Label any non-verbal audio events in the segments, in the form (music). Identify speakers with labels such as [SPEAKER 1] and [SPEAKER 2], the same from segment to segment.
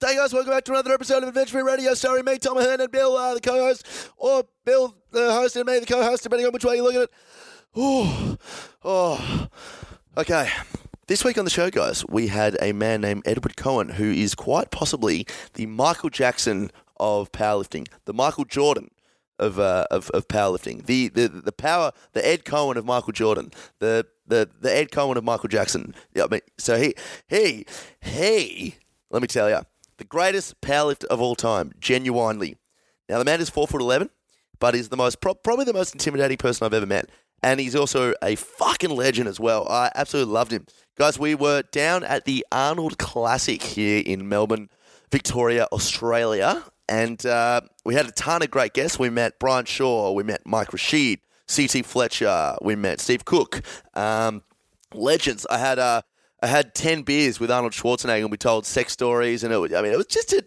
[SPEAKER 1] Hey guys, welcome back to another episode of Adventure Radio, starring me, Tom Ahern, and Bill, uh, the co-host, or Bill, the host, and me, the co-host, depending on which way you look at it. Oh, oh. Okay. This week on the show, guys, we had a man named Edward Cohen, who is quite possibly the Michael Jackson of powerlifting, the Michael Jordan of uh, of, of powerlifting, the, the the power, the Ed Cohen of Michael Jordan, the the the Ed Cohen of Michael Jackson. Yeah, I mean, so he he he. Let me tell you, the greatest powerlifter of all time, genuinely. Now the man is four foot eleven, but he's the most pro- probably the most intimidating person I've ever met, and he's also a fucking legend as well. I absolutely loved him, guys. We were down at the Arnold Classic here in Melbourne, Victoria, Australia, and uh, we had a ton of great guests. We met Brian Shaw, we met Mike Rashid, CT Fletcher, we met Steve Cook, um, legends. I had uh, I had ten beers with Arnold Schwarzenegger, and we told sex stories, and it was, I mean, it was just a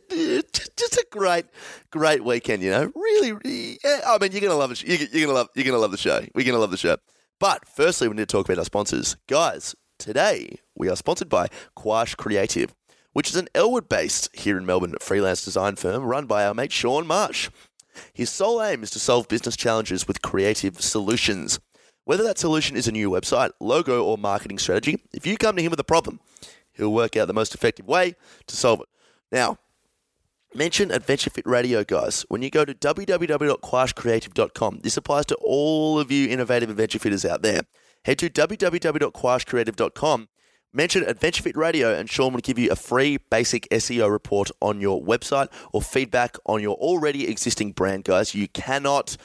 [SPEAKER 1] just a great, great weekend. You know, really. really- yeah, I mean, you're gonna love it. You're, you're gonna love. You're gonna love the show. We're gonna love the show. But firstly, we need to talk about our sponsors, guys. Today we are sponsored by Quash Creative, which is an Elwood-based here in Melbourne freelance design firm run by our mate Sean Marsh. His sole aim is to solve business challenges with creative solutions. Whether that solution is a new website, logo, or marketing strategy, if you come to him with a problem, he'll work out the most effective way to solve it. Now, mention Adventure Fit Radio, guys. When you go to www.quashcreative.com, this applies to all of you innovative adventure fitters out there. Head to www.quashcreative.com, mention Adventure Fit Radio, and Sean will give you a free basic SEO report on your website or feedback on your already existing brand, guys. You cannot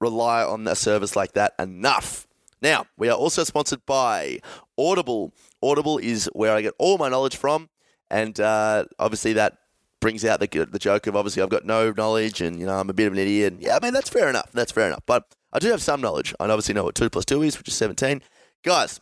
[SPEAKER 1] rely on a service like that enough. Now, we are also sponsored by Audible. Audible is where I get all my knowledge from, and uh, obviously that brings out the the joke of obviously I've got no knowledge and you know I'm a bit of an idiot. And yeah, I mean that's fair enough. That's fair enough. But I do have some knowledge. I obviously know what two plus two is, which is seventeen. Guys,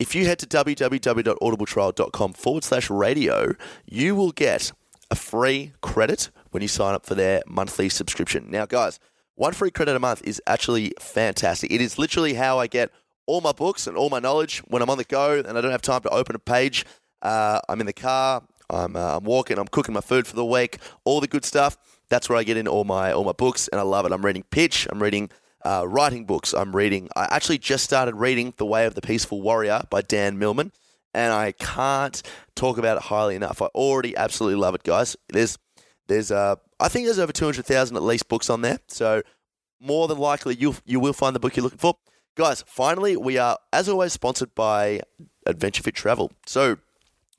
[SPEAKER 1] if you head to www.audibletrial.com forward slash radio, you will get a free credit when you sign up for their monthly subscription. Now, guys, one free credit a month is actually fantastic. It is literally how I get all my books and all my knowledge when I'm on the go and I don't have time to open a page. Uh, I'm in the car, I'm, uh, I'm walking, I'm cooking my food for the week, all the good stuff. That's where I get in all my all my books, and I love it. I'm reading Pitch, I'm reading uh, writing books. I'm reading. I actually just started reading The Way of the Peaceful Warrior by Dan Millman, and I can't talk about it highly enough. I already absolutely love it, guys. There's, there's, uh, I think there's over two hundred thousand at least books on there. So more than likely you you will find the book you're looking for, guys. Finally, we are as always sponsored by Adventure Fit Travel. So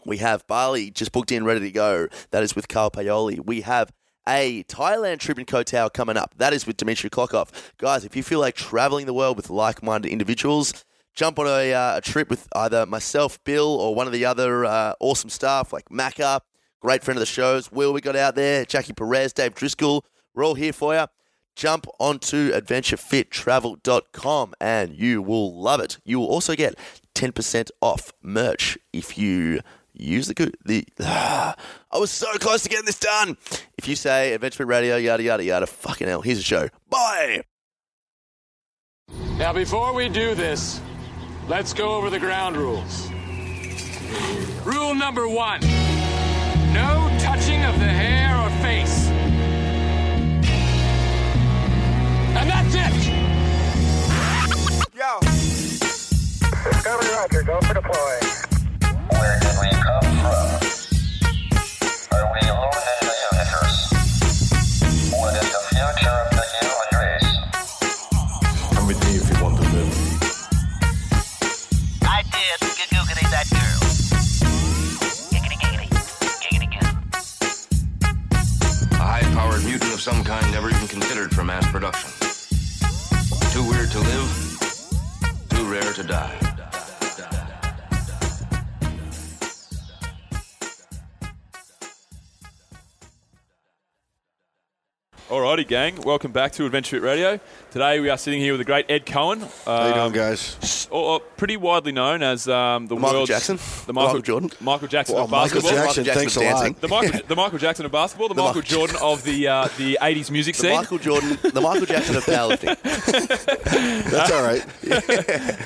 [SPEAKER 1] we have Bali just booked in, ready to go. That is with Carl Paoli. We have a Thailand trip in Koh Tao coming up. That is with Dimitri Klokov. Guys, if you feel like traveling the world with like minded individuals, jump on a, uh, a trip with either myself, Bill, or one of the other uh, awesome staff like Macca, great friend of the shows, Will, we got out there, Jackie Perez, Dave Driscoll. We're all here for you. Jump onto adventurefittravel.com and you will love it. You will also get 10% off merch if you use the code. The, (sighs) ah, I was so close to getting this done. If you say Adventure Fit Radio, yada, yada, yada, fucking hell, here's a show. Bye.
[SPEAKER 2] Now, before we do this, let's go over the ground rules. Rule number one no touching of the hair or face. And that's it!
[SPEAKER 3] Discovery Roger, go for deploy.
[SPEAKER 4] Where did we come from? Are we alone in the universe? What is the future of the human race?
[SPEAKER 5] Come with me if you want to live.
[SPEAKER 6] I did giggity that girl. Giggity giggity. Giggity giggity.
[SPEAKER 7] A high-powered mutant of some kind never even considered for mass production. Too weird to live, too rare to die.
[SPEAKER 8] Alrighty, gang. Welcome back to Adventure Fit Radio. Today we are sitting here with the great Ed Cohen,
[SPEAKER 9] How you
[SPEAKER 8] uh,
[SPEAKER 9] doing, (laughs) guys?
[SPEAKER 8] or, or pretty widely known as um, the,
[SPEAKER 1] Michael
[SPEAKER 8] world's-
[SPEAKER 1] Jackson?
[SPEAKER 8] (laughs) the
[SPEAKER 1] Michael Jordan?
[SPEAKER 8] Michael Jackson
[SPEAKER 9] Well,
[SPEAKER 8] of
[SPEAKER 9] Michael
[SPEAKER 8] basketball,
[SPEAKER 9] Jackson,
[SPEAKER 1] Michael
[SPEAKER 9] thanks a
[SPEAKER 1] Jackson
[SPEAKER 9] lot.
[SPEAKER 1] dancing.
[SPEAKER 8] the Michael, the Michael Jackson of basketball, the, Michael,
[SPEAKER 1] Michael
[SPEAKER 8] Jordan of the uh, the '80s music
[SPEAKER 1] The
[SPEAKER 8] scene.
[SPEAKER 1] Michael Jordan, the Michael Jackson of
[SPEAKER 9] (laughs)
[SPEAKER 1] powerlifting.
[SPEAKER 9] That's all right.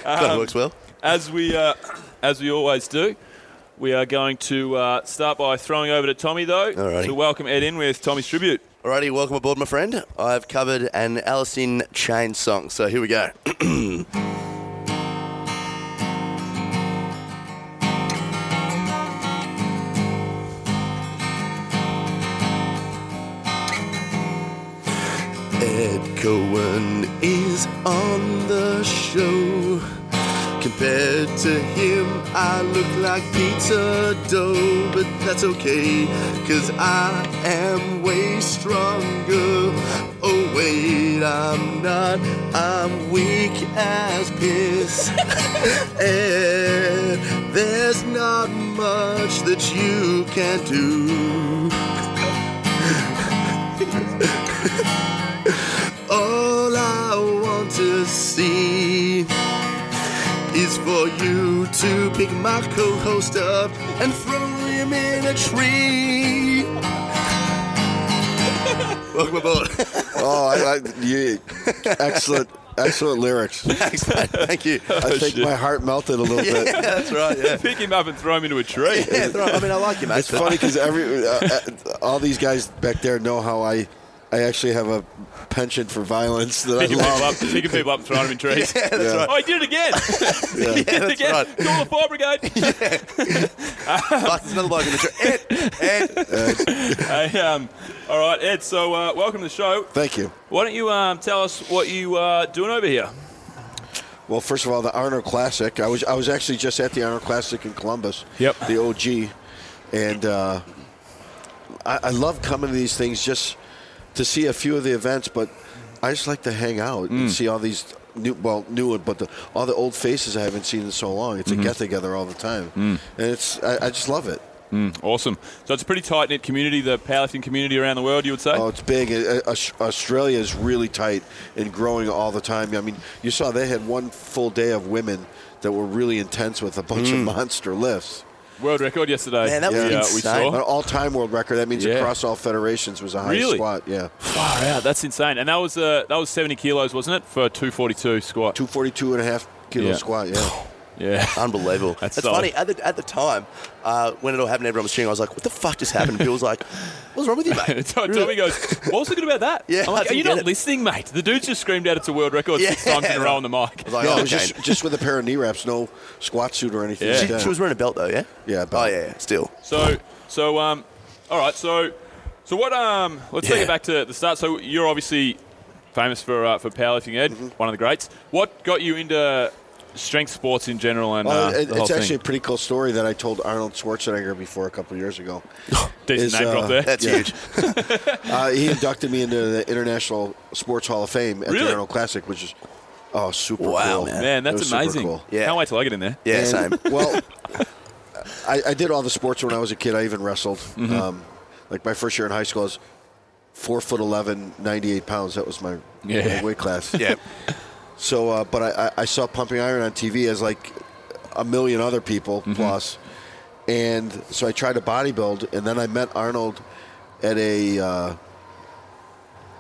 [SPEAKER 1] that works well.
[SPEAKER 8] as we uh, as we always do. We are going to uh, start by throwing over to Tommy, though,
[SPEAKER 1] Alrighty.
[SPEAKER 8] to welcome Ed in with Tommy's tribute.
[SPEAKER 1] Alrighty, welcome aboard, my friend. I've covered an Alice in Chains song, so here we go. (clears throat) Ed Cohen is on the show. Compared to him, I look like pizza dough, but that's okay, cause I am way stronger. Oh, wait, I'm not, I'm weak as piss. (laughs) Ed, there's not much that you can do. (laughs) All I want to see is for you to pick my co host up and throw him in a (laughs) tree. Welcome aboard.
[SPEAKER 9] Oh, I, I, you, excellent, excellent (laughs) lyrics.
[SPEAKER 1] Thanks, mate. Thank (laughs) you.
[SPEAKER 9] I think
[SPEAKER 8] shit.
[SPEAKER 9] my heart melted a little (laughs)
[SPEAKER 1] Yeah,
[SPEAKER 9] bit.
[SPEAKER 1] that's right. (laughs) Yeah.
[SPEAKER 8] Pick him up and throw him into a tree.
[SPEAKER 1] Yeah, that's right. I mean, I like you, mate.
[SPEAKER 9] It's funny because every uh, uh, all these guys back there know how I I actually have a penchant for violence (laughs) that I
[SPEAKER 8] Picking people up,
[SPEAKER 9] love.
[SPEAKER 8] picking people up, and throwing them in trees.
[SPEAKER 1] Yeah, that's
[SPEAKER 8] Oh, he did it (laughs) again!
[SPEAKER 1] right. Yeah, that's
[SPEAKER 8] again!
[SPEAKER 1] right.
[SPEAKER 8] Call the fire (laughs) brigade!
[SPEAKER 1] (laughs) Fuck, there's another bloke in the tree. Ed, Ed.
[SPEAKER 8] Hey, um, all right, Ed, so uh, welcome to the show.
[SPEAKER 9] Thank you.
[SPEAKER 8] Why don't you um, tell us what you uh, doing over here?
[SPEAKER 9] Well, first of all, the Arnold Classic. I was I was actually just at the Arnold Classic in Columbus.
[SPEAKER 8] Yep.
[SPEAKER 9] The OG, and uh, I, I love coming to these things just to see a few of the events, but I just like to hang out and see all these new well new but the, all the old faces I haven't seen in so long. It's a get together all the time, and it's I, I just love it.
[SPEAKER 8] (laughs) Awesome. So it's a pretty tight knit community, the powerlifting community around the world, you would say?
[SPEAKER 9] Oh, it's big. Uh, uh, Aus- Australia is really tight and growing all the time. I mean, you saw they had one full day of women that were really intense with a bunch of monster lifts.
[SPEAKER 8] World record yesterday.
[SPEAKER 1] Man, that was
[SPEAKER 8] Hmm. we, uh, we
[SPEAKER 1] insane.
[SPEAKER 8] saw.
[SPEAKER 9] An all-time world record. That means
[SPEAKER 8] Yeah.
[SPEAKER 9] across all federations was a high
[SPEAKER 8] Really?
[SPEAKER 9] squat. Yeah,
[SPEAKER 8] Far out. That's insane. And that was uh, that was 70 kilos, wasn't it, for 242 squat?
[SPEAKER 9] 242 and a half kilo
[SPEAKER 8] Yeah.
[SPEAKER 9] squat.
[SPEAKER 8] (sighs)
[SPEAKER 9] Yeah,
[SPEAKER 8] Yeah. (laughs)
[SPEAKER 1] Unbelievable.
[SPEAKER 8] That's
[SPEAKER 1] it's
[SPEAKER 8] solid.
[SPEAKER 1] funny. At the, at the time, uh, when it all happened, everyone was cheering. I was like, what the fuck just happened? And Bill was like, what's wrong with (laughs) you, mate?
[SPEAKER 8] So Tommy goes, what was it good about that?
[SPEAKER 1] Yeah,
[SPEAKER 8] I'm
[SPEAKER 1] I
[SPEAKER 8] like, are
[SPEAKER 1] didn't
[SPEAKER 8] you
[SPEAKER 1] get
[SPEAKER 8] not
[SPEAKER 1] it.
[SPEAKER 8] listening, mate? The dude just screamed out it's a world record six
[SPEAKER 1] Yeah.
[SPEAKER 8] times in a row on the mic.
[SPEAKER 1] I was like,
[SPEAKER 9] no,
[SPEAKER 1] oh,
[SPEAKER 9] it was
[SPEAKER 1] okay.
[SPEAKER 9] just just with a pair of knee wraps, no squat suit or anything.
[SPEAKER 8] Yeah.
[SPEAKER 9] Like
[SPEAKER 1] she,
[SPEAKER 9] that.
[SPEAKER 1] she was wearing a belt, though, yeah?
[SPEAKER 9] Yeah,
[SPEAKER 1] Oh,
[SPEAKER 9] belt.
[SPEAKER 1] yeah, still.
[SPEAKER 8] So, so um, all right. So, so what? Um, let's take
[SPEAKER 1] Yeah.
[SPEAKER 8] it back to the start. So you're obviously famous for uh, for powerlifting, Ed,
[SPEAKER 9] Mm-hmm.
[SPEAKER 8] one of the greats. What got you into strength sports in general and
[SPEAKER 9] Well,
[SPEAKER 8] uh,
[SPEAKER 9] Oh, it-
[SPEAKER 8] the whole
[SPEAKER 9] it's actually
[SPEAKER 8] thing?
[SPEAKER 9] a pretty cool story that I told Arnold Schwarzenegger before a couple
[SPEAKER 8] (laughs)
[SPEAKER 9] years ago.
[SPEAKER 8] Decent
[SPEAKER 9] is,
[SPEAKER 8] name
[SPEAKER 9] uh,
[SPEAKER 8] drop there.
[SPEAKER 1] That's
[SPEAKER 9] Yeah.
[SPEAKER 1] huge.
[SPEAKER 9] (laughs) uh, he inducted me into the International Sports Hall of Fame at
[SPEAKER 8] Really?
[SPEAKER 9] the Arnold Classic, which is oh super
[SPEAKER 1] Wow,
[SPEAKER 9] cool.
[SPEAKER 1] man.
[SPEAKER 8] Man,
[SPEAKER 9] It
[SPEAKER 8] that's
[SPEAKER 9] was super
[SPEAKER 8] amazing.
[SPEAKER 9] cool.
[SPEAKER 1] Yeah.
[SPEAKER 8] Can't wait till I get in there.
[SPEAKER 1] Yeah,
[SPEAKER 9] And,
[SPEAKER 1] same.
[SPEAKER 9] (laughs) Well, I, I did all the sports when I was a kid. I even wrestled.
[SPEAKER 8] Mm-hmm.
[SPEAKER 9] Um, like my first year in high school, I was four foot 11, 98 pounds. That was my,
[SPEAKER 8] Yeah.
[SPEAKER 9] my weight class.
[SPEAKER 1] (laughs) (laughs) Yeah.
[SPEAKER 9] So, uh, but I, I I saw Pumping Iron on TV as like a million other people
[SPEAKER 8] Mm-hmm.
[SPEAKER 9] plus. and so I tried to bodybuild, and then I met Arnold at a uh,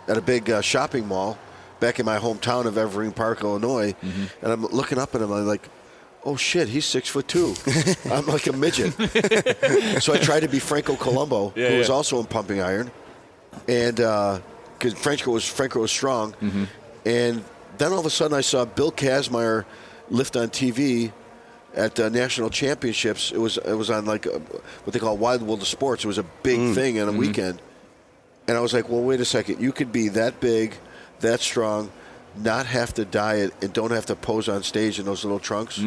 [SPEAKER 9] at a big uh, shopping mall back in my hometown of Evergreen Park, Illinois,
[SPEAKER 8] Mm-hmm.
[SPEAKER 9] and I'm looking up at him, I'm like. Oh shit! He's six
[SPEAKER 8] (laughs)
[SPEAKER 9] foot two. I'm like a midget. so I tried to be Franco Colombo,
[SPEAKER 8] (laughs) Yeah,
[SPEAKER 9] who was
[SPEAKER 8] yeah.
[SPEAKER 9] also in Pumping Iron, and because Franco was Franco was strong,
[SPEAKER 8] Mm-hmm.
[SPEAKER 9] and then all of a sudden I saw Bill Kazmaier lift on TV at uh, national championships. It was it was on like a, what they call Wide World of Sports. It was a big thing on a weekend, and I was like, well, wait a second. You could be that big, that strong, not have to diet, and don't have to pose on stage in those little trunks.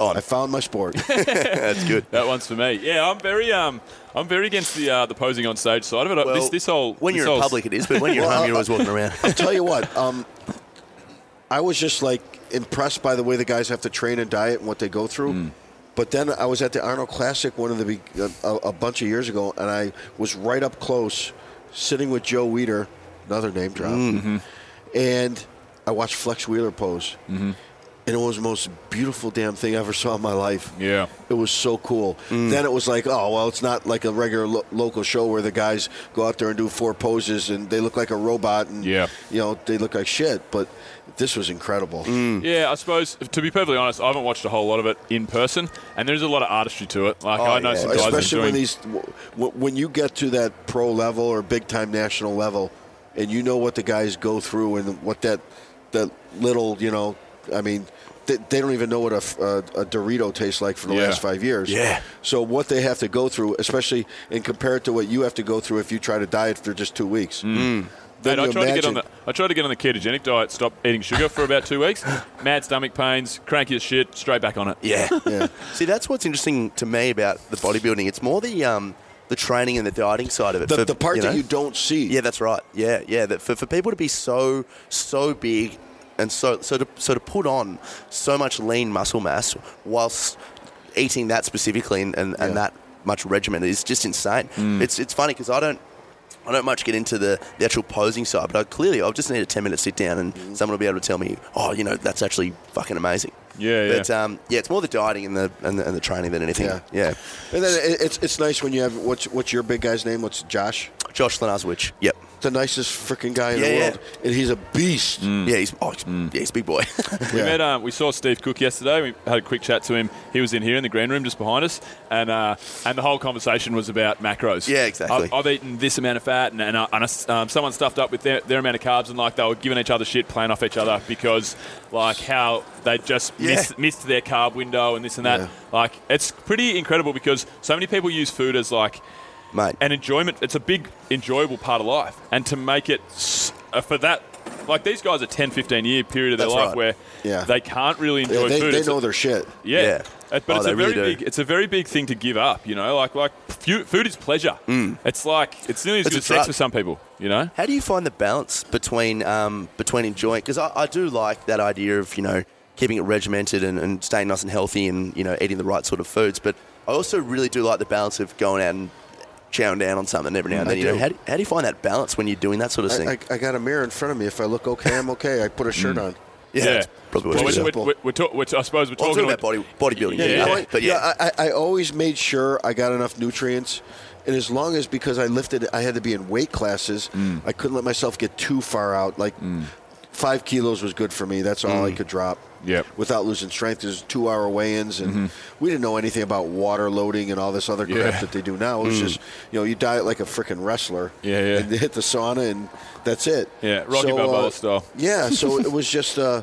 [SPEAKER 1] On.
[SPEAKER 9] I found my sport.
[SPEAKER 1] That's good.
[SPEAKER 8] That one's for me. Yeah, I'm very um, I'm very against the uh, the posing on stage side of it.
[SPEAKER 1] Well,
[SPEAKER 8] this this whole
[SPEAKER 1] When
[SPEAKER 8] this
[SPEAKER 1] you're in
[SPEAKER 8] whole-
[SPEAKER 1] public, it is, but when (laughs) you're at home, you're always walking around.
[SPEAKER 9] I'll tell you what. Um, I was just like impressed by the way the guys have to train and diet and what they go through. But then I was at the Arnold Classic one of the be- a, a bunch of years ago, and I was right up close, sitting with Joe Weider, another name drop, and I watched Flex Wheeler pose, and it was the most beautiful damn thing I ever saw in my life.
[SPEAKER 8] Yeah.
[SPEAKER 9] It was so cool. Then it was like, oh, well, it's not like a regular lo- local show where the guys go out there and do four poses and they look like a robot and,
[SPEAKER 8] Yeah.
[SPEAKER 9] you know, they look like shit. But this was incredible.
[SPEAKER 8] Yeah, I suppose to be perfectly honest, I haven't watched a whole lot of it in person, and there's a lot of artistry to it. Like I know some guys
[SPEAKER 9] Oh, Especially
[SPEAKER 8] enjoying
[SPEAKER 9] when these, w- w- when you get to that pro level or big time national level, and you know what the guys go through and what that that little, you know, I mean, they, they don't even know what a, f- a- a Dorito tastes like for the
[SPEAKER 8] Yeah.
[SPEAKER 9] last five years.
[SPEAKER 1] Yeah.
[SPEAKER 9] So what they have to go through, especially and compared to what you have to go through if you try to diet for just two weeks. Mm.
[SPEAKER 8] Mate, I tried to get on the I tried to get on the ketogenic diet, stop eating sugar for about two
[SPEAKER 1] (laughs)
[SPEAKER 8] weeks. Mad stomach pains, cranky as shit, straight back on it.
[SPEAKER 1] Yeah.
[SPEAKER 9] Yeah.
[SPEAKER 1] (laughs) See, that's what's interesting to me about the bodybuilding. It's more the um, the training and the dieting side of it.
[SPEAKER 9] The,
[SPEAKER 1] For,
[SPEAKER 9] the part that
[SPEAKER 1] know?
[SPEAKER 9] you don't see.
[SPEAKER 1] Yeah, that's right. Yeah, yeah. That for, for people to be so so big and so so to so to put on so much lean muscle mass whilst eating that specifically and, and, and
[SPEAKER 9] Yeah.
[SPEAKER 1] that much regimen is just insane. It's it's funny because I don't. I don't much get into the, the actual posing side, but I, clearly I'll just need a 10 minute sit down and someone will be able to tell me, oh, you know, that's actually fucking amazing.
[SPEAKER 8] Yeah, yeah.
[SPEAKER 1] But um, yeah, it's more the dieting and the, and the, and the training than anything.
[SPEAKER 9] Yeah.
[SPEAKER 1] Yeah.
[SPEAKER 9] And then it, it's it's nice when you have what's what's your big guy's name? What's Josh?
[SPEAKER 1] Josh Lenazwich. Yep.
[SPEAKER 9] the nicest freaking guy in
[SPEAKER 1] Yeah,
[SPEAKER 9] the
[SPEAKER 1] yeah.
[SPEAKER 9] world, and he's a beast.
[SPEAKER 1] Yeah, he's, oh, he's- yeah, he's a big boy. (laughs)
[SPEAKER 8] We
[SPEAKER 9] Yeah.
[SPEAKER 8] met. Um, we saw Steve Cook yesterday. We had a quick chat to him. He was in here in the green room just behind us, and uh, and the whole conversation was about macros.
[SPEAKER 1] Yeah, exactly.
[SPEAKER 8] I've, I've eaten this amount of fat, and, and, I, and I s- um, someone stuffed up with their, their amount of carbs, and like they were giving each other shit, playing off each other because like how they just
[SPEAKER 1] Yeah.
[SPEAKER 8] missed, missed their carb window and this and that.
[SPEAKER 9] Yeah.
[SPEAKER 8] Like it's pretty incredible because so many people use food as like
[SPEAKER 1] Mate.
[SPEAKER 8] an enjoyment. It's a big, enjoyable part of life. And to make it s- uh, for that, like these guys, a 10, 15 year period of their
[SPEAKER 1] That's
[SPEAKER 8] life
[SPEAKER 1] right.
[SPEAKER 8] where
[SPEAKER 9] Yeah.
[SPEAKER 8] they can't really
[SPEAKER 9] Yeah,
[SPEAKER 8] enjoy
[SPEAKER 9] they,
[SPEAKER 8] food.
[SPEAKER 9] they
[SPEAKER 8] It's a-
[SPEAKER 9] know their shit.
[SPEAKER 8] yeah.
[SPEAKER 1] Yeah.
[SPEAKER 8] Uh, But
[SPEAKER 1] Oh,
[SPEAKER 8] it's
[SPEAKER 1] they
[SPEAKER 8] a very
[SPEAKER 1] really do.
[SPEAKER 8] big, it's a very big thing to give up. You know, like like fu- food is pleasure. It's like it's nearly as
[SPEAKER 1] Mm. It's a
[SPEAKER 8] good as sex
[SPEAKER 1] drug.
[SPEAKER 8] for some people. You know.
[SPEAKER 1] How do you find the balance between um, between enjoying? Because I, I do like that idea of you know keeping it regimented and, and staying nice and healthy and you know eating the right sort of foods. But I also really do like the balance of going out and chowing down on something every now and then. you know,
[SPEAKER 9] do.
[SPEAKER 1] how Mm, do, how do you find that balance when you're doing that sort of thing?
[SPEAKER 9] I, I, I got a mirror in front of me. If I look okay, I'm okay. I put a shirt on.
[SPEAKER 1] yeah, that's probably what
[SPEAKER 8] well,
[SPEAKER 1] it
[SPEAKER 8] we're,
[SPEAKER 1] is.
[SPEAKER 9] do.
[SPEAKER 1] Well,
[SPEAKER 8] we're, we're, we're talk- we're- I suppose we're
[SPEAKER 1] I'm
[SPEAKER 8] talking
[SPEAKER 1] talking about body, bodybuilding.
[SPEAKER 8] Yeah,
[SPEAKER 1] Yeah,
[SPEAKER 8] yeah, yeah.
[SPEAKER 1] But yeah,
[SPEAKER 9] I, I always made sure I got enough nutrients, and as long as because I lifted, I had to be in weight classes.
[SPEAKER 8] Mm.
[SPEAKER 9] I couldn't let myself get too far out. Like five kilos was good for me. That's all I could drop.
[SPEAKER 8] Mm. Yep. Mm-hmm.
[SPEAKER 9] Without losing strength, there's two-hour weigh-ins, and we didn't know anything about water loading and all this other crap
[SPEAKER 8] Yeah. Mm.
[SPEAKER 9] that they do now. It was just, you know, you diet like a freaking wrestler.
[SPEAKER 8] Yeah, yeah.
[SPEAKER 9] And they hit the sauna, and that's it. uh,
[SPEAKER 8] Yeah, Rocky Balboa style.
[SPEAKER 9] Yeah, so it was just. Uh,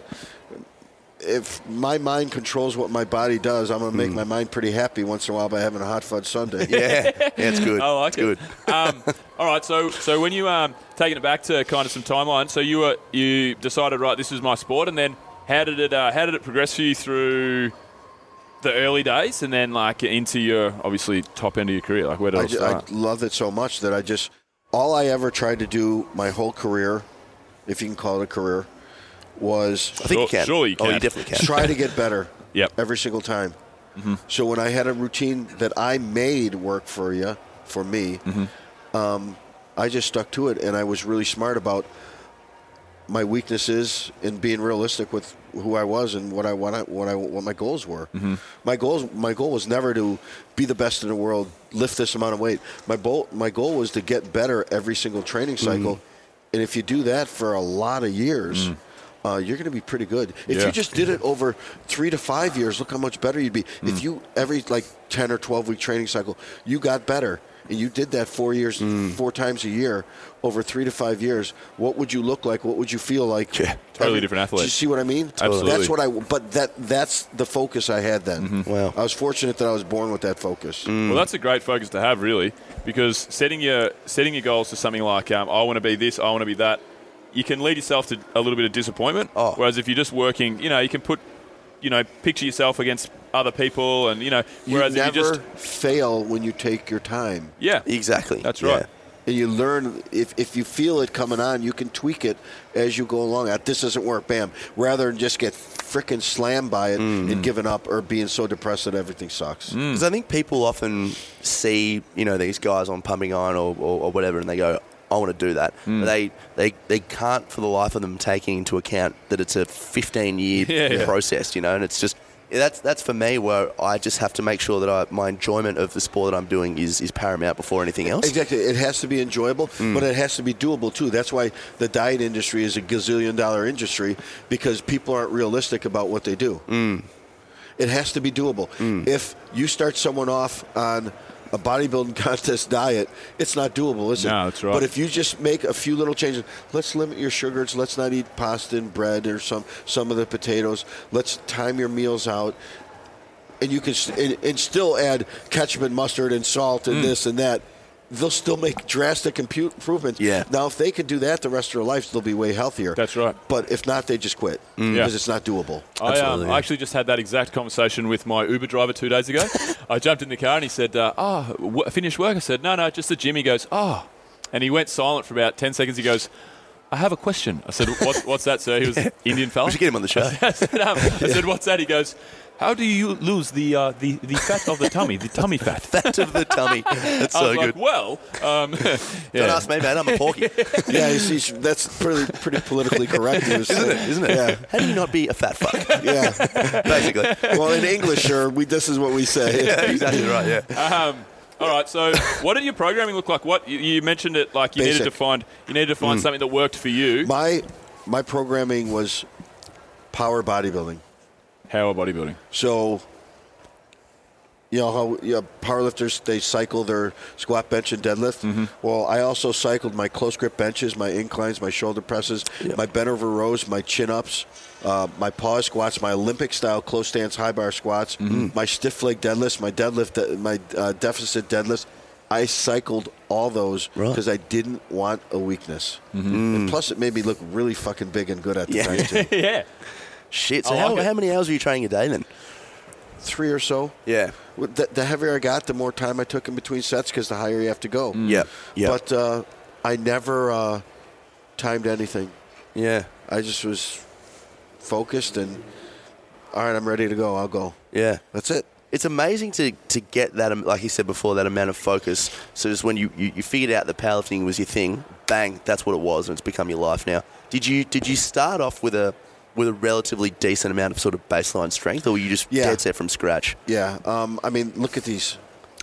[SPEAKER 9] if my mind controls what my body does, I'm gonna make my mind pretty happy once in a while by having a hot fudge sundae.
[SPEAKER 1] yeah, yeah, it's good.
[SPEAKER 8] (laughs) I
[SPEAKER 1] it's
[SPEAKER 8] like it.
[SPEAKER 1] good.
[SPEAKER 8] Um, all right, so so when you um taking it back to kind of some timeline, so you were you decided right this is my sport, and then how did it uh, how did it progress for you through the early days, and then like into your obviously top end of your career, like where did it
[SPEAKER 9] I,
[SPEAKER 8] all
[SPEAKER 9] ju- I
[SPEAKER 8] start?
[SPEAKER 9] loved it so much that I just all I ever tried to do my whole career, if you can call it a career, was
[SPEAKER 1] I think you
[SPEAKER 8] Sure-
[SPEAKER 1] can.
[SPEAKER 8] surely you
[SPEAKER 1] Oh,
[SPEAKER 8] can.
[SPEAKER 1] you definitely can.
[SPEAKER 9] try to get better.
[SPEAKER 8] Yep.
[SPEAKER 9] Every single time. So when I had a routine that I made work for you, for me, um, I just stuck to it, and I was really smart about my weaknesses and being realistic with who I was and what I what I, what I what my goals were. My goals my goal was never to be the best in the world, lift this amount of weight. My goal my goal was to get better every single training cycle, and if you do that for a lot of years. Uh, you're going to be pretty good if
[SPEAKER 8] Yeah.
[SPEAKER 9] you just did it over three to five years. Look how much better you'd be
[SPEAKER 8] Hmm.
[SPEAKER 9] if you every like ten or twelve week training cycle you got better and you did that four years,
[SPEAKER 8] Hmm.
[SPEAKER 9] four times a year over three to five years. What would you look like? What would you feel like? Yeah,
[SPEAKER 8] Totally different athlete.
[SPEAKER 9] Do you see what I mean?
[SPEAKER 8] Absolutely. Mm-hmm.
[SPEAKER 9] That's what I. But that that's the focus I had then.
[SPEAKER 1] Wow.
[SPEAKER 9] I was fortunate that I was born with that focus.
[SPEAKER 8] Well, that's a great focus to have, really, because setting your setting your goals to something like um, I want to be this, I want to be that, you can lead yourself to a little bit of disappointment.
[SPEAKER 1] Oh.
[SPEAKER 8] Whereas if you're just working, you know, you can put, you know, picture yourself against other people, and you know,
[SPEAKER 9] You
[SPEAKER 8] whereas
[SPEAKER 9] never
[SPEAKER 8] if you just
[SPEAKER 9] fail when you take your time.
[SPEAKER 8] yeah,
[SPEAKER 1] Exactly.
[SPEAKER 8] That's
[SPEAKER 1] Yeah.
[SPEAKER 8] right.
[SPEAKER 9] and you learn if, if you feel it coming on you can tweak it as you go along Uh, this doesn't work bam rather than just get frickin' slammed by it and giving up or being so depressed that everything sucks
[SPEAKER 8] Hmm.
[SPEAKER 1] Because I think people often see, you know, these guys on pumping iron or, or, or whatever, and they go, I want to do that.
[SPEAKER 8] Hmm.
[SPEAKER 1] But They they they can't for the life of them taking into account that it's a 15 year
[SPEAKER 8] (laughs) Yeah, yeah.
[SPEAKER 1] process, you know, and it's just. That's that's for me where I just have to make sure that I, my enjoyment of the sport that I'm doing is, is paramount before anything else.
[SPEAKER 9] Exactly. It has to be enjoyable, but it has to be doable too. That's why the diet industry is a gazillion dollar industry because people aren't realistic about what they do. It has to be doable. If you start someone off on a bodybuilding (laughs) contest diet, it's not doable, is it?
[SPEAKER 8] No, that's right.
[SPEAKER 9] But if you just make a few little changes, let's limit your sugars. Let's not eat pasta and bread or some some of the potatoes. Let's time your meals out and you can st- and, and still add ketchup and mustard and salt
[SPEAKER 1] Mm.
[SPEAKER 9] and this and that. They'll still make drastic compute improvements.
[SPEAKER 1] Yeah.
[SPEAKER 9] Now, if they can do that the rest of their lives, they'll be way healthier.
[SPEAKER 8] That's right.
[SPEAKER 9] But if not, they just quit
[SPEAKER 1] Mm.
[SPEAKER 8] Yeah.
[SPEAKER 9] because it's not
[SPEAKER 1] (laughs)
[SPEAKER 9] doable.
[SPEAKER 8] I, um,
[SPEAKER 1] Absolutely.
[SPEAKER 8] I actually just had that exact conversation with my Uber driver two days
[SPEAKER 1] (laughs)
[SPEAKER 8] ago. I jumped in the car and he said, uh, "Oh, w- finished work?" I said, "No, no, just the gym." He goes, "Oh," and he went silent for about ten seconds. He goes, "I have a question." I said, "What's, what's that, sir?" He was
[SPEAKER 1] (laughs)
[SPEAKER 8] Indian fella.
[SPEAKER 1] We should get him on the
[SPEAKER 8] (laughs)
[SPEAKER 1] show. (laughs)
[SPEAKER 8] I said, um, I said, "What's that?" He goes, "How do you lose the uh, the the fat of the tummy, the tummy
[SPEAKER 1] (laughs)
[SPEAKER 8] fat?"
[SPEAKER 1] Fat of the tummy. That's
[SPEAKER 8] (laughs) I
[SPEAKER 1] so
[SPEAKER 8] was
[SPEAKER 1] good.
[SPEAKER 8] like, "Well, um,
[SPEAKER 1] (laughs)
[SPEAKER 8] (laughs)
[SPEAKER 1] Don't
[SPEAKER 8] yeah.
[SPEAKER 1] ask me, man. I'm a porky.
[SPEAKER 9] yeah, you see, that's pretty pretty politically correct,
[SPEAKER 1] (laughs) Isn't it? Isn't it?
[SPEAKER 9] Yeah.
[SPEAKER 1] How do you not be a fat fuck? (laughs)
[SPEAKER 9] Yeah.
[SPEAKER 8] (laughs)
[SPEAKER 1] Basically.
[SPEAKER 9] Well, in English, sure, we this is what we say.
[SPEAKER 1] (laughs) Yeah, exactly right. Yeah.
[SPEAKER 8] Um, all right. So, what did your programming look like? What you- you mentioned it like you needed
[SPEAKER 9] Basic.
[SPEAKER 8] to find you needed to
[SPEAKER 1] Mm.
[SPEAKER 8] find something that worked for you.
[SPEAKER 9] My my programming was power bodybuilding.
[SPEAKER 8] How are bodybuilding?
[SPEAKER 9] So, you know how you know, powerlifters they cycle their squat, bench, and deadlift.
[SPEAKER 1] Mm-hmm.
[SPEAKER 9] Well, I also cycled my close grip benches, my inclines, my shoulder presses, my bent over rows, my chin ups, uh, my pause squats, my Olympic style close stance high bar squats,
[SPEAKER 1] Mm-hmm.
[SPEAKER 9] my stiff leg deadlifts, my deadlift, my uh, deficit deadlifts. I cycled all those
[SPEAKER 1] Right.
[SPEAKER 9] because I didn't want a weakness. And plus, it made me look really fucking big and good at the
[SPEAKER 1] Mm-hmm. Mm. Yeah.
[SPEAKER 9] time
[SPEAKER 1] (laughs)
[SPEAKER 9] too.
[SPEAKER 8] (laughs) yeah.
[SPEAKER 1] Shit. So
[SPEAKER 8] I
[SPEAKER 1] how,
[SPEAKER 8] like it.
[SPEAKER 1] how many hours are you training a day then?
[SPEAKER 9] Three or so.
[SPEAKER 1] Yeah.
[SPEAKER 9] Well, The, the heavier I got, the more time I took in between sets because the higher you have to go.
[SPEAKER 8] Mm.
[SPEAKER 1] Yeah. Yeah.
[SPEAKER 9] But uh, I never uh, timed anything.
[SPEAKER 1] yeah.
[SPEAKER 9] I just was focused and all right, I'm ready to go. I'll go.
[SPEAKER 1] Yeah.
[SPEAKER 9] That's it.
[SPEAKER 1] It's amazing to, to get that, am- like you said before, that amount of focus. So just when you, you, you figured out that powerlifting was your thing, bang, that's what it was, and it's become your life now. Did you did you start off with a with a relatively decent amount of sort of baseline strength, or were you just
[SPEAKER 9] Yeah.
[SPEAKER 1] dead set from scratch?
[SPEAKER 9] Yeah. Um, I mean, look at these.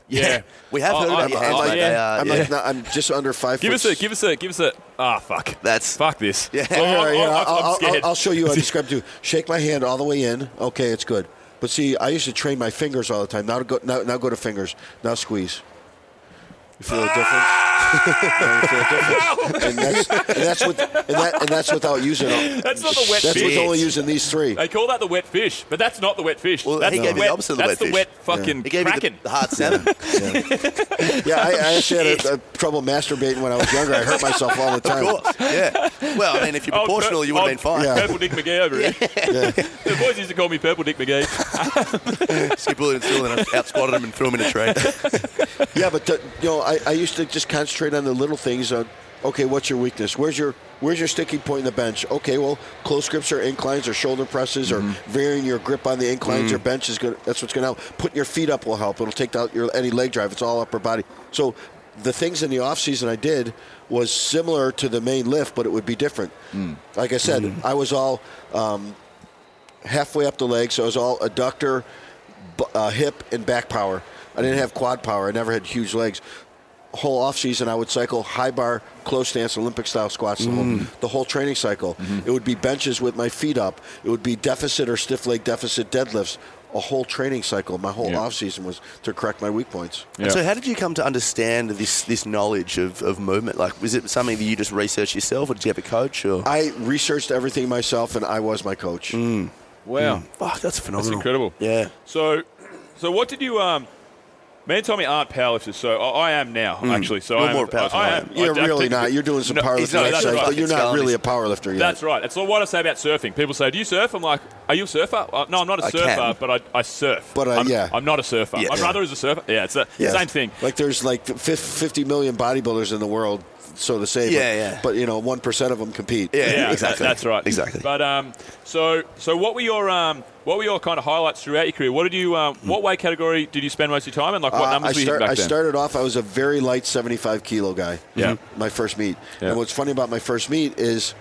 [SPEAKER 8] Yeah.
[SPEAKER 1] we have
[SPEAKER 8] Oh,
[SPEAKER 1] heard
[SPEAKER 8] I-
[SPEAKER 1] about your
[SPEAKER 8] I-
[SPEAKER 1] hands,
[SPEAKER 8] I-
[SPEAKER 1] mate.
[SPEAKER 8] yeah.
[SPEAKER 1] They are-
[SPEAKER 9] I'm,
[SPEAKER 1] yeah.
[SPEAKER 9] like, not, I'm just under five.
[SPEAKER 8] Give
[SPEAKER 9] foot
[SPEAKER 8] us a give us a give us a ah fuck
[SPEAKER 1] That's-
[SPEAKER 8] fuck this.
[SPEAKER 1] (laughs) Yeah.
[SPEAKER 8] Oh,
[SPEAKER 9] All right,
[SPEAKER 8] I'm,
[SPEAKER 9] yeah,
[SPEAKER 8] I'm-
[SPEAKER 9] I'll,
[SPEAKER 8] I'm
[SPEAKER 9] I'll-
[SPEAKER 8] scared.
[SPEAKER 9] I'll- I'll show
[SPEAKER 8] (laughs)
[SPEAKER 9] you how describe to shake my hand all the way in. Okay, it's good. But see, I used to train my fingers all the time. Now to go now, now go to fingers. Now squeeze. You feel a difference? (laughs) You feel a
[SPEAKER 8] (laughs)
[SPEAKER 9] difference? And that's, and that's with and, that, and that's without using all,
[SPEAKER 8] That's not the wet
[SPEAKER 9] That's
[SPEAKER 8] fish.
[SPEAKER 9] with only using these
[SPEAKER 8] (laughs)
[SPEAKER 9] three.
[SPEAKER 8] They call that the wet fish, but that's not the wet fish.
[SPEAKER 1] Well,
[SPEAKER 8] that's
[SPEAKER 1] he gave you
[SPEAKER 8] the
[SPEAKER 1] the
[SPEAKER 8] wet,
[SPEAKER 1] opposite of the
[SPEAKER 8] That's
[SPEAKER 1] wet
[SPEAKER 8] the wet fucking
[SPEAKER 1] It gave you
[SPEAKER 8] kraken.
[SPEAKER 1] the, the hard
[SPEAKER 9] (laughs)
[SPEAKER 1] seven.
[SPEAKER 9] Yeah, I, I actually had
[SPEAKER 8] (laughs)
[SPEAKER 9] a, a trouble masturbating when I was younger. I hurt myself all the time.
[SPEAKER 1] Of course, yeah. Well, I mean, if you're
[SPEAKER 8] Old
[SPEAKER 1] proportional,
[SPEAKER 8] pur-
[SPEAKER 1] you would have
[SPEAKER 8] old
[SPEAKER 1] been fine.
[SPEAKER 9] Yeah.
[SPEAKER 8] Oh, Purple Dick McGee
[SPEAKER 1] (laughs)
[SPEAKER 8] over here. the boys used to call me Purple Dick McGee.
[SPEAKER 1] Skip Bullion and Still, and I out squatted him and threw him in a tree.
[SPEAKER 9] Yeah, but the, you know, I, I used to just concentrate on the little things. On okay, what's your weakness? Where's your where's your sticking point in the bench? Okay, well, close grips or inclines or shoulder presses or varying your grip on the inclines or bench is good. That's what's going to help. Putting your feet up will help. It'll take out your any leg drive. It's all upper body. So the things in the off season I did was similar to the main lift, but it would be different. Like I said, I was all um, halfway up the leg, so it was all adductor, bu- uh, hip, and back power. I didn't have quad power. I never had huge legs. Whole off season, I would cycle high bar, close stance, Olympic style squats the, whole,
[SPEAKER 8] Mm-hmm.
[SPEAKER 9] the whole training cycle. It would be benches with my feet up. It would be deficit or stiff leg deficit deadlifts. A whole training cycle. My whole
[SPEAKER 8] Yeah.
[SPEAKER 9] off season was to correct my weak points.
[SPEAKER 8] Yeah.
[SPEAKER 1] So, how did you come to understand this this knowledge of, of movement? Like, was it something that you just researched yourself, or did you have a coach? Or
[SPEAKER 8] Uh,
[SPEAKER 9] I researched everything myself, and I was my coach.
[SPEAKER 8] Mm. Wow.
[SPEAKER 1] fuck, that's phenomenal.
[SPEAKER 8] incredible.
[SPEAKER 1] Yeah.
[SPEAKER 8] So, so what did you? Um, me and Tommy aren't powerlifters, so I, I am now actually. So
[SPEAKER 1] Hmm. You're
[SPEAKER 8] I'm
[SPEAKER 1] more powerful
[SPEAKER 8] I,
[SPEAKER 1] than
[SPEAKER 8] I
[SPEAKER 1] I
[SPEAKER 8] am.
[SPEAKER 1] am.
[SPEAKER 8] I-
[SPEAKER 9] You're
[SPEAKER 8] I
[SPEAKER 9] really
[SPEAKER 8] think-
[SPEAKER 9] not. You're doing some
[SPEAKER 8] No,
[SPEAKER 9] powerlifting,
[SPEAKER 8] no, that's
[SPEAKER 9] exercise,
[SPEAKER 8] right.
[SPEAKER 9] but you're
[SPEAKER 1] It's
[SPEAKER 9] not
[SPEAKER 1] gone.
[SPEAKER 9] really a powerlifter yet.
[SPEAKER 8] That's right. That's what I say about surfing. People say, "Do you surf?" I'm like, "Are you a surfer?" Uh, no, I'm not a
[SPEAKER 1] I
[SPEAKER 8] surfer,
[SPEAKER 1] can.
[SPEAKER 8] but I, I surf.
[SPEAKER 9] But, uh,
[SPEAKER 8] I'm,
[SPEAKER 9] yeah.
[SPEAKER 8] I'm not a surfer.
[SPEAKER 1] Yeah.
[SPEAKER 8] My brother is a surfer. Yeah, it's the
[SPEAKER 9] Yeah.
[SPEAKER 8] same thing.
[SPEAKER 9] Like there's like fif- 50 million bodybuilders in the world. so to say.
[SPEAKER 1] Yeah,
[SPEAKER 9] but,
[SPEAKER 1] yeah.
[SPEAKER 9] But you know, one percent of them compete.
[SPEAKER 1] Yeah,
[SPEAKER 8] Yeah,
[SPEAKER 1] exactly.
[SPEAKER 8] that- that's right.
[SPEAKER 1] Exactly.
[SPEAKER 8] But um, so so what were your um, what were your kind of highlights throughout your career? What did you um, what weight category did you spend most of your time in? Like what
[SPEAKER 9] Hmm. Uh,
[SPEAKER 8] numbers
[SPEAKER 9] I,
[SPEAKER 8] were you
[SPEAKER 9] start-
[SPEAKER 8] hitting back
[SPEAKER 9] I
[SPEAKER 8] then?
[SPEAKER 9] started off. I was a very light, seventy-five kilo guy. Mm-hmm.
[SPEAKER 8] Yeah.
[SPEAKER 9] my first meet.
[SPEAKER 8] Yeah.
[SPEAKER 9] And what's funny about my first meet is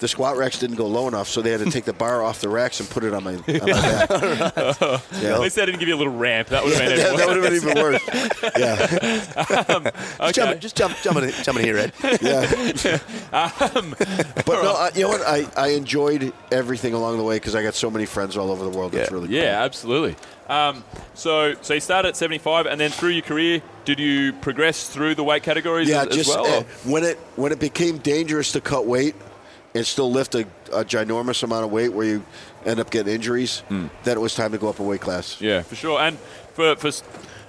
[SPEAKER 9] the squat racks didn't go low enough, so they had to take the bar off the racks and put it on my, on my
[SPEAKER 8] (laughs)
[SPEAKER 9] back.
[SPEAKER 8] At
[SPEAKER 9] yeah.
[SPEAKER 8] least they didn't give you a little ramp. That would have been
[SPEAKER 9] (laughs) Yeah,
[SPEAKER 8] even
[SPEAKER 9] that would
[SPEAKER 8] worse.
[SPEAKER 9] have been even worse. Yeah,
[SPEAKER 1] Just jump, just jump, jump in, jump in here, Ed.
[SPEAKER 9] yeah. but
[SPEAKER 8] (laughs)
[SPEAKER 9] no, I, you know what? I, I enjoyed everything along the way because I got so many friends all over the world. That's
[SPEAKER 1] Yeah.
[SPEAKER 9] really
[SPEAKER 8] Yeah, absolutely. Um, so so you started at 75, and then through your career, did you progress through the weight categories
[SPEAKER 9] yeah,
[SPEAKER 8] as, as
[SPEAKER 9] just
[SPEAKER 8] well?
[SPEAKER 9] uh,
[SPEAKER 8] or-
[SPEAKER 9] when it when it became dangerous to cut weight and still lift a, a ginormous amount of weight where you end up getting injuries, then it was time to go up a weight class.
[SPEAKER 8] Hmm. Yeah, for sure. And for, for s-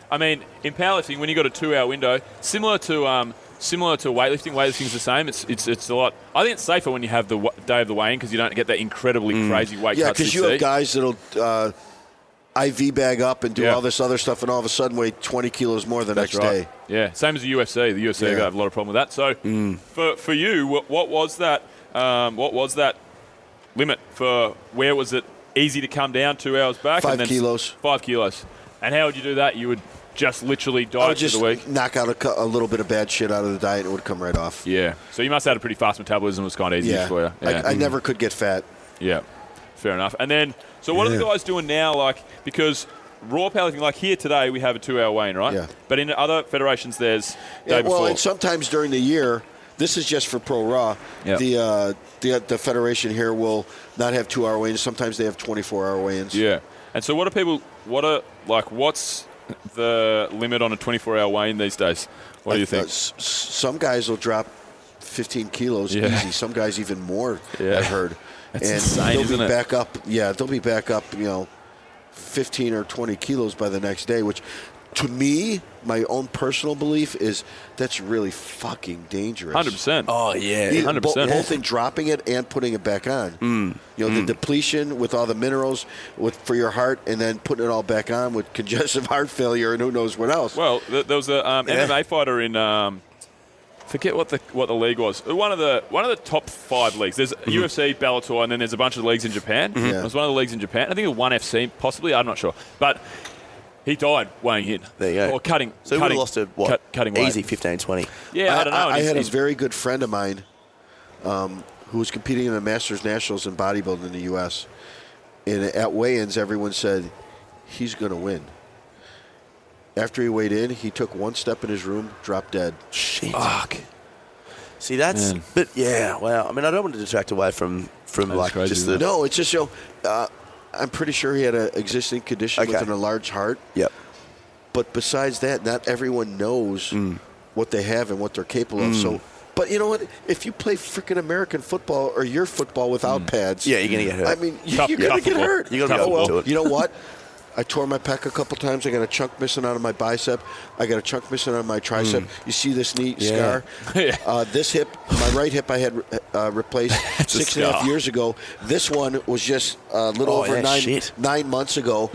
[SPEAKER 8] I mean, in powerlifting, when you got a two-hour window, similar to um, similar to weightlifting, weightlifting's the same. It's it's it's a lot. I think it's safer when you have the w- day of the weigh-in because you don't get that incredibly crazy weight.
[SPEAKER 9] Yeah,
[SPEAKER 8] cuts
[SPEAKER 9] because
[SPEAKER 8] we
[SPEAKER 9] you
[SPEAKER 8] see.
[SPEAKER 9] have guys that'll uh, IV bag up and do
[SPEAKER 8] Yeah.
[SPEAKER 9] all this other stuff, and all of a sudden weigh 20 kilos more the
[SPEAKER 8] That's
[SPEAKER 9] next
[SPEAKER 8] right.
[SPEAKER 9] day.
[SPEAKER 8] Yeah, same as the UFC. The UFC
[SPEAKER 9] Yeah.
[SPEAKER 8] have a lot of problem with that. So for for you, what, what was that? Um, what was that limit for where was it easy to come down two hours back?
[SPEAKER 9] Five
[SPEAKER 8] and then
[SPEAKER 9] kilos.
[SPEAKER 8] Five kilos. And how would you do that? You would just literally
[SPEAKER 9] I
[SPEAKER 8] diet
[SPEAKER 9] would
[SPEAKER 8] through
[SPEAKER 9] just
[SPEAKER 8] the week.
[SPEAKER 9] knock out a, cou- a little bit of bad shit out of the diet, and it would come right off.
[SPEAKER 8] Yeah. So you must have had a pretty fast metabolism. It was kind of easy
[SPEAKER 9] Yeah.
[SPEAKER 8] for you. Yeah. Mm-hmm.
[SPEAKER 9] I, I never could get fat.
[SPEAKER 8] yeah. Fair enough. And then, so what are the
[SPEAKER 9] Yeah.
[SPEAKER 8] guys doing now? Like, because raw powerlifting, like here today, we have a two hour weigh-in, right?
[SPEAKER 9] Yeah.
[SPEAKER 8] But in other federations, there's day
[SPEAKER 9] Yeah,
[SPEAKER 8] before.
[SPEAKER 9] well, and sometimes during the year, this is just for pro raw.
[SPEAKER 8] Yeah.
[SPEAKER 9] The, uh, the the federation here will not have two hour weigh-ins. Sometimes they have 24 hour weigh-ins.
[SPEAKER 8] yeah. And so what are people, what are, like, what's the limit on a 24 hour weigh-in these days? What do you
[SPEAKER 9] Like, uh,
[SPEAKER 8] think?
[SPEAKER 9] s- s- some guys will drop 15 kilos
[SPEAKER 8] Yeah.
[SPEAKER 9] easy. Some guys even more.
[SPEAKER 8] Yeah.
[SPEAKER 9] I've heard.
[SPEAKER 8] (laughs) That's
[SPEAKER 9] and
[SPEAKER 8] insane,
[SPEAKER 9] they'll
[SPEAKER 8] isn't
[SPEAKER 9] be
[SPEAKER 8] it?
[SPEAKER 9] back up. Yeah, they'll be back up. You know, 15 or 20 kilos by the next day, which. To me, my own personal belief is that's really fucking dangerous.
[SPEAKER 8] 100%.
[SPEAKER 1] Oh yeah.
[SPEAKER 9] Yeah, bo-
[SPEAKER 8] 100%.
[SPEAKER 9] Both in dropping it and putting it back on.
[SPEAKER 8] Mm,
[SPEAKER 9] You know, the depletion with all the minerals with for your heart, and then putting it all back on with congestive (laughs) heart failure and who knows what else.
[SPEAKER 8] Well, th- there was a um,
[SPEAKER 1] Yeah.
[SPEAKER 8] MMA fighter in um, forget what the what the league was. One of the one of the top five leagues. There's
[SPEAKER 1] Mm-hmm.
[SPEAKER 8] UFC, Bellator, and then there's a bunch of leagues in Japan. It was one of the leagues in Japan. I think it was one FC, possibly. I'm not sure, but he died weighing in.
[SPEAKER 1] There you go.
[SPEAKER 8] Or cutting.
[SPEAKER 1] So we would
[SPEAKER 8] cutting,
[SPEAKER 1] have lost to what?
[SPEAKER 8] cut- cutting weight.
[SPEAKER 1] Easy, 15, 20.
[SPEAKER 8] Yeah, I, don't know.
[SPEAKER 9] I,
[SPEAKER 8] and he's-
[SPEAKER 9] had a
[SPEAKER 8] he's-
[SPEAKER 9] very good friend of mine um, who was competing in the Masters Nationals in bodybuilding in the U.S. And at weigh-ins, everyone said he's going to win. After he weighed in, he took one step in his room, dropped dead.
[SPEAKER 1] Shit. Fuck. See, that's but yeah. Wow. I mean, I don't want to detract away from from
[SPEAKER 8] That's
[SPEAKER 1] like
[SPEAKER 8] crazy,
[SPEAKER 1] just
[SPEAKER 8] isn't
[SPEAKER 1] the
[SPEAKER 8] it?
[SPEAKER 9] No, it's just you know, uh, I'm pretty sure he had an existing condition
[SPEAKER 1] Okay.
[SPEAKER 9] with an enlarged heart.
[SPEAKER 1] Yep.
[SPEAKER 9] But besides that, not everyone knows
[SPEAKER 1] Mm.
[SPEAKER 9] what they have and what they're capable of. So, but you know what? If you play freaking American football or your football without pads,
[SPEAKER 1] Mm. Yeah, you're gonna get hurt.
[SPEAKER 9] I mean, you-
[SPEAKER 8] Tough-
[SPEAKER 9] you're gonna
[SPEAKER 8] tough
[SPEAKER 9] get
[SPEAKER 8] football.
[SPEAKER 9] hurt.
[SPEAKER 1] You're gonna be
[SPEAKER 9] oh,
[SPEAKER 1] up to
[SPEAKER 9] well,
[SPEAKER 1] it.
[SPEAKER 9] you know what? I tore my pec a couple times. I got a chunk missing out of my bicep. I got a chunk missing out of my tricep.
[SPEAKER 1] Mm.
[SPEAKER 9] You see this knee
[SPEAKER 1] (laughs)
[SPEAKER 9] scar?
[SPEAKER 8] Yeah.
[SPEAKER 9] Uh, this hip, my right hip, I had uh,
[SPEAKER 1] (laughs)
[SPEAKER 9] replaced
[SPEAKER 8] a
[SPEAKER 9] six and a half
[SPEAKER 8] scar.
[SPEAKER 9] years ago. This one was just a little
[SPEAKER 1] Oh,
[SPEAKER 9] over
[SPEAKER 1] yeah,
[SPEAKER 9] nine
[SPEAKER 1] shit. Mm.
[SPEAKER 9] nine months ago.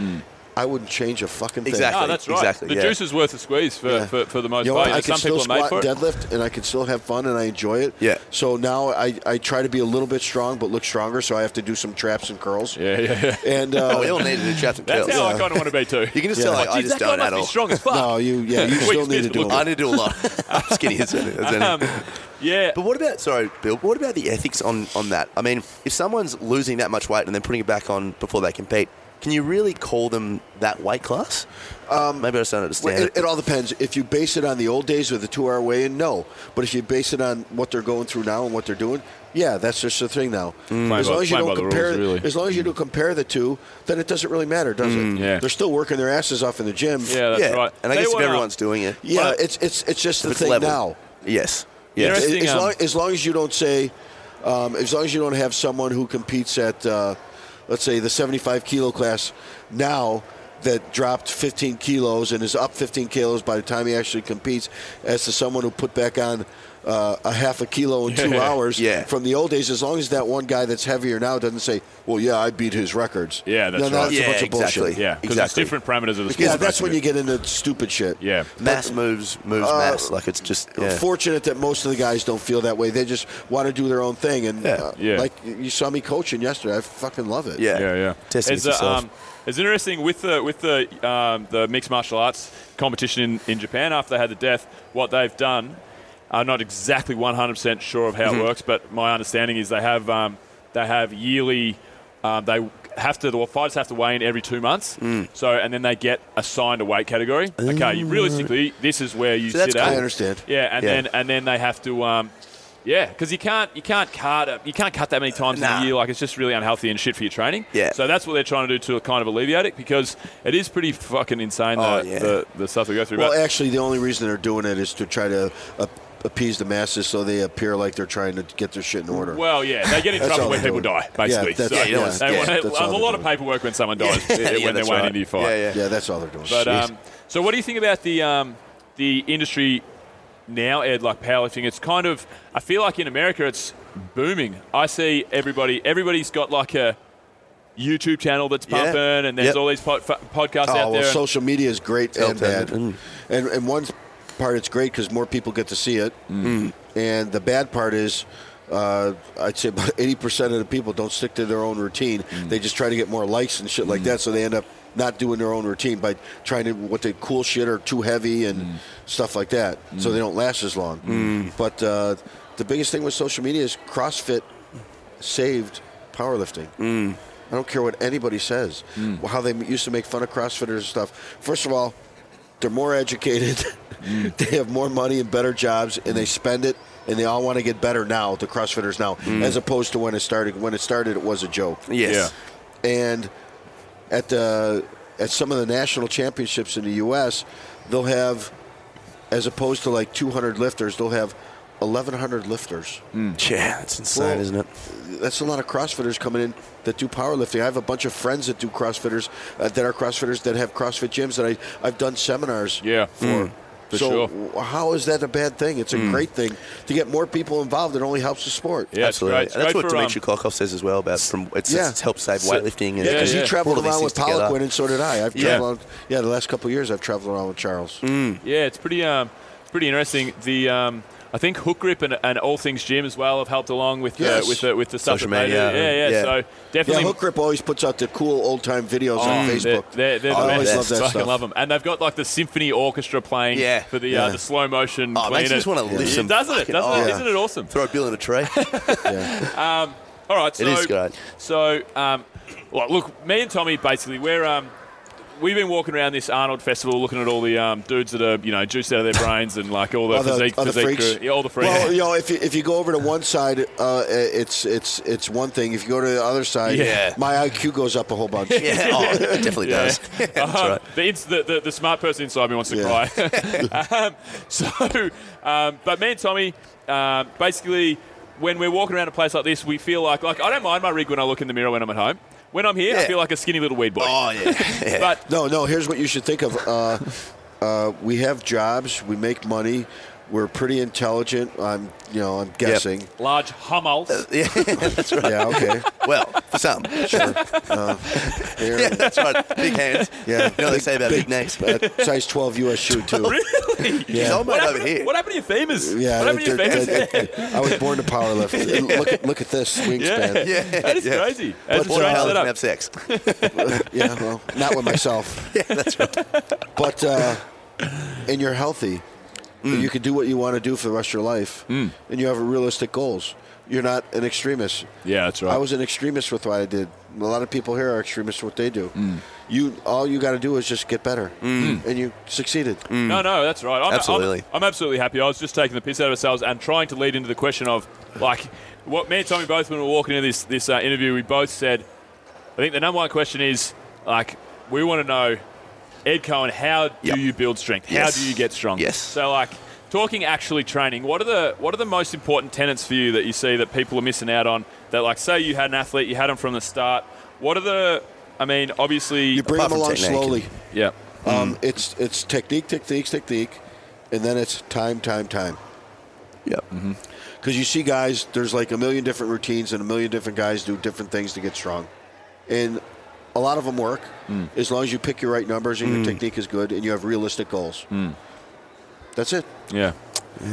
[SPEAKER 9] I wouldn't change a fucking thing.
[SPEAKER 1] Exactly.
[SPEAKER 8] No, oh, that's right.
[SPEAKER 1] Exactly,
[SPEAKER 8] the
[SPEAKER 1] yeah.
[SPEAKER 8] juice is worth a squeeze for,
[SPEAKER 9] Yeah.
[SPEAKER 8] for, for the most
[SPEAKER 9] You know
[SPEAKER 8] part.
[SPEAKER 9] what?
[SPEAKER 8] You know,
[SPEAKER 9] I can
[SPEAKER 8] some
[SPEAKER 9] still
[SPEAKER 8] people are made
[SPEAKER 9] squat
[SPEAKER 8] for
[SPEAKER 9] and
[SPEAKER 8] it.
[SPEAKER 9] deadlift, and I can still have fun, and I enjoy it.
[SPEAKER 1] Yeah.
[SPEAKER 9] So now I, I try to be a little bit strong, but look stronger. So I have to do some traps and curls.
[SPEAKER 8] Yeah, yeah, yeah.
[SPEAKER 9] And uh,
[SPEAKER 1] Oh, (laughs) we all need to do traps and
[SPEAKER 8] That's
[SPEAKER 1] curls.
[SPEAKER 8] how I kind of want to be too.
[SPEAKER 1] You can just
[SPEAKER 9] Yeah.
[SPEAKER 1] tell like,
[SPEAKER 8] Like,
[SPEAKER 1] I
[SPEAKER 8] geez,
[SPEAKER 1] just
[SPEAKER 8] that guy
[SPEAKER 1] don't at
[SPEAKER 8] must be
[SPEAKER 1] all. (laughs)
[SPEAKER 8] strong as fuck.
[SPEAKER 9] no, you yeah,
[SPEAKER 8] (laughs)
[SPEAKER 9] you
[SPEAKER 8] Wait,
[SPEAKER 9] still
[SPEAKER 8] excuse
[SPEAKER 9] need to
[SPEAKER 8] me,
[SPEAKER 9] do.
[SPEAKER 8] look,
[SPEAKER 9] it.
[SPEAKER 1] I need to do a
[SPEAKER 8] (laughs)
[SPEAKER 1] lot. I'm skinny as any. As
[SPEAKER 8] Um,
[SPEAKER 1] any.
[SPEAKER 8] yeah,
[SPEAKER 1] But what about sorry, Bill? What about the ethics on on that? I mean, if someone's losing that much weight and then putting it back on before they compete, can you really call them that weight class? Um, Maybe I just don't
[SPEAKER 9] Well,
[SPEAKER 1] understand.
[SPEAKER 9] it, it all depends. If you base it on the old days with the two-hour weigh-in, no. But if you base it on what they're going through now and what they're doing, yeah, that's just the thing now.
[SPEAKER 1] Mm.
[SPEAKER 9] As
[SPEAKER 8] by-
[SPEAKER 9] long as you
[SPEAKER 8] playing
[SPEAKER 9] don't
[SPEAKER 8] by the rules,
[SPEAKER 9] compare,
[SPEAKER 8] really.
[SPEAKER 9] as long as you don't compare the two, then it doesn't really matter, does
[SPEAKER 1] Mm,
[SPEAKER 9] it?
[SPEAKER 8] yeah.
[SPEAKER 9] They're still working their asses off in the gym.
[SPEAKER 8] yeah, that's
[SPEAKER 1] yeah,
[SPEAKER 8] right.
[SPEAKER 1] and I guess
[SPEAKER 8] Tell you
[SPEAKER 1] if
[SPEAKER 8] what, um,
[SPEAKER 1] everyone's doing it,
[SPEAKER 9] Yeah,
[SPEAKER 8] Well,
[SPEAKER 9] it's it's it's just the
[SPEAKER 1] if it's
[SPEAKER 9] thing
[SPEAKER 1] level.
[SPEAKER 9] now.
[SPEAKER 1] yes,
[SPEAKER 8] You know,
[SPEAKER 1] yes,
[SPEAKER 8] Interesting,
[SPEAKER 9] As, as
[SPEAKER 8] um,
[SPEAKER 9] long, as long as you don't say, um, as long as you don't have someone who competes at, uh, let's say, the 75 kilo class now that dropped 15 kilos and is up 15 kilos by the time he actually competes, as to someone who put back on uh, a half a kilo in
[SPEAKER 8] (laughs)
[SPEAKER 9] two
[SPEAKER 8] Yeah.
[SPEAKER 9] hours
[SPEAKER 1] Yeah.
[SPEAKER 9] from the old days, as long as that one guy that's heavier now doesn't say, well, yeah, I beat his records.
[SPEAKER 8] Yeah, that's
[SPEAKER 9] no, no,
[SPEAKER 8] right.
[SPEAKER 9] That's
[SPEAKER 1] Yeah,
[SPEAKER 9] a bunch of bullshit.
[SPEAKER 1] exactly.
[SPEAKER 8] Yeah, because it's
[SPEAKER 1] Exactly.
[SPEAKER 8] different parameters of the sport.
[SPEAKER 9] Yeah, that's when
[SPEAKER 8] basically.
[SPEAKER 9] you get into stupid shit.
[SPEAKER 8] Yeah.
[SPEAKER 1] Mass moves moves
[SPEAKER 9] uh,
[SPEAKER 1] mass. Like it's just yeah.
[SPEAKER 9] I'm fortunate that most of the guys don't feel that way. They just want to do their own thing. And
[SPEAKER 1] Yeah.
[SPEAKER 9] uh,
[SPEAKER 8] Yeah.
[SPEAKER 9] like you saw me coaching yesterday, I fucking love it.
[SPEAKER 1] Yeah.
[SPEAKER 8] yeah, yeah.
[SPEAKER 1] Testing
[SPEAKER 8] it's,
[SPEAKER 1] yourself.
[SPEAKER 8] um, it's interesting with the with the um, the mixed martial arts competition in, in Japan after they had the death. What they've done, I'm not exactly 100 percent sure of how
[SPEAKER 1] Mm-hmm.
[SPEAKER 8] it works, but my understanding is they have um, they have yearly um, they have to the fighters have to weigh in every two months.
[SPEAKER 1] Mm.
[SPEAKER 8] So and then they get assigned a weight category. Okay, you, realistically, this is where you
[SPEAKER 1] Oh. So that's
[SPEAKER 8] sit at.
[SPEAKER 9] I understand.
[SPEAKER 8] Yeah, and
[SPEAKER 1] Yeah.
[SPEAKER 8] then and then they have to. Um, yeah, because you can't you can't cut it- you can't cut that many times in
[SPEAKER 1] Nah.
[SPEAKER 8] a year. Like it's just really unhealthy and shit for your training.
[SPEAKER 1] Yeah.
[SPEAKER 8] So that's what they're trying to do to kind of alleviate it because it is pretty fucking insane the,
[SPEAKER 1] Oh, yeah.
[SPEAKER 8] the, the stuff we go through.
[SPEAKER 9] Well,
[SPEAKER 8] but
[SPEAKER 9] actually, the only reason they're doing it is to try to uh, appease the masses so they appear like they're trying to get their shit in order.
[SPEAKER 8] well, yeah, they get in
[SPEAKER 9] That's
[SPEAKER 8] trouble
[SPEAKER 9] all
[SPEAKER 8] when
[SPEAKER 9] they're
[SPEAKER 8] people
[SPEAKER 9] doing.
[SPEAKER 8] die, basically.
[SPEAKER 9] Yeah, that's-
[SPEAKER 8] so,
[SPEAKER 9] yeah, you don't
[SPEAKER 1] want-
[SPEAKER 8] they
[SPEAKER 1] yeah,
[SPEAKER 8] want-
[SPEAKER 9] that's all
[SPEAKER 8] a
[SPEAKER 9] they're
[SPEAKER 8] lot of
[SPEAKER 9] doing.
[SPEAKER 8] paperwork when
[SPEAKER 1] (laughs)
[SPEAKER 8] someone dies oh, when they're
[SPEAKER 1] that's
[SPEAKER 8] waiting
[SPEAKER 1] right.
[SPEAKER 8] into your fight.
[SPEAKER 1] Yeah, yeah.
[SPEAKER 9] yeah, that's all they're doing.
[SPEAKER 8] But um, so, what do you think about the um, the industry now, Ed? Like powerlifting, it's kind of I feel like in America it's booming. I see everybody. Everybody's got like a YouTube channel that's
[SPEAKER 1] Yeah.
[SPEAKER 8] pumping, and there's
[SPEAKER 1] Yep.
[SPEAKER 8] all these pod- f- podcasts
[SPEAKER 9] oh,
[SPEAKER 8] out
[SPEAKER 9] well,
[SPEAKER 8] there.
[SPEAKER 9] social media is great and bad.
[SPEAKER 1] Alternative. Mm.
[SPEAKER 9] And, and one part, it's great because more people get to see it.
[SPEAKER 1] Mm.
[SPEAKER 9] And the bad part is, uh, I'd say about 80% of the people don't stick to their own routine. They just try to get more likes and shit like that, so they end up not doing their own routine by trying to what they cool shit or too heavy and stuff like that, so they don't last as long.
[SPEAKER 1] Mm.
[SPEAKER 9] But uh, the biggest thing with social media is CrossFit saved powerlifting. I don't care what anybody says. How they used to make fun of CrossFitters and stuff. First of all, they're more educated. (laughs) they have more money and better jobs, and they spend it. And they all want to get better now. The CrossFitters now, as opposed to when it started. When it started, it was a joke.
[SPEAKER 1] yes.
[SPEAKER 9] And at the at some of the national championships in the U.S., they'll have, as opposed to like 200 lifters, they'll have 1,100 lifters.
[SPEAKER 1] Yeah. it's insane,
[SPEAKER 9] Well,
[SPEAKER 1] isn't it?
[SPEAKER 9] That's a lot of CrossFitters coming in that do powerlifting. I have a bunch of friends that do CrossFitters uh, that are CrossFitters that have CrossFit gyms that I I've done seminars.
[SPEAKER 8] yeah,
[SPEAKER 1] Hmm.
[SPEAKER 8] for
[SPEAKER 9] so
[SPEAKER 8] sure. Hmm.
[SPEAKER 9] w- how is that a bad thing? It's a great thing to get more people involved. It only helps the sport.
[SPEAKER 8] Yeah, it's
[SPEAKER 1] Absolutely.
[SPEAKER 8] great. It's
[SPEAKER 1] And that's
[SPEAKER 8] great
[SPEAKER 1] what
[SPEAKER 8] for, um,
[SPEAKER 1] Dmitry Klokov says as well about from it's,
[SPEAKER 9] Yeah.
[SPEAKER 1] it's helped save
[SPEAKER 8] So-
[SPEAKER 1] weightlifting. and
[SPEAKER 9] Yeah, because
[SPEAKER 8] yeah.
[SPEAKER 9] he
[SPEAKER 1] all
[SPEAKER 9] traveled
[SPEAKER 1] of these
[SPEAKER 9] around with
[SPEAKER 1] things together.
[SPEAKER 9] Poliquin, and so did I. I've
[SPEAKER 1] Yeah.
[SPEAKER 9] traveled. Yeah, the last couple of years I've traveled around with Charles.
[SPEAKER 8] Yeah, it's pretty um, it's pretty interesting. The um, I think hook grip and, and all things gym as well have helped along with the,
[SPEAKER 9] Yes.
[SPEAKER 8] with the with the stuff.
[SPEAKER 1] Social
[SPEAKER 8] that they
[SPEAKER 1] media,
[SPEAKER 8] do. Yeah, yeah,
[SPEAKER 1] yeah.
[SPEAKER 8] So
[SPEAKER 9] Yeah,
[SPEAKER 8] definitely
[SPEAKER 9] Hook Grip always puts out the cool old time videos on
[SPEAKER 8] Oh,
[SPEAKER 9] Facebook.
[SPEAKER 8] They're, they're, they're
[SPEAKER 9] I
[SPEAKER 8] the
[SPEAKER 9] always
[SPEAKER 8] best.
[SPEAKER 9] love that
[SPEAKER 8] Fucking
[SPEAKER 9] stuff.
[SPEAKER 8] love them. And they've got like the symphony orchestra playing
[SPEAKER 1] Yeah.
[SPEAKER 8] for the uh,
[SPEAKER 9] Yeah.
[SPEAKER 8] the slow motion.
[SPEAKER 1] Oh, it makes you
[SPEAKER 8] cleaner.
[SPEAKER 1] just wanna lift some
[SPEAKER 8] Doesn't it?
[SPEAKER 1] fucking-
[SPEAKER 8] Doesn't it?
[SPEAKER 1] oh.
[SPEAKER 8] Isn't it awesome?
[SPEAKER 1] Throw a bill in a
[SPEAKER 8] (laughs)
[SPEAKER 1] tree.
[SPEAKER 8] All right, so
[SPEAKER 1] It is great.
[SPEAKER 8] So, um, well, look, me and Tommy basically we're um, we've been walking around this Arnold Festival looking at all the um, dudes that are you know juiced out of their brains and like all the
[SPEAKER 9] Other-
[SPEAKER 8] physique,
[SPEAKER 9] other
[SPEAKER 8] physique
[SPEAKER 9] freaks.
[SPEAKER 8] crew. Yeah, all the freaks. (laughs)
[SPEAKER 9] Well, you know, if you, if you go over to one side, uh, it's it's it's one thing. If you go to the other side,
[SPEAKER 1] Yeah.
[SPEAKER 9] my IQ goes up a whole
[SPEAKER 8] (laughs)
[SPEAKER 9] bunch.
[SPEAKER 1] yeah, oh, it definitely
[SPEAKER 8] Yeah. (laughs)
[SPEAKER 1] does. (laughs) That's
[SPEAKER 8] Um,
[SPEAKER 1] right.
[SPEAKER 8] the, ins- the, the, the smart person inside me wants to
[SPEAKER 9] Yeah.
[SPEAKER 1] (laughs)
[SPEAKER 8] cry. um, so, um, but me and Tommy, um, basically, when we're walking around a place like this, we feel like like I don't mind my rig when I look in the mirror when I'm at home. When I'm here, I
[SPEAKER 1] Yeah.
[SPEAKER 8] feel like a skinny little weed boy.
[SPEAKER 1] Oh (laughs) yeah. yeah.
[SPEAKER 8] But
[SPEAKER 9] No, no. Here's what you should think of. Uh, uh, we have jobs. We make money. We're pretty intelligent. I'm, you know, I'm guessing.
[SPEAKER 8] (laughs) large
[SPEAKER 1] (laughs)
[SPEAKER 8] (laughs) hummels.
[SPEAKER 9] Yeah. Okay.
[SPEAKER 1] well, for
[SPEAKER 8] (laughs)
[SPEAKER 1] some. Sure.
[SPEAKER 9] Here.
[SPEAKER 1] Yeah, that's right. Big hands.
[SPEAKER 9] Yeah.
[SPEAKER 1] You know what they say about big, necks.
[SPEAKER 9] Uh, size 12
[SPEAKER 8] (laughs)
[SPEAKER 9] US shoe too.
[SPEAKER 8] really?
[SPEAKER 1] He's
[SPEAKER 9] Yeah.
[SPEAKER 1] old
[SPEAKER 8] What
[SPEAKER 1] mate over
[SPEAKER 8] happened, to,
[SPEAKER 1] here.
[SPEAKER 8] what happened to your famous?
[SPEAKER 9] Yeah,
[SPEAKER 8] what happened to your
[SPEAKER 9] they're-
[SPEAKER 8] famous?
[SPEAKER 9] they're- they're- I was born to powerlift. Look at look at
[SPEAKER 8] (laughs)
[SPEAKER 9] this wingspan. Yeah,
[SPEAKER 1] (laughs) yeah,
[SPEAKER 8] that is
[SPEAKER 1] yeah.
[SPEAKER 8] crazy. That's
[SPEAKER 1] What
[SPEAKER 8] a
[SPEAKER 1] the
[SPEAKER 8] strange
[SPEAKER 1] hell
[SPEAKER 8] setup.
[SPEAKER 1] can have
[SPEAKER 8] (laughs)
[SPEAKER 1] sex?
[SPEAKER 9] (laughs) well, not with myself. yeah, that's right. But uh, and you're healthy. And You can do what you want to do for the rest of your life, and you have realistic goals. You're not an extremist.
[SPEAKER 8] Yeah, that's
[SPEAKER 9] I was an extremist with what I did. A lot of people here are extremists with what they do. You all you got to do is just get better, and you succeeded.
[SPEAKER 8] No, no, that's right. I'm,
[SPEAKER 1] Mm. Absolutely.
[SPEAKER 8] I'm, I'm absolutely happy. I was just taking the piss out of ourselves and trying to lead into the question of, like, what me and Tommy both, when we were walking into this, this uh, interview, we both said, I think the number one question is, like, we want to know, Ed Cohen, how do
[SPEAKER 1] Yep.
[SPEAKER 8] you build strength? How
[SPEAKER 1] Yes.
[SPEAKER 8] do you get strong?
[SPEAKER 1] Yes.
[SPEAKER 8] So, like, talking actually training, what are the what are the most important tenets for you that you see that people are missing out on? That, like, say you had an athlete, you had them from the start. What are the, I mean, obviously,
[SPEAKER 9] You bring
[SPEAKER 1] Apart
[SPEAKER 9] them
[SPEAKER 1] from
[SPEAKER 9] along
[SPEAKER 1] technique.
[SPEAKER 9] slowly.
[SPEAKER 8] yeah.
[SPEAKER 9] Um, it's it's technique, technique, technique, and then it's time, time, time.
[SPEAKER 1] Yep.
[SPEAKER 8] Mm-hmm.
[SPEAKER 9] because you see guys there's like a million different routines and a million different guys do different things to get strong and a lot of them work as long as you pick your right numbers and your technique is good and you have realistic goals that's it
[SPEAKER 8] Yeah.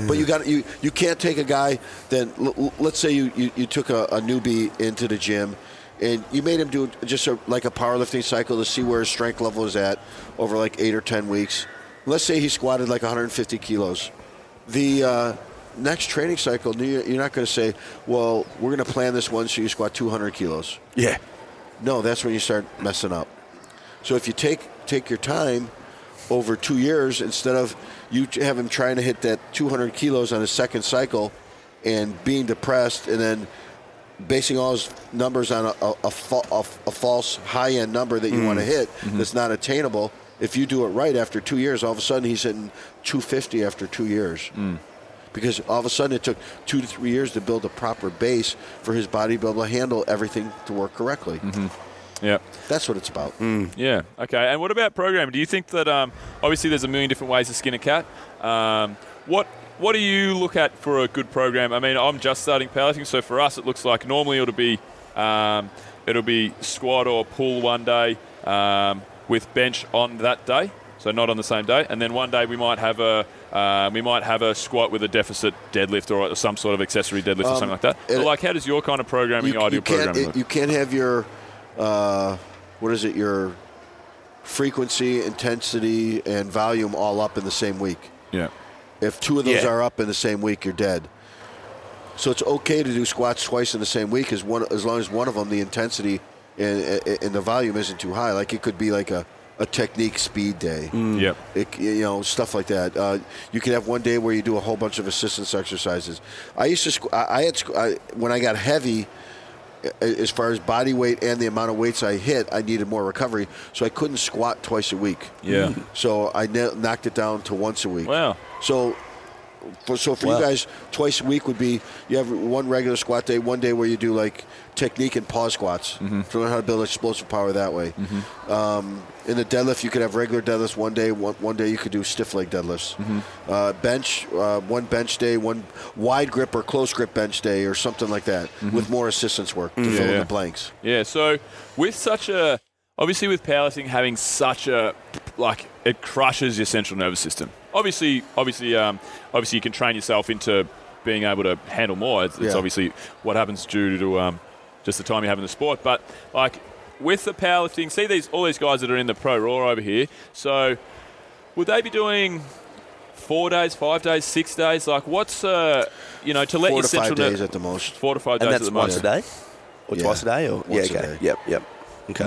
[SPEAKER 9] but you got you you can't take a guy that l- l- let's say you, you, you took a, a newbie into the gym and you made him do just a, like a powerlifting cycle to see where his strength level is at over like eight or ten weeks. Let's say he squatted like 150 kilos. The uh, next training cycle, you- you're not going to say, "Well, we're going to plan this one so you squat 200 kilos."
[SPEAKER 1] Yeah.
[SPEAKER 9] No, that's when you start messing up. So if you take take your time over two years instead of you t- have him trying to hit that 200 kilos on his second cycle and being depressed and then basing all his numbers on a, a, a, fa- a f- a false high end number that you want to hit that's not attainable. If you do it right after two years, all of a sudden he's hitting 250 after two years. Because all of a sudden it took two to three years to build a proper base for his body to be able to handle everything to work correctly.
[SPEAKER 8] Yeah.
[SPEAKER 9] That's what it's about.
[SPEAKER 8] Yeah. Okay. And what about programming? Do you think that um, obviously there's a million different ways to skin a cat? Um, what What do you look at for a good program? I mean, I'm just starting powerlifting, so for us, it looks like normally it'll be um, it'll be squat or pull one day um, with bench on that day, so not on the same day, and then one day we might have a uh, we might have a squat with a deficit deadlift or some sort of accessory deadlift or something like that.
[SPEAKER 9] Um, it-
[SPEAKER 8] But like, how does your kind of programming,
[SPEAKER 9] you,
[SPEAKER 8] ideal
[SPEAKER 9] you can't,
[SPEAKER 8] programming,
[SPEAKER 9] it-
[SPEAKER 8] look?
[SPEAKER 9] you can't have your uh, what is it your frequency intensity and volume all up in the same week
[SPEAKER 8] yeah.
[SPEAKER 9] if two of those
[SPEAKER 8] Yeah.
[SPEAKER 9] are up in the same week you're dead so it's okay to do squats twice in the same week as one as long as one of them the intensity and, and the volume isn't too high like it could be like a, a technique speed day
[SPEAKER 8] Yep.
[SPEAKER 9] it, you know stuff like that. Uh, you can have one day where you do a whole bunch of assistance exercises. I used to squ- I, I had squ- I, when I got heavy, a- as far as body weight and the amount of weights I hit, I needed more recovery, so I couldn't squat twice a week.
[SPEAKER 8] Yeah.
[SPEAKER 9] So I kn- knocked it down to once a week.
[SPEAKER 8] Wow.
[SPEAKER 9] So. For, so for
[SPEAKER 1] Wow.
[SPEAKER 9] you guys, twice a week would be you have one regular squat day, one day where you do like technique and pause squats to learn how to build explosive power that way. Um, In the deadlift, you could have regular deadlifts one day. One, one day you could do stiff leg deadlifts. Uh, bench, uh, one bench day, one wide grip or close grip bench day, or something like that, with more assistance work to fill in
[SPEAKER 8] yeah.
[SPEAKER 9] the blanks.
[SPEAKER 8] Yeah, so with such a obviously with powerlifting having such a like it crushes your central nervous system. Obviously, obviously, um, obviously you can train yourself into being able to handle more. It's, it's
[SPEAKER 9] Yeah.
[SPEAKER 8] obviously what happens due to um, just the time you have in the sport. But like with the powerlifting, see these all these guys that are in the pro raw over here. So would they be doing? Four days, five days, six days. Like, what's uh, you know, to let
[SPEAKER 9] Four
[SPEAKER 8] your
[SPEAKER 9] to five
[SPEAKER 8] central ner-
[SPEAKER 9] days at the most.
[SPEAKER 8] four to five days
[SPEAKER 1] And
[SPEAKER 8] at
[SPEAKER 1] that's
[SPEAKER 8] the
[SPEAKER 1] once
[SPEAKER 8] most.
[SPEAKER 1] a day? Or
[SPEAKER 9] Yeah.
[SPEAKER 1] twice a day? Or
[SPEAKER 9] Once a
[SPEAKER 1] Yeah, okay.
[SPEAKER 9] day.
[SPEAKER 1] Yep, yep.
[SPEAKER 8] Mm.
[SPEAKER 1] Okay.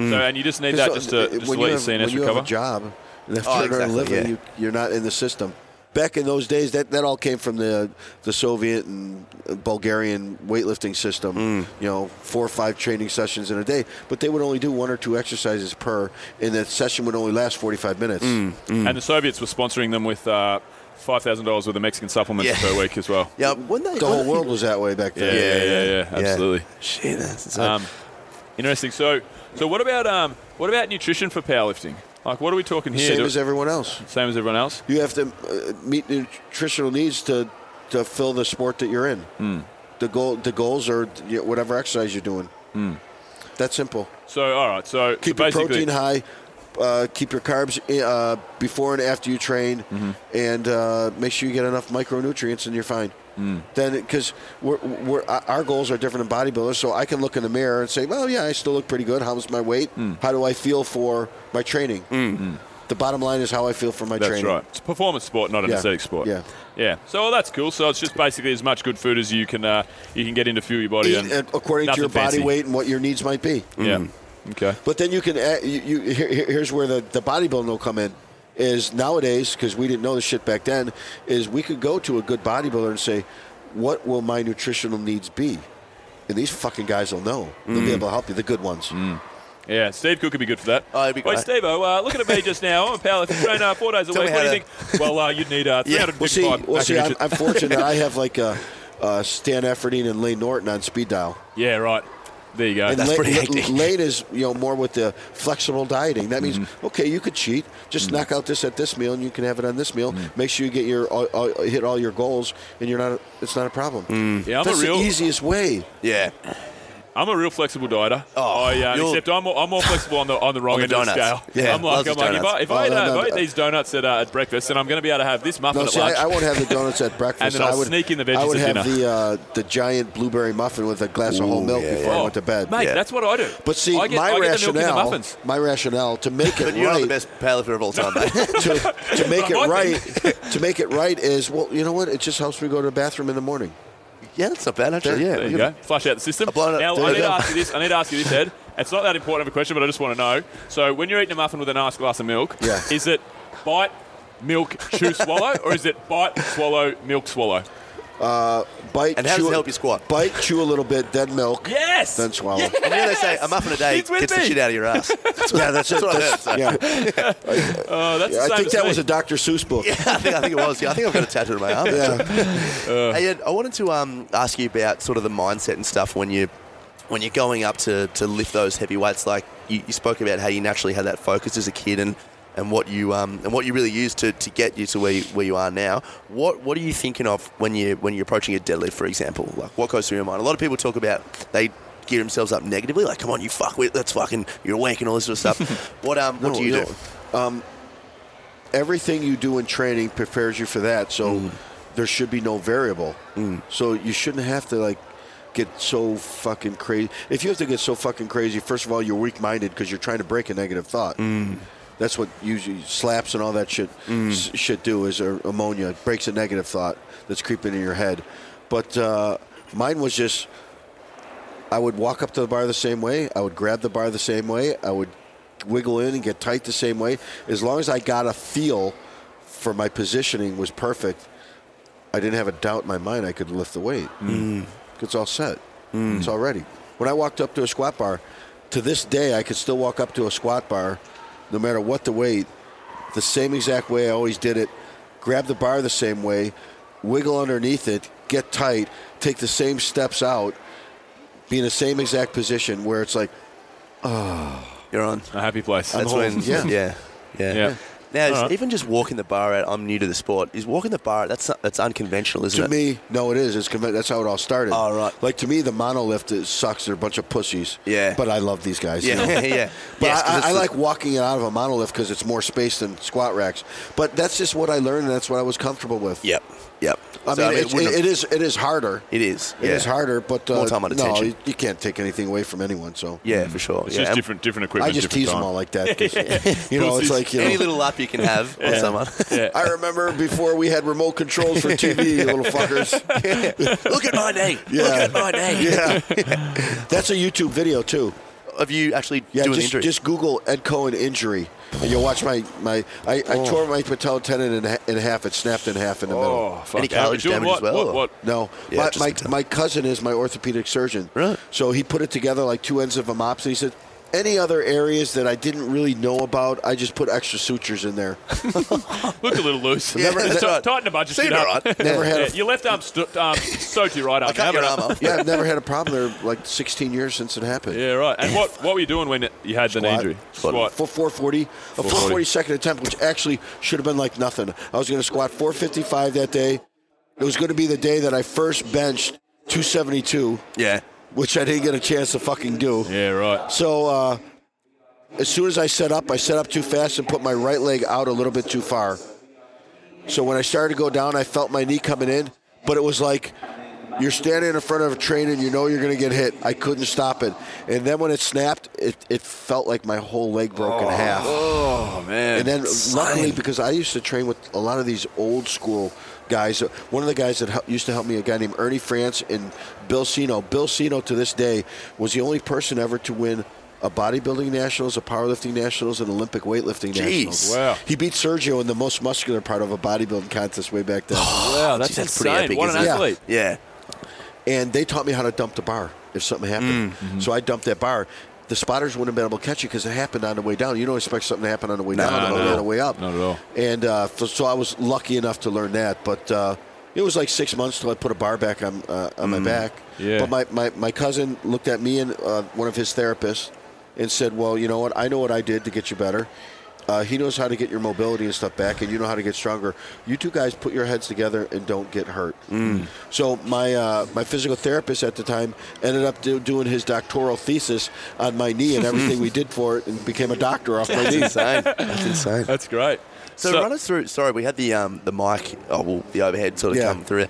[SPEAKER 9] Mm.
[SPEAKER 8] So, and you just need that just to, just to
[SPEAKER 9] uh, when
[SPEAKER 8] let
[SPEAKER 9] you
[SPEAKER 8] your
[SPEAKER 9] have, when
[SPEAKER 8] CNS
[SPEAKER 9] you
[SPEAKER 8] recover.
[SPEAKER 9] have a job and have to
[SPEAKER 1] Oh,
[SPEAKER 9] earn a
[SPEAKER 1] exactly,
[SPEAKER 9] living,
[SPEAKER 1] yeah.
[SPEAKER 9] you, you're not in the system. Back in those days, that, that all came from the the Soviet and Bulgarian weightlifting system. You know, four or five training sessions in a day, but they would only do one or two exercises per, and that session would only last 45 minutes. mm.
[SPEAKER 8] And the Soviets were sponsoring them with uh, five thousand dollars worth of Mexican supplements
[SPEAKER 1] Yeah.
[SPEAKER 8] per week as well.
[SPEAKER 1] Yeah, when they,
[SPEAKER 9] Uh, The whole world was that way back
[SPEAKER 8] Yeah,
[SPEAKER 9] then.
[SPEAKER 8] yeah, yeah, yeah, absolutely.
[SPEAKER 1] Shit, that's so-
[SPEAKER 8] Um, interesting. So, so what about um, what about nutrition for powerlifting? Like, what are we talking here?
[SPEAKER 9] Same
[SPEAKER 8] Do-
[SPEAKER 9] as everyone else.
[SPEAKER 8] same as everyone else.
[SPEAKER 9] You have to uh, meet nutritional needs to to fill the sport that you're in.
[SPEAKER 8] Hmm.
[SPEAKER 9] The goal, the goals are you know, whatever exercise you're doing.
[SPEAKER 8] Hmm.
[SPEAKER 9] That simple.
[SPEAKER 8] So, all right. So, so
[SPEAKER 9] Keep your
[SPEAKER 8] basically,
[SPEAKER 9] protein high. Uh, keep your carbs uh, before and after you train,
[SPEAKER 8] Mm-hmm.
[SPEAKER 9] and uh, make sure you get enough micronutrients, and you're fine.
[SPEAKER 8] Hmm.
[SPEAKER 9] Then, because we're, we're, our our goals are different than bodybuilders, so I can look in the mirror and say, "Well, yeah, I still look pretty good. How's my weight?
[SPEAKER 8] Hmm.
[SPEAKER 9] How do I feel for my training?" The bottom line is how I feel for my
[SPEAKER 8] that's
[SPEAKER 9] training.
[SPEAKER 8] right. It's a performance sport, not an
[SPEAKER 9] Yeah.
[SPEAKER 8] aesthetic sport.
[SPEAKER 9] Yeah.
[SPEAKER 8] yeah. So well, that's cool. So it's just basically as much good food as you can uh, you can get into fuel your body.
[SPEAKER 9] Eat
[SPEAKER 8] and
[SPEAKER 9] at- according to
[SPEAKER 8] nothing
[SPEAKER 9] your body
[SPEAKER 8] fancy.
[SPEAKER 9] weight Mm. and what your needs might be.
[SPEAKER 8] Yeah. Okay.
[SPEAKER 9] But then you can add, you, you here, here- here's where the the bodybuilding will come in. Is nowadays because we didn't know this shit back then. Is we could go to a good bodybuilder and say, what will my nutritional needs be? And these fucking guys will know. They'll
[SPEAKER 8] Mm.
[SPEAKER 9] be able to help you. The good ones.
[SPEAKER 8] Yeah, Steve Cook would be good for that.
[SPEAKER 1] Oh, he'd be
[SPEAKER 8] Wait,
[SPEAKER 1] great.
[SPEAKER 8] Steve, uh, looking at me just now. I'm a powerlifting
[SPEAKER 9] (laughs)
[SPEAKER 8] trainer four days a
[SPEAKER 1] Tell
[SPEAKER 8] week.
[SPEAKER 1] me
[SPEAKER 8] What do
[SPEAKER 1] how
[SPEAKER 8] you think? well, uh, you'd need uh,
[SPEAKER 1] Yeah,
[SPEAKER 8] 355
[SPEAKER 9] Well, see, well, see, I'm,
[SPEAKER 8] active
[SPEAKER 9] I'm
[SPEAKER 8] (laughs)
[SPEAKER 9] fortunate that I have like uh uh Stan Efferding and Lane Norton on speed dial.
[SPEAKER 8] Yeah, right. There you go.
[SPEAKER 9] And
[SPEAKER 1] That's
[SPEAKER 9] la-
[SPEAKER 1] pretty
[SPEAKER 9] la-
[SPEAKER 1] hectic.
[SPEAKER 9] Late is you know more with the flexible dieting. That means
[SPEAKER 1] Mm-hmm.
[SPEAKER 9] okay, you could cheat. Just knock out this at this meal, and you can have it on this meal.
[SPEAKER 1] Mm-hmm.
[SPEAKER 9] Make sure you get your all, all, hit all your goals, and you're not. It's not a problem.
[SPEAKER 1] Mm.
[SPEAKER 8] yeah, I'm a
[SPEAKER 9] That's
[SPEAKER 8] real,
[SPEAKER 9] the easiest way.
[SPEAKER 1] Yeah.
[SPEAKER 8] I'm a real flexible dieter.
[SPEAKER 1] Oh,
[SPEAKER 8] I, uh,
[SPEAKER 1] you'll-
[SPEAKER 8] except I'm more, I'm more flexible on the on the wrong
[SPEAKER 1] On the
[SPEAKER 8] end of the scale.
[SPEAKER 1] donuts. Yeah,
[SPEAKER 8] I'm like,
[SPEAKER 1] loves
[SPEAKER 8] I'm
[SPEAKER 1] the
[SPEAKER 8] like, if I,
[SPEAKER 1] donuts.
[SPEAKER 8] if I,
[SPEAKER 9] Oh,
[SPEAKER 8] ate,
[SPEAKER 9] no,
[SPEAKER 8] uh,
[SPEAKER 9] no,
[SPEAKER 8] if I ate
[SPEAKER 9] no.
[SPEAKER 8] these donuts at, uh, at breakfast, then I'm going to be able to have this muffin
[SPEAKER 9] No,
[SPEAKER 8] at
[SPEAKER 9] see,
[SPEAKER 8] lunch.
[SPEAKER 9] I, I won't have the
[SPEAKER 1] (laughs)
[SPEAKER 9] donuts at breakfast.
[SPEAKER 8] And then I'll
[SPEAKER 9] I would,
[SPEAKER 8] sneak in the veggies
[SPEAKER 9] I would
[SPEAKER 8] at
[SPEAKER 9] have
[SPEAKER 8] dinner.
[SPEAKER 9] the uh, the giant blueberry muffin with a glass of whole
[SPEAKER 1] Ooh,
[SPEAKER 9] milk
[SPEAKER 1] yeah,
[SPEAKER 9] before
[SPEAKER 1] yeah.
[SPEAKER 9] I went to bed.
[SPEAKER 8] Oh. Mate,
[SPEAKER 1] Yeah.
[SPEAKER 8] that's what I do.
[SPEAKER 9] But see,
[SPEAKER 8] I get,
[SPEAKER 9] my
[SPEAKER 8] I get the milk in the
[SPEAKER 9] rationale,
[SPEAKER 8] muffins.
[SPEAKER 9] my rationale to make it
[SPEAKER 1] But (laughs) you're
[SPEAKER 9] right,
[SPEAKER 1] not the best powerlifter of all time,
[SPEAKER 8] (laughs)
[SPEAKER 1] mate.
[SPEAKER 9] (laughs) to, to make
[SPEAKER 8] But
[SPEAKER 9] it
[SPEAKER 8] I
[SPEAKER 9] right, (laughs)
[SPEAKER 8] think-
[SPEAKER 9] to make it right is well, you know what? It just helps me go to the bathroom in the morning.
[SPEAKER 1] yeah, that's not bad, actually. Yeah.
[SPEAKER 8] There you go. Flush out the system.
[SPEAKER 1] I blown it.
[SPEAKER 8] Now,
[SPEAKER 1] There
[SPEAKER 8] I
[SPEAKER 1] you
[SPEAKER 8] need to
[SPEAKER 1] go.
[SPEAKER 8] ask you this. I need to ask you this, Ed. It's not that important of a question, but I just want to know. So, when you're eating a muffin with a nice glass of milk,
[SPEAKER 9] Yeah.
[SPEAKER 8] is it bite, milk, chew, swallow, or is it bite, swallow, milk, swallow?
[SPEAKER 9] Bite
[SPEAKER 1] And how does
[SPEAKER 9] chew
[SPEAKER 1] it
[SPEAKER 9] a-
[SPEAKER 1] help you squat?
[SPEAKER 9] Bite, chew a little bit, then milk,
[SPEAKER 8] Yes.
[SPEAKER 9] then swallow.
[SPEAKER 1] You know they say a muffin a day
[SPEAKER 8] It's
[SPEAKER 1] gets
[SPEAKER 8] with
[SPEAKER 1] the
[SPEAKER 8] me.
[SPEAKER 1] shit out of your ass. yeah, that's, that's what I heard. So.
[SPEAKER 9] Yeah,
[SPEAKER 8] Oh, that's the
[SPEAKER 9] I
[SPEAKER 8] same
[SPEAKER 9] think
[SPEAKER 8] as
[SPEAKER 9] that
[SPEAKER 8] me.
[SPEAKER 9] was a Dr. Seuss book.
[SPEAKER 1] Yeah, I think I think it was. Yeah, I think I've got a tattoo on my arm.
[SPEAKER 9] Yeah.
[SPEAKER 1] Hey, Ed, I wanted to um, ask you about sort of the mindset and stuff when you when you're going up to, to lift those heavy weights. Like you, you spoke about how you naturally had that focus as a kid and, and what you um, and what you really used to, to get you to where you, where you are now. What what are you thinking of when you when you're approaching a deadlift, for example? Like what goes through your mind? A lot of people talk about they gear themselves up negatively. Like, come on, you fuck, we- that's fucking you're a wank and all this sort of stuff.
[SPEAKER 9] (laughs)
[SPEAKER 1] what um what
[SPEAKER 9] No,
[SPEAKER 1] do you
[SPEAKER 9] no.
[SPEAKER 1] do?
[SPEAKER 9] Everything you do in training prepares you for that, so
[SPEAKER 8] Mm.
[SPEAKER 9] there should be no variable. So you shouldn't have to like get so fucking crazy. If you have to get so fucking crazy, first of all, you're weak-minded because you're trying to break a negative thought.
[SPEAKER 8] Mm.
[SPEAKER 9] That's what usually slaps and all that shit s- shit do is uh, ammonia It breaks a negative thought that's creeping in your head. But uh, mine was just I would walk up to the bar the same way. I would grab the bar the same way. I would wiggle in and get tight the same way. As long as I got a feel for my positioning was perfect, I didn't have a doubt in my mind I could lift the weight. Mm. It's all set. It's all ready. When I walked up to a squat bar, to this day I could still walk up to a squat bar, no matter what the weight, the same exact way I always did it. Grab the bar the same way, wiggle underneath it, get tight, take the same steps out, be in the same exact position where it's like
[SPEAKER 1] You're on.
[SPEAKER 8] a happy place.
[SPEAKER 1] That's
[SPEAKER 9] home.
[SPEAKER 1] when
[SPEAKER 9] Yeah. (laughs)
[SPEAKER 1] yeah. Yeah.
[SPEAKER 8] Yeah.
[SPEAKER 1] Now,
[SPEAKER 8] All right.
[SPEAKER 1] even just walking the bar out, I'm new to the sport. Is walking the bar out, that's not- that's unconventional, isn't
[SPEAKER 9] To
[SPEAKER 1] it?
[SPEAKER 9] me, no, it is. It's conven- that's how it all started.
[SPEAKER 1] Oh, right.
[SPEAKER 9] Like to me, the monolift is, sucks. They're a bunch of pussies.
[SPEAKER 1] Yeah.
[SPEAKER 9] But I love these
[SPEAKER 1] (laughs)
[SPEAKER 9] guys.
[SPEAKER 1] yeah, (laughs) yeah, yeah.
[SPEAKER 9] But
[SPEAKER 1] Yes, 'cause
[SPEAKER 9] I,
[SPEAKER 1] it's
[SPEAKER 9] I, I
[SPEAKER 1] the-
[SPEAKER 9] like walking out of a monolift because it's more space than squat racks. But that's just what I learned, and that's what I was comfortable with.
[SPEAKER 1] Yep, yep.
[SPEAKER 9] I
[SPEAKER 1] So,
[SPEAKER 9] mean,
[SPEAKER 1] it
[SPEAKER 9] it's-
[SPEAKER 1] wouldn't-
[SPEAKER 9] it, it is. It is harder.
[SPEAKER 1] it is.
[SPEAKER 9] It
[SPEAKER 1] yeah.
[SPEAKER 9] is harder, but uh,
[SPEAKER 1] More time and
[SPEAKER 9] no,
[SPEAKER 1] attention.
[SPEAKER 9] you, you can't take anything away from anyone. So
[SPEAKER 1] Yeah, for sure.
[SPEAKER 8] Mm. It's
[SPEAKER 1] yeah.
[SPEAKER 8] just
[SPEAKER 1] and
[SPEAKER 8] different, different
[SPEAKER 9] I
[SPEAKER 8] equipment.
[SPEAKER 9] just
[SPEAKER 8] different
[SPEAKER 9] tease them
[SPEAKER 8] time.
[SPEAKER 9] all like
[SPEAKER 1] (laughs)
[SPEAKER 9] that. 'cause, You know,
[SPEAKER 8] Pussies.
[SPEAKER 9] it's like you know.
[SPEAKER 1] Any little lap you can have on
[SPEAKER 8] (laughs)
[SPEAKER 1] someone.
[SPEAKER 9] I remember before we had remote controls for TV, you little
[SPEAKER 1] (laughs)
[SPEAKER 9] fuckers.
[SPEAKER 1] Look at my knee. Look
[SPEAKER 9] Yeah.
[SPEAKER 1] at my knee.
[SPEAKER 9] Yeah, that's a YouTube video too.
[SPEAKER 1] (laughs) Have you actually
[SPEAKER 9] Yeah,
[SPEAKER 1] doing
[SPEAKER 9] just,
[SPEAKER 1] injury?
[SPEAKER 9] just Google Ed Cohen injury, and you'll watch my my. I,
[SPEAKER 1] Oh.
[SPEAKER 9] I tore my patella tendon in, ha- in half. It snapped in half in the
[SPEAKER 8] Oh,
[SPEAKER 9] middle.
[SPEAKER 8] fuck.
[SPEAKER 1] Any
[SPEAKER 8] yeah.
[SPEAKER 1] cartilage
[SPEAKER 8] Doing
[SPEAKER 1] damage
[SPEAKER 8] what,
[SPEAKER 1] as well,
[SPEAKER 8] What,
[SPEAKER 1] or-
[SPEAKER 8] what?
[SPEAKER 9] No,
[SPEAKER 1] Yeah,
[SPEAKER 9] my,
[SPEAKER 1] just
[SPEAKER 9] my,
[SPEAKER 1] patella.
[SPEAKER 9] my cousin is my orthopedic surgeon.
[SPEAKER 1] Really?
[SPEAKER 9] So he put it together like two ends of a mop, and he said, "Any other areas that I didn't really know about, I just put extra sutures
[SPEAKER 1] (laughs)
[SPEAKER 9] in there."
[SPEAKER 8] Looked a little loose.
[SPEAKER 1] Yeah, that's
[SPEAKER 8] Tight-
[SPEAKER 1] right.
[SPEAKER 8] Tighten the budget
[SPEAKER 1] Seemed
[SPEAKER 8] shit up. (laughs)
[SPEAKER 1] alright.
[SPEAKER 9] Never had
[SPEAKER 8] Yeah,
[SPEAKER 9] a
[SPEAKER 8] your left arm st- um, soaked your right arm.
[SPEAKER 1] I cut
[SPEAKER 8] Have
[SPEAKER 1] your
[SPEAKER 8] it.
[SPEAKER 1] arm off.
[SPEAKER 9] yeah, I've never had a problem there. Like 16 years since it happened.
[SPEAKER 8] Yeah, right. And what, what were you doing when you had the knee
[SPEAKER 9] Squat.
[SPEAKER 8] injury? Squat.
[SPEAKER 9] Full 440, a 440 second attempt, which actually should have been like nothing. I was going to squat 455 that day. It was going to be the day that I first benched 272,
[SPEAKER 1] Yeah.
[SPEAKER 9] which I didn't get a chance to fucking do.
[SPEAKER 8] Yeah, right.
[SPEAKER 9] So uh, as soon as I set up, I set up too fast and put my right leg out a little bit too far. So when I started to go down, I felt my knee coming in, but it was like you're standing in front of a train and you know you're going to get hit. I couldn't stop it. And then when it snapped, it, it felt like my whole leg broke in half.
[SPEAKER 8] Oh, man.
[SPEAKER 9] And then luckily, because I used to train with a lot of these old school guys. uh, One of the guys that hel- used to help me, a guy named Ernie France and Bill Sino. Bill Sino, to this day, was the only person ever to win a bodybuilding nationals, a powerlifting nationals, and Olympic weightlifting nationals.
[SPEAKER 8] Wow.
[SPEAKER 9] He beat Sergio in the most muscular part of a bodybuilding contest way back
[SPEAKER 8] (gasps)
[SPEAKER 9] then. (laughs)
[SPEAKER 8] wow, that's,
[SPEAKER 1] Jeez,
[SPEAKER 8] that's
[SPEAKER 1] that's
[SPEAKER 8] pretty
[SPEAKER 1] pretty epic,
[SPEAKER 8] insane. What an
[SPEAKER 1] isn't
[SPEAKER 9] it?
[SPEAKER 8] athlete.
[SPEAKER 1] Yeah.
[SPEAKER 9] and they taught me how to dump the bar if something happened.
[SPEAKER 8] Mm, mm-hmm.
[SPEAKER 9] So I dumped that bar. The spotters wouldn't have been able to catch you because it happened on the way down. You don't expect something to happen on the way down,
[SPEAKER 8] Nah,
[SPEAKER 9] and
[SPEAKER 8] no.
[SPEAKER 9] on the way up.
[SPEAKER 8] Not at all.
[SPEAKER 9] And uh, f- so I was lucky enough to learn that. But uh, It was like six months till I put a bar back on uh, on my back.
[SPEAKER 8] Mm. Yeah.
[SPEAKER 9] But my, my, my cousin looked at me and uh, one of his therapists and said, "Well, you know what? I know what I did to get you better. Uh, he knows how to get your mobility and stuff back, and you know how to get stronger. You two guys put your heads together and don't get hurt."
[SPEAKER 1] Mm.
[SPEAKER 9] So my uh, my physical therapist at the time ended up do, doing his doctoral thesis on my knee
[SPEAKER 1] (laughs)
[SPEAKER 9] and everything we did for it, and became a doctor off my knee.
[SPEAKER 1] Insane. That's insane.
[SPEAKER 8] That's great.
[SPEAKER 1] So, run us through. Sorry, we had the um, the mic. Oh, well, the overhead sort of
[SPEAKER 9] Yeah.
[SPEAKER 1] come through.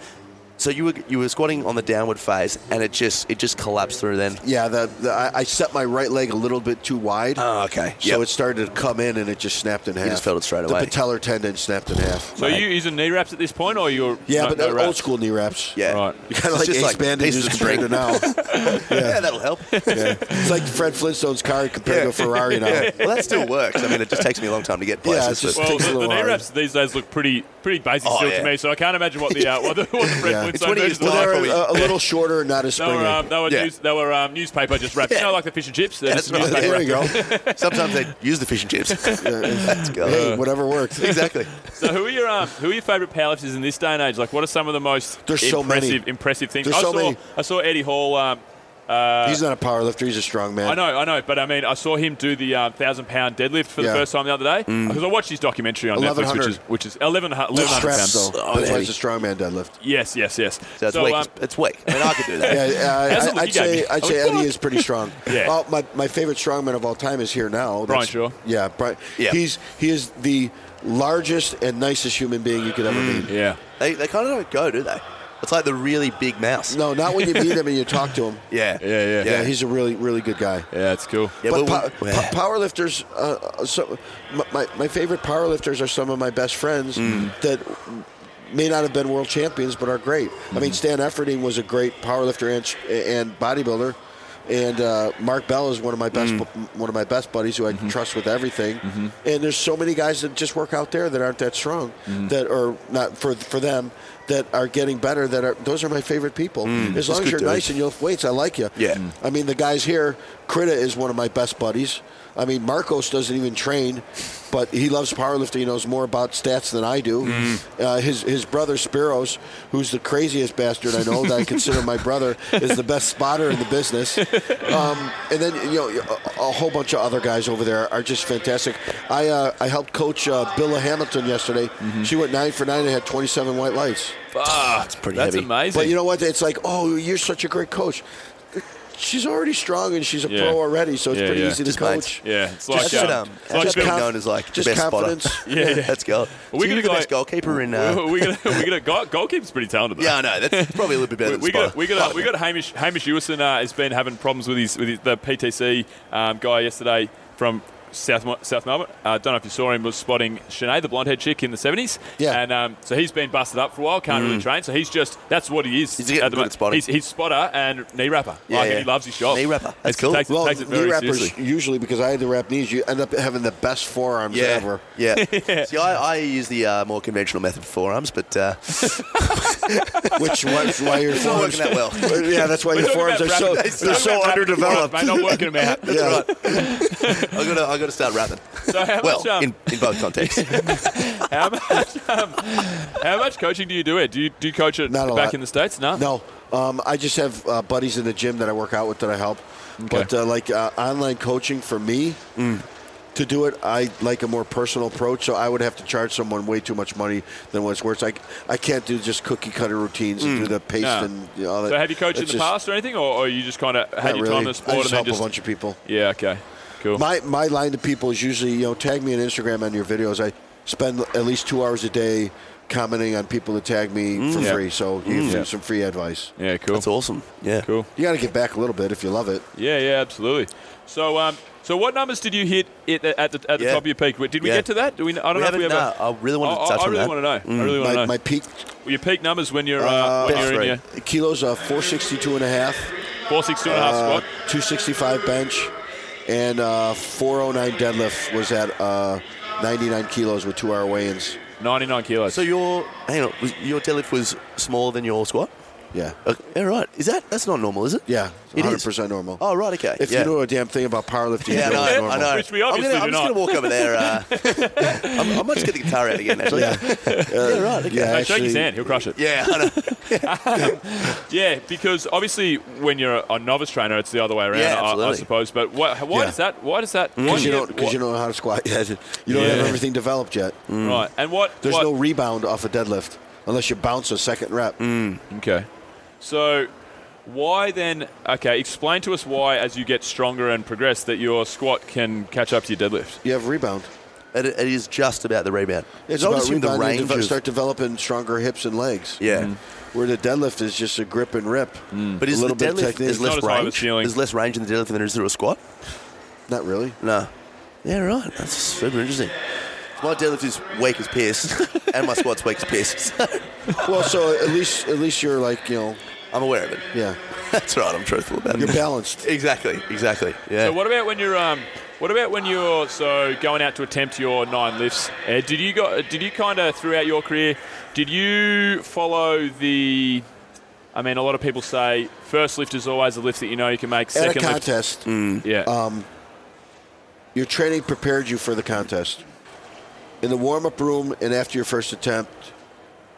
[SPEAKER 1] So you were you were squatting on the downward face, and it just it just collapsed through. Then.
[SPEAKER 9] Yeah, the, the I, I set my right leg a little bit too wide.
[SPEAKER 1] Oh, okay.
[SPEAKER 9] So it started to come in and it just snapped in half.
[SPEAKER 1] just felt it straight
[SPEAKER 9] The
[SPEAKER 1] away.
[SPEAKER 9] patellar tendon snapped in half.
[SPEAKER 8] So are you using knee wraps at this point, or you're
[SPEAKER 9] yeah,
[SPEAKER 8] no-
[SPEAKER 9] but
[SPEAKER 8] no
[SPEAKER 9] they're
[SPEAKER 8] wraps?
[SPEAKER 9] old school knee wraps.
[SPEAKER 1] yeah.
[SPEAKER 8] Right.
[SPEAKER 1] (laughs)
[SPEAKER 9] Kind of
[SPEAKER 1] It's
[SPEAKER 9] like
[SPEAKER 1] just
[SPEAKER 9] ace
[SPEAKER 1] like pieces
[SPEAKER 9] bandages
[SPEAKER 1] of
[SPEAKER 9] compared to
[SPEAKER 1] string.
[SPEAKER 9] now.
[SPEAKER 1] (laughs) yeah, that'll help.
[SPEAKER 9] Yeah. It's like Fred Flintstone's car compared to a Ferrari
[SPEAKER 1] (laughs)
[SPEAKER 9] now.
[SPEAKER 1] yeah. Well, that still works. I mean, it just takes me a long time to get
[SPEAKER 9] Yeah,
[SPEAKER 1] places.
[SPEAKER 9] it's just-
[SPEAKER 1] but
[SPEAKER 8] Well,
[SPEAKER 9] Takes a
[SPEAKER 8] the, the
[SPEAKER 9] little
[SPEAKER 8] knee
[SPEAKER 9] while.
[SPEAKER 8] wraps these days look pretty pretty basic
[SPEAKER 1] Oh,
[SPEAKER 8] still
[SPEAKER 1] yeah.
[SPEAKER 8] to me, so I can't imagine what the uh, what the, what the Fred
[SPEAKER 9] Yeah.
[SPEAKER 1] It's
[SPEAKER 8] Flintstone
[SPEAKER 1] when he
[SPEAKER 8] versions
[SPEAKER 1] was
[SPEAKER 8] are.
[SPEAKER 1] lying.
[SPEAKER 9] Well, they're
[SPEAKER 1] probably-
[SPEAKER 9] a, a little shorter and not as
[SPEAKER 8] They
[SPEAKER 9] springy.
[SPEAKER 8] were, um, they were,
[SPEAKER 1] Yeah.
[SPEAKER 8] news, they were um, newspaper just wrapped. You know, like the fish and chips. They're just
[SPEAKER 9] (laughs)
[SPEAKER 1] that's right.
[SPEAKER 8] newspaper
[SPEAKER 9] there
[SPEAKER 8] wrapped.
[SPEAKER 9] you
[SPEAKER 8] (laughs)
[SPEAKER 9] go.
[SPEAKER 1] sometimes they use the fish and chips. (laughs) Let's go.
[SPEAKER 8] Uh,
[SPEAKER 9] hey, whatever works.
[SPEAKER 1] Exactly.
[SPEAKER 8] So who are your um, who are your favourite powerlifters in this day and age? Like, what are some of the most
[SPEAKER 9] There's so many.
[SPEAKER 8] impressive impressive things?
[SPEAKER 9] There's
[SPEAKER 8] I
[SPEAKER 9] so
[SPEAKER 8] saw
[SPEAKER 9] many.
[SPEAKER 8] I saw Eddie Hall. Um,
[SPEAKER 9] He's not a power lifter. He's a strong man.
[SPEAKER 8] I know, I know, but I mean, I saw him do the um, thousand pound deadlift for the
[SPEAKER 9] Yeah.
[SPEAKER 8] first time the other day
[SPEAKER 1] Mm.
[SPEAKER 8] because I watched his documentary on Netflix, which
[SPEAKER 9] 1100.
[SPEAKER 8] is which is eleven
[SPEAKER 9] They're
[SPEAKER 8] hundred
[SPEAKER 9] straps,
[SPEAKER 8] pounds.
[SPEAKER 9] though.
[SPEAKER 1] Oh,
[SPEAKER 9] That's why
[SPEAKER 1] heavy.
[SPEAKER 9] it's a strong
[SPEAKER 8] (laughs)
[SPEAKER 9] man deadlift.
[SPEAKER 8] Yes, yes, yes. um,
[SPEAKER 1] So um, it's weak. it's weak. I mean, I could do that.
[SPEAKER 9] Yeah,
[SPEAKER 8] That's
[SPEAKER 9] uh,
[SPEAKER 8] what you
[SPEAKER 9] I, I'd
[SPEAKER 8] gave
[SPEAKER 9] say
[SPEAKER 8] me.
[SPEAKER 9] I'd say
[SPEAKER 8] I was
[SPEAKER 9] Eddie
[SPEAKER 8] like-
[SPEAKER 9] is pretty strong.
[SPEAKER 8] (laughs) Yeah.
[SPEAKER 9] Well, my, my favorite strongman of all time is here now. That's-
[SPEAKER 8] Brian Shaw.
[SPEAKER 9] Yeah, Brian.
[SPEAKER 1] Yeah.
[SPEAKER 9] He's he is the largest and nicest human being you could ever
[SPEAKER 1] Mm.
[SPEAKER 9] meet.
[SPEAKER 8] yeah.
[SPEAKER 1] They, they kind of don't go, do they? It's like the really big mouse.
[SPEAKER 9] No, not when you meet him and you talk to him.
[SPEAKER 1] Yeah.
[SPEAKER 8] Yeah, yeah.
[SPEAKER 9] Yeah, he's a really really good guy.
[SPEAKER 8] Yeah, that's cool.
[SPEAKER 1] Yeah,
[SPEAKER 9] but
[SPEAKER 1] well,
[SPEAKER 9] po-
[SPEAKER 1] we-
[SPEAKER 9] po- powerlifters, uh, so my- my my favorite powerlifters are some of my best friends
[SPEAKER 1] Mm.
[SPEAKER 9] that may not have been world champions but are great. I
[SPEAKER 1] Mm.
[SPEAKER 9] mean, Stan Efferding was a great powerlifter and sh- and bodybuilder, and uh, Mark Bell is one of my
[SPEAKER 1] Mm.
[SPEAKER 9] best bu- one of my best buddies who I
[SPEAKER 1] Mm-hmm.
[SPEAKER 9] trust with everything. And there's so many guys that just work out there that aren't that strong,
[SPEAKER 1] Mm.
[SPEAKER 9] that are not for for them. That are getting better. That are those are my favorite people. As long as
[SPEAKER 1] Mm. good
[SPEAKER 9] you're
[SPEAKER 1] dudes.
[SPEAKER 9] nice and you lift weights, I like you.
[SPEAKER 1] Yeah. Mm.
[SPEAKER 9] I mean, the guys here, Krita is one of my best buddies. I mean, Marcos doesn't even train, but he loves powerlifting. He knows more about stats than I do. Uh, his his brother Spiros, who's the craziest bastard I know that I consider my brother, is the best spotter in the business. Um, and then you know a, a whole bunch of other guys over there are just fantastic. I uh, I helped coach uh, Billa Hamilton yesterday. She went nine for nine and had 27 white lights.
[SPEAKER 1] It's pretty
[SPEAKER 8] That's
[SPEAKER 1] heavy.
[SPEAKER 8] amazing.
[SPEAKER 9] But you know what? It's like, oh, you're such a great coach. She's already strong and she's a
[SPEAKER 8] Yeah.
[SPEAKER 9] pro already, so it's
[SPEAKER 8] Yeah,
[SPEAKER 9] pretty
[SPEAKER 8] yeah.
[SPEAKER 9] easy to
[SPEAKER 1] Just
[SPEAKER 9] coach.
[SPEAKER 8] yeah, it's like,
[SPEAKER 1] Just should,
[SPEAKER 8] um,
[SPEAKER 1] um,
[SPEAKER 8] it's like
[SPEAKER 1] just
[SPEAKER 9] Bill-
[SPEAKER 1] being
[SPEAKER 9] conf-
[SPEAKER 1] known as like the
[SPEAKER 9] just
[SPEAKER 1] best (laughs)
[SPEAKER 9] confidence.
[SPEAKER 1] spotter.
[SPEAKER 8] Yeah, yeah.
[SPEAKER 1] Let's go.
[SPEAKER 8] we
[SPEAKER 1] So you're
[SPEAKER 8] gonna
[SPEAKER 1] the
[SPEAKER 8] go-
[SPEAKER 1] best goalkeeper in. Uh,
[SPEAKER 8] (laughs) we got we got a goal, goalkeeper's pretty talented. Though.
[SPEAKER 1] (laughs) yeah, I know. That's probably a little bit better
[SPEAKER 8] We,
[SPEAKER 1] than
[SPEAKER 8] (laughs) we
[SPEAKER 1] spotter.
[SPEAKER 8] got
[SPEAKER 1] (laughs)
[SPEAKER 8] we got we got Hamish Hamish Ewison uh, has been having problems with his with his, the PTC um, guy yesterday from South Mo- South Melbourne. I uh, don't know if you saw him was spotting Sinead, the blonde head chick in the seventies.
[SPEAKER 9] Yeah.
[SPEAKER 8] and um, so he's been busted up for a while, can't really train. So he's just that's what he is.
[SPEAKER 1] Mm. He's getting good
[SPEAKER 8] mo-
[SPEAKER 1] at spotting.
[SPEAKER 8] He's, he's spotter and knee wrapper.
[SPEAKER 1] Yeah,
[SPEAKER 8] like
[SPEAKER 1] yeah.
[SPEAKER 8] he loves his job.
[SPEAKER 1] Knee wrapper. That's
[SPEAKER 8] It's-
[SPEAKER 1] cool.
[SPEAKER 8] Takes, it-
[SPEAKER 9] Well,
[SPEAKER 8] takes it
[SPEAKER 9] knee
[SPEAKER 8] very
[SPEAKER 1] (laughs)
[SPEAKER 9] wrappers
[SPEAKER 8] seriously.
[SPEAKER 9] usually because I had to wrap knees. You end up having the best forearms
[SPEAKER 1] yeah,
[SPEAKER 9] ever.
[SPEAKER 8] (laughs)
[SPEAKER 1] yeah. See, I, I use the uh, more conventional method for forearms, but uh,
[SPEAKER 9] Which
[SPEAKER 1] (laughs)
[SPEAKER 9] was why your
[SPEAKER 1] it's not
[SPEAKER 9] forearms.
[SPEAKER 1] working that well.
[SPEAKER 9] (laughs) yeah, that's why
[SPEAKER 8] We're
[SPEAKER 9] your
[SPEAKER 8] talking
[SPEAKER 9] forearms are
[SPEAKER 8] about
[SPEAKER 9] so
[SPEAKER 8] wrapping-
[SPEAKER 9] they're
[SPEAKER 8] we're
[SPEAKER 9] so
[SPEAKER 8] talking about wrapping
[SPEAKER 9] underdeveloped.
[SPEAKER 8] forearms, mate, not working them
[SPEAKER 1] (laughs)
[SPEAKER 8] out.
[SPEAKER 9] yeah.
[SPEAKER 1] I gotta I gotta start rapping.
[SPEAKER 8] So (laughs) how
[SPEAKER 1] well,
[SPEAKER 8] much, um,
[SPEAKER 1] in, in both contexts.
[SPEAKER 8] (laughs) how much um, how much coaching do you do? It do you do you coach it
[SPEAKER 9] Not a
[SPEAKER 8] back
[SPEAKER 9] lot.
[SPEAKER 8] in the states? No,
[SPEAKER 9] No, um, I just have uh, buddies in the gym that I work out with that I help. But uh, like uh, online coaching for me,
[SPEAKER 8] Mm.
[SPEAKER 9] to do it, I like a more personal approach. So I would have to charge someone way too much money than what it's worth. I, I can't do just cookie cutter routines and do the paste
[SPEAKER 8] No.
[SPEAKER 9] and you know, all that.
[SPEAKER 8] Mm. So have you coached in the
[SPEAKER 9] That's just
[SPEAKER 8] past or anything, or, or you just kind of had
[SPEAKER 9] not
[SPEAKER 8] your
[SPEAKER 9] really.
[SPEAKER 8] time in the sport
[SPEAKER 9] I
[SPEAKER 8] and
[SPEAKER 9] just
[SPEAKER 8] then
[SPEAKER 9] help
[SPEAKER 8] just
[SPEAKER 9] a bunch of people.
[SPEAKER 8] yeah, okay, cool.
[SPEAKER 9] My my line to people is usually you know tag me on Instagram on your videos. I spend at least two hours a day commenting on people that tag me for
[SPEAKER 8] Mm. Yeah.
[SPEAKER 9] free. So you give
[SPEAKER 8] Yeah.
[SPEAKER 9] me some free advice.
[SPEAKER 8] yeah, cool,
[SPEAKER 1] That's awesome. Yeah.
[SPEAKER 8] cool.
[SPEAKER 9] You got to get back a little bit if you love it.
[SPEAKER 8] Yeah, yeah, absolutely. So, um, so what numbers did you hit it at the at the
[SPEAKER 1] Yeah.
[SPEAKER 8] top of your peak? Did we
[SPEAKER 1] Yeah.
[SPEAKER 8] get to that? Do we? I don't
[SPEAKER 1] We
[SPEAKER 8] know if we
[SPEAKER 1] haven't,
[SPEAKER 8] ever.
[SPEAKER 1] no, I really wanted to
[SPEAKER 8] I-
[SPEAKER 1] touch
[SPEAKER 8] I,
[SPEAKER 1] on
[SPEAKER 8] really
[SPEAKER 1] that. Mm.
[SPEAKER 8] Want to know. I really want
[SPEAKER 9] My,
[SPEAKER 8] to know.
[SPEAKER 9] my peak
[SPEAKER 8] your peak numbers when you're uh,
[SPEAKER 9] Uh,
[SPEAKER 8] when
[SPEAKER 1] best
[SPEAKER 8] you're
[SPEAKER 1] three.
[SPEAKER 8] in your
[SPEAKER 9] kilos uh, 462 and a half,
[SPEAKER 8] four six two and a half
[SPEAKER 9] uh,
[SPEAKER 8] squat.
[SPEAKER 9] 265 bench, and uh, 409 deadlift was at uh, 99 kilos with two hour weigh-ins.
[SPEAKER 8] Ninety nine kilos.
[SPEAKER 1] So your hang on, was, your deadlift was smaller than your squat.
[SPEAKER 9] Yeah.
[SPEAKER 1] Uh, yeah, right. Is that that's not normal, is it?
[SPEAKER 9] Yeah.
[SPEAKER 1] It is.
[SPEAKER 9] 100% normal.
[SPEAKER 1] Oh, right. Okay.
[SPEAKER 9] If
[SPEAKER 1] Yeah.
[SPEAKER 9] you know a damn thing about powerlifting,
[SPEAKER 1] Yeah, I
[SPEAKER 9] you know it's
[SPEAKER 1] know.
[SPEAKER 9] normal.
[SPEAKER 1] I know.
[SPEAKER 8] Which we
[SPEAKER 1] I'm
[SPEAKER 8] obviously
[SPEAKER 1] gonna- I'm
[SPEAKER 8] do
[SPEAKER 1] just
[SPEAKER 8] not.
[SPEAKER 1] going to walk over there. Uh,
[SPEAKER 8] (laughs)
[SPEAKER 1] I'm, I might just get the guitar out again, actually. Yeah,
[SPEAKER 9] Uh,
[SPEAKER 1] right. Okay.
[SPEAKER 8] Hey,
[SPEAKER 9] yeah,
[SPEAKER 8] shake his
[SPEAKER 9] actually-
[SPEAKER 8] hand. He'll crush it.
[SPEAKER 1] (laughs) Yeah, I know.
[SPEAKER 8] Yeah, because obviously when you're a, a novice trainer, it's the other way around,
[SPEAKER 1] Yeah,
[SPEAKER 8] I, I
[SPEAKER 1] absolutely. Mm.
[SPEAKER 8] suppose. But why, why
[SPEAKER 9] Yeah.
[SPEAKER 8] does that? Why does that? why
[SPEAKER 9] Because
[SPEAKER 8] do
[SPEAKER 9] you
[SPEAKER 8] you-
[SPEAKER 9] don't because you don't know how to squat
[SPEAKER 1] (laughs)
[SPEAKER 9] yet. You don't
[SPEAKER 8] Yeah.
[SPEAKER 9] have everything developed yet.
[SPEAKER 8] Right. And what?
[SPEAKER 9] There's
[SPEAKER 8] what-
[SPEAKER 9] no rebound off a deadlift unless you bounce a second rep.
[SPEAKER 8] Mm. Okay. So why then? Okay, explain to us why, as you get stronger and progress, that your squat can catch up to your deadlift.
[SPEAKER 9] You have rebound.
[SPEAKER 1] It, it is just about the rebound.
[SPEAKER 9] It's
[SPEAKER 1] I would
[SPEAKER 9] about
[SPEAKER 1] assume the
[SPEAKER 9] rebound. and
[SPEAKER 1] range
[SPEAKER 9] you deve-
[SPEAKER 1] of-
[SPEAKER 9] start developing stronger hips and legs. Mm-hmm.
[SPEAKER 1] Yeah. Mm.
[SPEAKER 9] Where the deadlift is just a grip and rip.
[SPEAKER 1] But is
[SPEAKER 9] a
[SPEAKER 1] the
[SPEAKER 9] little bit of
[SPEAKER 1] deadlift
[SPEAKER 9] technique.
[SPEAKER 1] there's
[SPEAKER 9] It's
[SPEAKER 1] less
[SPEAKER 8] not as high of a
[SPEAKER 1] range?
[SPEAKER 8] ceiling.
[SPEAKER 1] There's less range in the deadlift than there is to a squat.
[SPEAKER 9] Not really.
[SPEAKER 1] No. Yeah, right. That's super interesting. My deadlift is weak as piss, (laughs) and my squat's weak as piss. So
[SPEAKER 9] (laughs)
[SPEAKER 1] (laughs)
[SPEAKER 9] Well, so at least at least you're like you know,
[SPEAKER 1] I'm aware of it. (laughs)
[SPEAKER 9] yeah,
[SPEAKER 1] That's right. I'm truthful about
[SPEAKER 9] you're
[SPEAKER 1] it.
[SPEAKER 9] balanced.
[SPEAKER 1] (laughs) Exactly. Exactly. Yeah.
[SPEAKER 8] So what about when you're um? What about when you're so going out to attempt your nine lifts? Uh, did you got? Did you kind of throughout your career? Did you follow the? I mean, a lot of people say first lift is always a lift that you know you can make.
[SPEAKER 9] At a
[SPEAKER 8] Second lift,
[SPEAKER 9] contest,
[SPEAKER 1] Mm.
[SPEAKER 8] yeah,
[SPEAKER 9] your training prepared you for the contest. In the warm-up room and after your first attempt,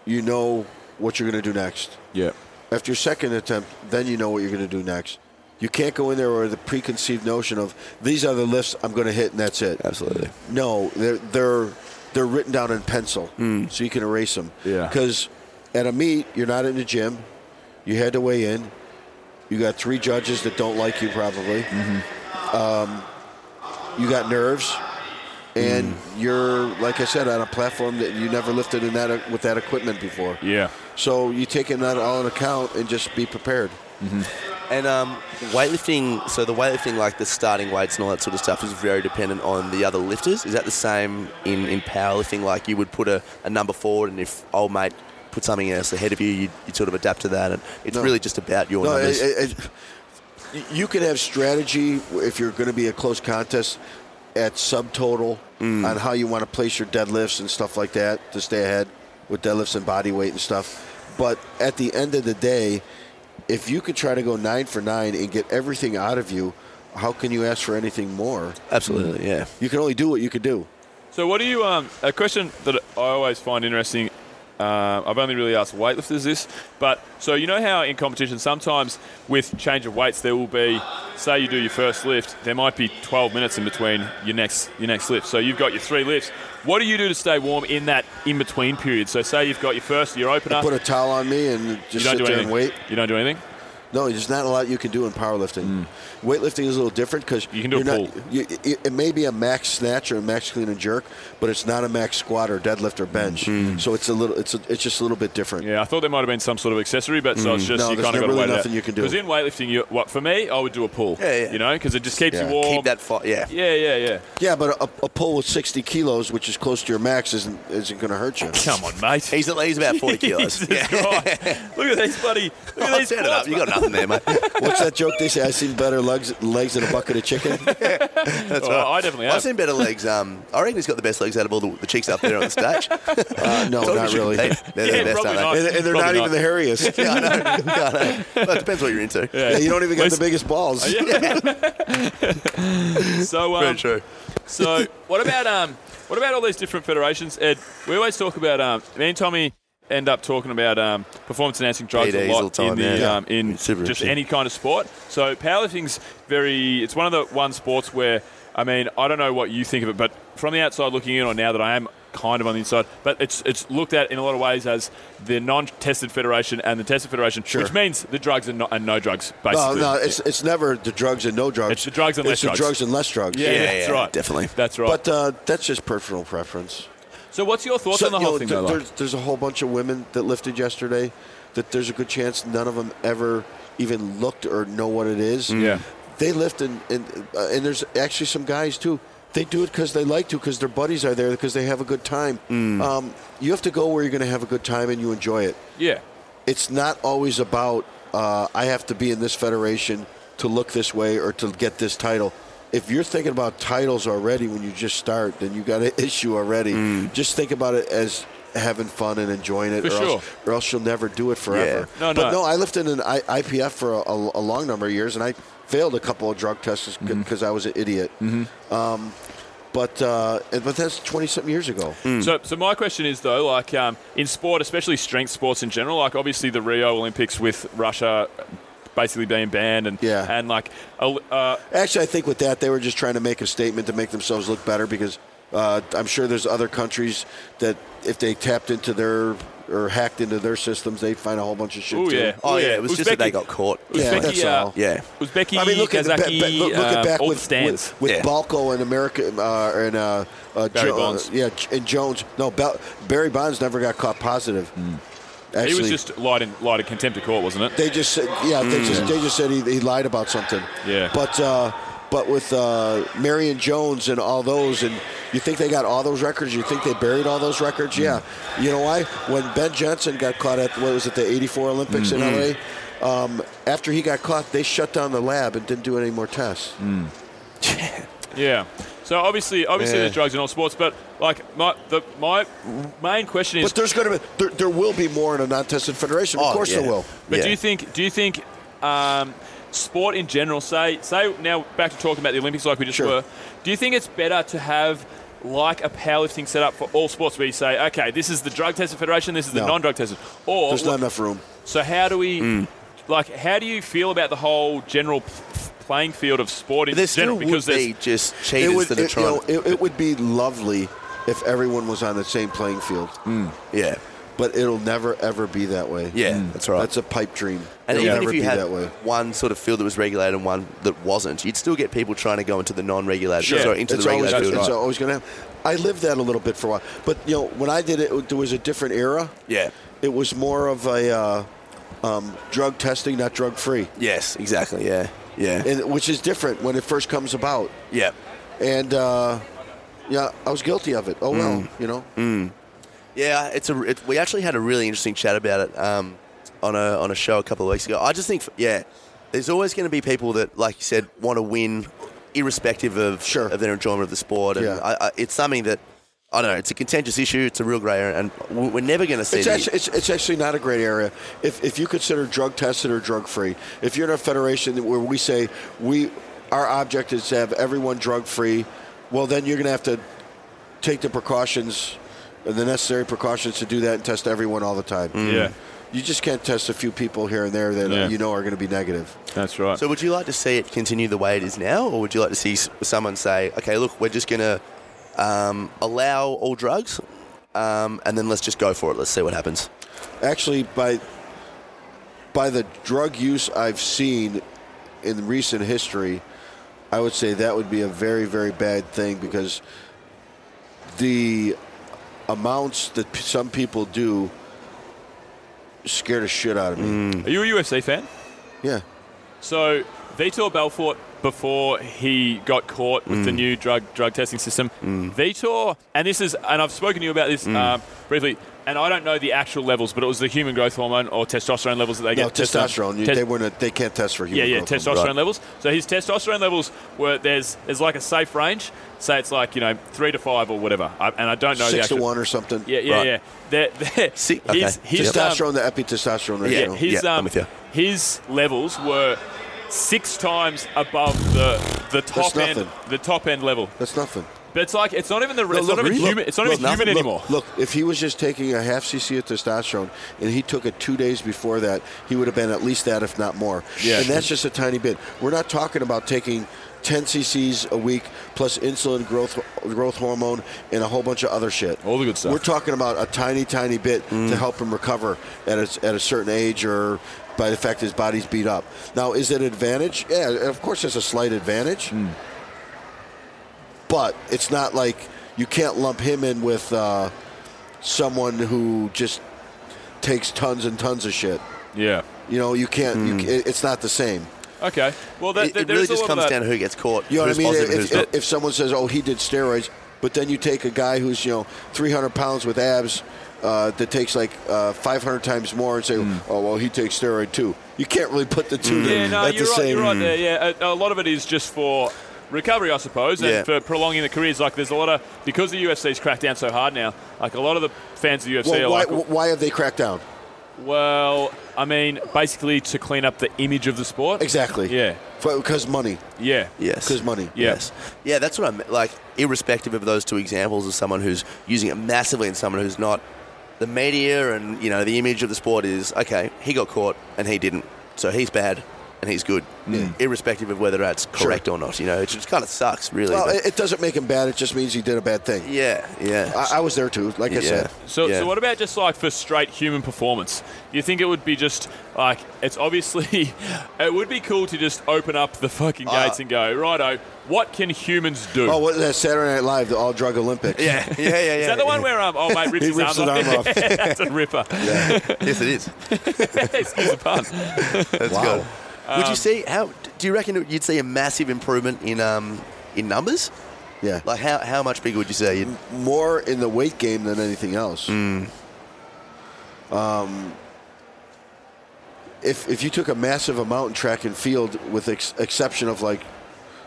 [SPEAKER 9] you know what you're going to do next.
[SPEAKER 8] yeah,
[SPEAKER 9] After your second attempt, then you know what you're going to do next. You can't go in there with the preconceived notion of these are the lifts I'm going to hit and that's it.
[SPEAKER 1] Absolutely.
[SPEAKER 9] No, they're they're they're written down in pencil, so you can erase them.
[SPEAKER 8] Hmm. Yeah.
[SPEAKER 9] Because at a meet, you're not in the gym. You had to weigh in. You got three judges that don't like you probably.
[SPEAKER 8] Mm-hmm.
[SPEAKER 9] Um, you got nerves, and
[SPEAKER 8] Hmm.
[SPEAKER 9] you're like I said on a platform that you never lifted in that with that equipment before.
[SPEAKER 8] yeah.
[SPEAKER 9] So you take it that all in account and just be prepared.
[SPEAKER 1] And um, weightlifting, so the weightlifting, like the starting weights and all that sort of stuff, is very dependent on the other lifters. Is that the same in, in powerlifting? Like you would put a, a number forward, and if old mate put something else ahead of you, you'd, you'd sort of adapt to that. And it's
[SPEAKER 9] No.
[SPEAKER 1] really just about your
[SPEAKER 9] No,
[SPEAKER 1] numbers.
[SPEAKER 9] it- it- it- you can have strategy if you're going to be a close contest at subtotal on how you want to place your deadlifts and stuff like that to stay ahead with deadlifts and body weight and stuff. But at the end of the day, if you could try to go nine for nine and get everything out of you, how can you ask for anything more?
[SPEAKER 1] Absolutely, yeah.
[SPEAKER 9] You can only do what you can do.
[SPEAKER 8] So what do you um? A question that I always find interesting. Uh, I've only really asked weightlifters this, but so you know how in competition sometimes with change of weights there will be, say you do your first lift, there might be 12 minutes in between your next your next lift. So you've got your three lifts. What do you do to stay warm in that in between period? So say you've got your first your opener,
[SPEAKER 9] Put a towel on me and
[SPEAKER 8] you
[SPEAKER 9] just
[SPEAKER 8] don't
[SPEAKER 9] sit
[SPEAKER 8] do
[SPEAKER 9] there
[SPEAKER 8] anything.
[SPEAKER 9] and wait.
[SPEAKER 8] You don't do anything.
[SPEAKER 9] No, there's not a lot you can do in powerlifting. Weightlifting is a little different because
[SPEAKER 8] Mm. You can do a pull.
[SPEAKER 9] it, it may be a max snatch or a max clean and jerk, but it's not a max squat or deadlift or bench. So it's a little, it's a, it's just a little bit different.
[SPEAKER 8] Mm. Yeah, I thought there might have been some sort of accessory, but so it's just
[SPEAKER 9] Mm. No,
[SPEAKER 8] you
[SPEAKER 9] there's
[SPEAKER 8] kind of got
[SPEAKER 9] really
[SPEAKER 8] to wait
[SPEAKER 9] nothing you can do.
[SPEAKER 8] Because in weightlifting, you, what for me, I would do a pull.
[SPEAKER 1] Yeah, yeah.
[SPEAKER 8] You know, because it just keeps
[SPEAKER 9] Yeah.
[SPEAKER 8] you warm.
[SPEAKER 1] Keep that fight, yeah.
[SPEAKER 8] Yeah, yeah, yeah.
[SPEAKER 9] Yeah, but a, a pull with 60 kilos, which is close to your max, isn't isn't going to hurt you.
[SPEAKER 8] Come on, mate. (laughs)
[SPEAKER 1] He's, at- he's about 40 kilos.
[SPEAKER 8] Jesus (laughs)
[SPEAKER 1] Yeah.
[SPEAKER 8] Christ. Look at these bloody. Look at
[SPEAKER 1] I'll
[SPEAKER 8] these
[SPEAKER 1] turn it up.
[SPEAKER 8] quads,
[SPEAKER 1] You got nothing there,
[SPEAKER 8] (laughs)
[SPEAKER 1] mate.
[SPEAKER 9] What's that joke they say? I've seen better legs legs than a bucket of chicken.
[SPEAKER 1] That's
[SPEAKER 8] Oh,
[SPEAKER 1] right.
[SPEAKER 8] I definitely
[SPEAKER 1] I've
[SPEAKER 8] have.
[SPEAKER 1] seen better legs. Um, I reckon he's got the best legs out of all the, the chicks up there on the stage.
[SPEAKER 9] Uh,
[SPEAKER 8] (laughs)
[SPEAKER 9] no,
[SPEAKER 1] Totally
[SPEAKER 9] not
[SPEAKER 1] should
[SPEAKER 9] really.
[SPEAKER 1] compete. They're
[SPEAKER 8] Yeah,
[SPEAKER 1] the best, aren't they?
[SPEAKER 8] probably not.
[SPEAKER 9] And, and
[SPEAKER 8] Probably
[SPEAKER 9] they're not,
[SPEAKER 8] not.
[SPEAKER 9] even
[SPEAKER 8] (laughs)
[SPEAKER 9] the hairiest.
[SPEAKER 1] Yeah, (laughs) I know. Yeah, I know. Well, it depends what you're into.
[SPEAKER 9] Yeah, you don't even got the biggest balls.
[SPEAKER 8] So, um,
[SPEAKER 1] Very true.
[SPEAKER 8] so what about um, what about all these different federations? Ed, we always talk about um, me and Tommy end up talking about um, performance enhancing drugs
[SPEAKER 1] PDs
[SPEAKER 8] a
[SPEAKER 1] all the
[SPEAKER 8] lot
[SPEAKER 1] time,
[SPEAKER 8] in the
[SPEAKER 1] yeah.
[SPEAKER 8] um, in
[SPEAKER 1] It's super
[SPEAKER 8] just
[SPEAKER 1] interesting.
[SPEAKER 8] any kind of sport. So powerlifting's very. It's one of the one sports where I mean I don't know what you think of it, but from the outside looking in, or now that I am kind of on the inside, but it's it's looked at in a lot of ways as the non-tested federation and the tested federation, which means the drugs and no, and no drugs
[SPEAKER 9] No,
[SPEAKER 8] basically.
[SPEAKER 9] no, it's it's never the drugs and no drugs.
[SPEAKER 8] It's the drugs and
[SPEAKER 9] It's
[SPEAKER 8] less
[SPEAKER 9] the
[SPEAKER 8] drugs.
[SPEAKER 9] drugs and less drugs.
[SPEAKER 8] yeah,
[SPEAKER 1] Yeah,
[SPEAKER 8] that's
[SPEAKER 1] yeah,
[SPEAKER 8] right,
[SPEAKER 1] definitely.
[SPEAKER 8] That's right.
[SPEAKER 9] But uh, that's just personal preference.
[SPEAKER 8] so what's your thoughts on the
[SPEAKER 9] you
[SPEAKER 8] whole
[SPEAKER 9] know,
[SPEAKER 8] thing?
[SPEAKER 9] there-
[SPEAKER 8] though, like?
[SPEAKER 9] there's, there's a whole bunch of women that lifted yesterday that there's a good chance none of them ever even looked or know what it is.
[SPEAKER 8] Mm. Yeah.
[SPEAKER 9] They lift, and, and, uh, and there's actually some guys too. They do it because they like to, because their buddies are there, because they have a good time.
[SPEAKER 8] Mm.
[SPEAKER 9] Um, you have to go where you're going to have a good time and you enjoy it.
[SPEAKER 8] Yeah.
[SPEAKER 9] It's not always about, uh, I have to be in this federation to look this way or to get this title. If you're thinking (laughs) about titles already when you just start, then you got an issue already. Just think about it as having fun and enjoying it,
[SPEAKER 8] For
[SPEAKER 9] or,
[SPEAKER 8] sure.
[SPEAKER 9] else, or else you'll never do it forever.
[SPEAKER 8] No,
[SPEAKER 9] but
[SPEAKER 8] no.
[SPEAKER 9] no, I lifted an I- IPF for a, a, a long number of years, and I failed a couple of drug tests because I was an idiot. Um, but uh, and- but that's twenty something years ago.
[SPEAKER 8] So, so my question is though, like um, in sport, especially strength sports in general, like obviously the Rio Olympics with Russia basically being banned, and
[SPEAKER 9] Yeah.
[SPEAKER 8] and like Oli- uh,
[SPEAKER 9] Actually, I think with that they were just trying to make a statement to make themselves look better because uh, I'm sure there's other countries that if they tapped into their or hacked into their systems, they'd find a whole bunch of shit.
[SPEAKER 8] oh
[SPEAKER 9] too.
[SPEAKER 8] yeah,
[SPEAKER 1] Oh, yeah, it was just that they
[SPEAKER 8] Uzbeki-
[SPEAKER 1] got caught.
[SPEAKER 9] Yeah,
[SPEAKER 8] Uzbeki,
[SPEAKER 9] that's
[SPEAKER 8] uh,
[SPEAKER 9] all.
[SPEAKER 1] Yeah.
[SPEAKER 8] Uzbeki,
[SPEAKER 9] I mean, look at the-
[SPEAKER 8] Kazaki,
[SPEAKER 9] ba- ba- look, look
[SPEAKER 8] um,
[SPEAKER 9] at back
[SPEAKER 8] all
[SPEAKER 9] with,
[SPEAKER 8] the stands.
[SPEAKER 9] with with
[SPEAKER 1] Yeah.
[SPEAKER 9] Balco and America uh, and uh, uh,
[SPEAKER 8] Barry
[SPEAKER 9] uh,
[SPEAKER 8] Bonds.
[SPEAKER 9] yeah, and Jones. No, Bal- Barry Bonds never got caught positive. Actually,
[SPEAKER 8] Hmm. he was just light in light of contempt of court, wasn't it?
[SPEAKER 9] they just said, yeah, they
[SPEAKER 1] Mm.
[SPEAKER 9] just they just said he, he lied about something.
[SPEAKER 8] Yeah.
[SPEAKER 9] but. Uh, but with uh, Marion Jones and all those, and you think they got all those records? You think they buried all those
[SPEAKER 1] Mm.
[SPEAKER 9] records? Yeah. You know why? When Ben Jensen got caught at what was it, the '84 Olympics in
[SPEAKER 1] Mm-hmm.
[SPEAKER 9] LA? Um, after he got caught, they shut down the lab and didn't do any more tests.
[SPEAKER 1] Mm.
[SPEAKER 8] Yeah. So obviously, obviously
[SPEAKER 9] Yeah.
[SPEAKER 8] there's drugs in all sports, but like my the my main question is,
[SPEAKER 9] But there's going to be there, there will be more in a non-tested federation. Of
[SPEAKER 1] Oh,
[SPEAKER 9] course
[SPEAKER 1] yeah.
[SPEAKER 9] there will.
[SPEAKER 8] But
[SPEAKER 1] Yeah.
[SPEAKER 8] do you think do you think um, sport in general, say say now back to talking about the Olympics like we just
[SPEAKER 9] Sure.
[SPEAKER 8] were, do you think it's better to have like a powerlifting setup for all sports where you say, okay, this is the drug tested federation, this is the
[SPEAKER 9] No.
[SPEAKER 8] non drug tested. Or
[SPEAKER 9] There's not enough room.
[SPEAKER 8] so how do we
[SPEAKER 1] Mm.
[SPEAKER 8] like how do you feel about the whole general p- playing field of sport in
[SPEAKER 1] There still
[SPEAKER 8] general?
[SPEAKER 1] would
[SPEAKER 8] Because
[SPEAKER 1] be
[SPEAKER 8] there's
[SPEAKER 1] just
[SPEAKER 9] It
[SPEAKER 1] cheaters
[SPEAKER 9] would,
[SPEAKER 1] that are
[SPEAKER 9] it, you
[SPEAKER 1] trying.
[SPEAKER 9] know, it, it would be lovely if everyone was on the same playing field.
[SPEAKER 1] yeah,
[SPEAKER 9] But it'll never ever be that way.
[SPEAKER 1] yeah, that's right.
[SPEAKER 9] That's a pipe dream.
[SPEAKER 1] and
[SPEAKER 9] it'll
[SPEAKER 1] even
[SPEAKER 9] never
[SPEAKER 1] if you
[SPEAKER 9] be
[SPEAKER 1] had
[SPEAKER 9] that way.
[SPEAKER 1] one sort of field that was regulated and one that wasn't, you'd still get people trying to go into the non-regulated,
[SPEAKER 8] Sure.
[SPEAKER 1] sorry, into
[SPEAKER 9] it's
[SPEAKER 1] the
[SPEAKER 9] always,
[SPEAKER 1] regulated field.
[SPEAKER 9] it's
[SPEAKER 1] right.
[SPEAKER 9] always going to happen. I lived that a little bit for a while. But you know, when I did it, there was a different era.
[SPEAKER 1] yeah.
[SPEAKER 9] It was more of a uh, um, drug testing, not drug free,
[SPEAKER 1] Yes. Exactly. Yeah. Yeah.
[SPEAKER 9] and which is different when it first comes about.
[SPEAKER 1] yeah.
[SPEAKER 9] and uh, yeah, I was guilty of it. Oh well, you know.
[SPEAKER 1] Yeah, it's a. It, we actually had a really interesting chat about it um, on a on a show a couple of weeks ago. I just think, yeah, there's always going to be people that, like you said, want to win, irrespective of
[SPEAKER 9] Sure.
[SPEAKER 1] of their enjoyment of the sport. And
[SPEAKER 9] Yeah.
[SPEAKER 1] I, I, it's something that I don't know. It's a contentious issue. It's a real grey area, and we- we're never going to see.
[SPEAKER 9] It's
[SPEAKER 1] the-
[SPEAKER 9] actually, it's, it's actually not a great area if, if you consider drug tested or drug free. If you're in a federation where we say we our object is to have everyone drug free, well then you're going to have to take the precautions, the necessary precautions to do that and test everyone all the time.
[SPEAKER 8] Yeah.
[SPEAKER 1] Mm.
[SPEAKER 9] You just can't test a few people here and there that uh,
[SPEAKER 8] Mm. Yeah.
[SPEAKER 9] you know are going to be negative.
[SPEAKER 8] that's right.
[SPEAKER 1] so, would you like to see it continue the way it is now, or would you like to see s- someone say, "Okay, look, we're just going to um, allow all drugs, um, and then let's just go for it. Let's see what happens."
[SPEAKER 9] actually by by the drug use I've seen in recent history, I would say that would be a very very bad thing because the amounts that p- some people do scare the shit out of me.
[SPEAKER 8] Are you a UFC fan?
[SPEAKER 9] Yeah.
[SPEAKER 8] So Vitor Belfort, before he got caught with
[SPEAKER 9] Mm.
[SPEAKER 8] the new drug drug testing system, Vitor, and this is, and I've spoken to you about this
[SPEAKER 9] Mm.
[SPEAKER 8] um, briefly, and I don't know the actual levels, but it was the human growth hormone or testosterone levels that they
[SPEAKER 9] No,
[SPEAKER 8] get. Test-
[SPEAKER 9] testosterone. you
[SPEAKER 8] test-
[SPEAKER 9] they weren't. They can't test for
[SPEAKER 8] yeah,
[SPEAKER 9] human.
[SPEAKER 8] yeah,
[SPEAKER 9] growth
[SPEAKER 8] testosterone
[SPEAKER 9] hormone.
[SPEAKER 8] levels. So his testosterone levels were there's there's like a safe range. Say it's like you know three to five or whatever, I, and I don't know the
[SPEAKER 9] Six to
[SPEAKER 8] actual.
[SPEAKER 9] one or something.
[SPEAKER 8] Yeah, yeah,
[SPEAKER 1] Right.
[SPEAKER 8] yeah. They're, they're,
[SPEAKER 1] See?
[SPEAKER 8] his-
[SPEAKER 1] Okay.
[SPEAKER 8] his, um,
[SPEAKER 9] Testosterone to epitestosterone
[SPEAKER 8] yeah,
[SPEAKER 9] ratio.
[SPEAKER 8] his
[SPEAKER 1] Yeah, I'm
[SPEAKER 8] um,
[SPEAKER 1] with you.
[SPEAKER 8] his levels were six times above the the top end
[SPEAKER 9] nothing.
[SPEAKER 8] the top end level.
[SPEAKER 9] That's nothing.
[SPEAKER 8] But it's like it's not even the it's
[SPEAKER 1] look,
[SPEAKER 8] not even
[SPEAKER 1] really?
[SPEAKER 8] human it's not
[SPEAKER 1] Look,
[SPEAKER 8] even
[SPEAKER 1] nothing-
[SPEAKER 8] human
[SPEAKER 9] Look-
[SPEAKER 8] anymore.
[SPEAKER 9] Look, if he was just taking a half cc of testosterone and he took it two days before that, he would have been at least that, if not more.
[SPEAKER 8] Yeah.
[SPEAKER 9] And that's just a tiny bit. We're not talking about taking 10 cc's a week plus insulin growth growth hormone and a whole bunch of other shit.
[SPEAKER 8] All the good stuff. Mm.
[SPEAKER 9] We're talking about a tiny, tiny bit to help him recover at a, at a certain age or by the fact his body's beat up. Now, is it advantage? Yeah, of course, it's a slight advantage
[SPEAKER 8] Mm.
[SPEAKER 9] but it's not like you can't lump him in with uh, someone who just takes tons and tons of shit.
[SPEAKER 8] Yeah.
[SPEAKER 9] You know, you can't.
[SPEAKER 8] Mm.
[SPEAKER 9] You, ca- it's not the same.
[SPEAKER 8] Okay. Well, that,
[SPEAKER 1] It-
[SPEAKER 8] there-
[SPEAKER 1] it
[SPEAKER 8] there
[SPEAKER 1] really
[SPEAKER 8] is a
[SPEAKER 1] just
[SPEAKER 8] lot of
[SPEAKER 1] comes
[SPEAKER 8] that.
[SPEAKER 1] down to who gets caught.
[SPEAKER 9] You know
[SPEAKER 1] who's
[SPEAKER 9] what I mean?
[SPEAKER 1] positive and
[SPEAKER 9] If,
[SPEAKER 1] who's not.
[SPEAKER 9] if, if someone says, "Oh, he did steroids," but then you take a guy who's you know 300 pounds with abs uh, that takes like uh, 500 times more and say, "Oh, well, he takes steroid too." You can't really put the two
[SPEAKER 8] Hmm. Yeah,
[SPEAKER 9] to-
[SPEAKER 8] no,
[SPEAKER 9] at
[SPEAKER 8] you're
[SPEAKER 9] the
[SPEAKER 8] right.
[SPEAKER 9] same.
[SPEAKER 8] You're right there. Yeah, a, a lot of it is just for recovery, I suppose, and
[SPEAKER 1] Yeah.
[SPEAKER 8] for prolonging the careers. Like, there's a lot of because the UFC's cracked down so hard now. Like, a lot of the fans of the UFC
[SPEAKER 9] Well,
[SPEAKER 8] are
[SPEAKER 9] why,
[SPEAKER 8] like,
[SPEAKER 9] why have they cracked down?
[SPEAKER 8] well, I mean, basically to clean up the image of the sport.
[SPEAKER 9] Exactly.
[SPEAKER 8] Yeah.
[SPEAKER 9] Because money.
[SPEAKER 8] Yeah.
[SPEAKER 1] Yes.
[SPEAKER 9] Because money.
[SPEAKER 8] Yeah.
[SPEAKER 1] Yes. Yeah, that's what I'm like. Irrespective of those two examples of someone who's using it massively and someone who's not, the media and you know the image of the sport is okay. He got caught and he didn't, so he's bad and he's good. Irrespective of whether that's
[SPEAKER 9] Sure.
[SPEAKER 1] correct or not, you know, it just kind of sucks, really.
[SPEAKER 9] Well,
[SPEAKER 1] but-
[SPEAKER 9] it, it doesn't make him bad. It just means he did a bad thing.
[SPEAKER 1] yeah, yeah,
[SPEAKER 9] I, I was there too. Like I
[SPEAKER 1] yeah.
[SPEAKER 9] said,
[SPEAKER 8] So,
[SPEAKER 1] yeah.
[SPEAKER 8] so what about just like for straight human performance? Do you think it would be just like it's obviously (laughs) it would be cool to just open up the fucking gates and go righto? What can humans do?
[SPEAKER 9] Uh, oh, what, that Saturday Night Live, the All Drug Olympics.
[SPEAKER 1] Yeah, yeah, yeah, yeah.
[SPEAKER 8] Is that the one where um, oh mate rips
[SPEAKER 9] (laughs) He
[SPEAKER 8] his
[SPEAKER 9] rips
[SPEAKER 8] arm
[SPEAKER 9] his
[SPEAKER 8] off? (laughs)
[SPEAKER 9] arm off.
[SPEAKER 8] That's a
[SPEAKER 9] (laughs)
[SPEAKER 8] ripper. (laughs)
[SPEAKER 1] (laughs) yes, it is.
[SPEAKER 8] Excuse the pun.
[SPEAKER 1] That's
[SPEAKER 9] Wow.
[SPEAKER 1] good. Would you
[SPEAKER 8] Um,
[SPEAKER 1] see how? Do you reckon you'd see a massive improvement in um in numbers?
[SPEAKER 9] yeah.
[SPEAKER 1] Like how how much bigger would you say? You'd,
[SPEAKER 9] More in the weight game than anything else.
[SPEAKER 1] Hmm.
[SPEAKER 9] Um, if if you took a massive amount in track and field, with ex- exception of like,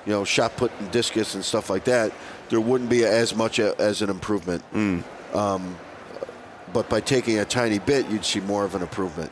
[SPEAKER 9] you know, shot put and discus and stuff like that, there wouldn't be as much a, as an improvement. Um,
[SPEAKER 1] Hmm.
[SPEAKER 9] but by taking a tiny bit, you'd see more of an improvement.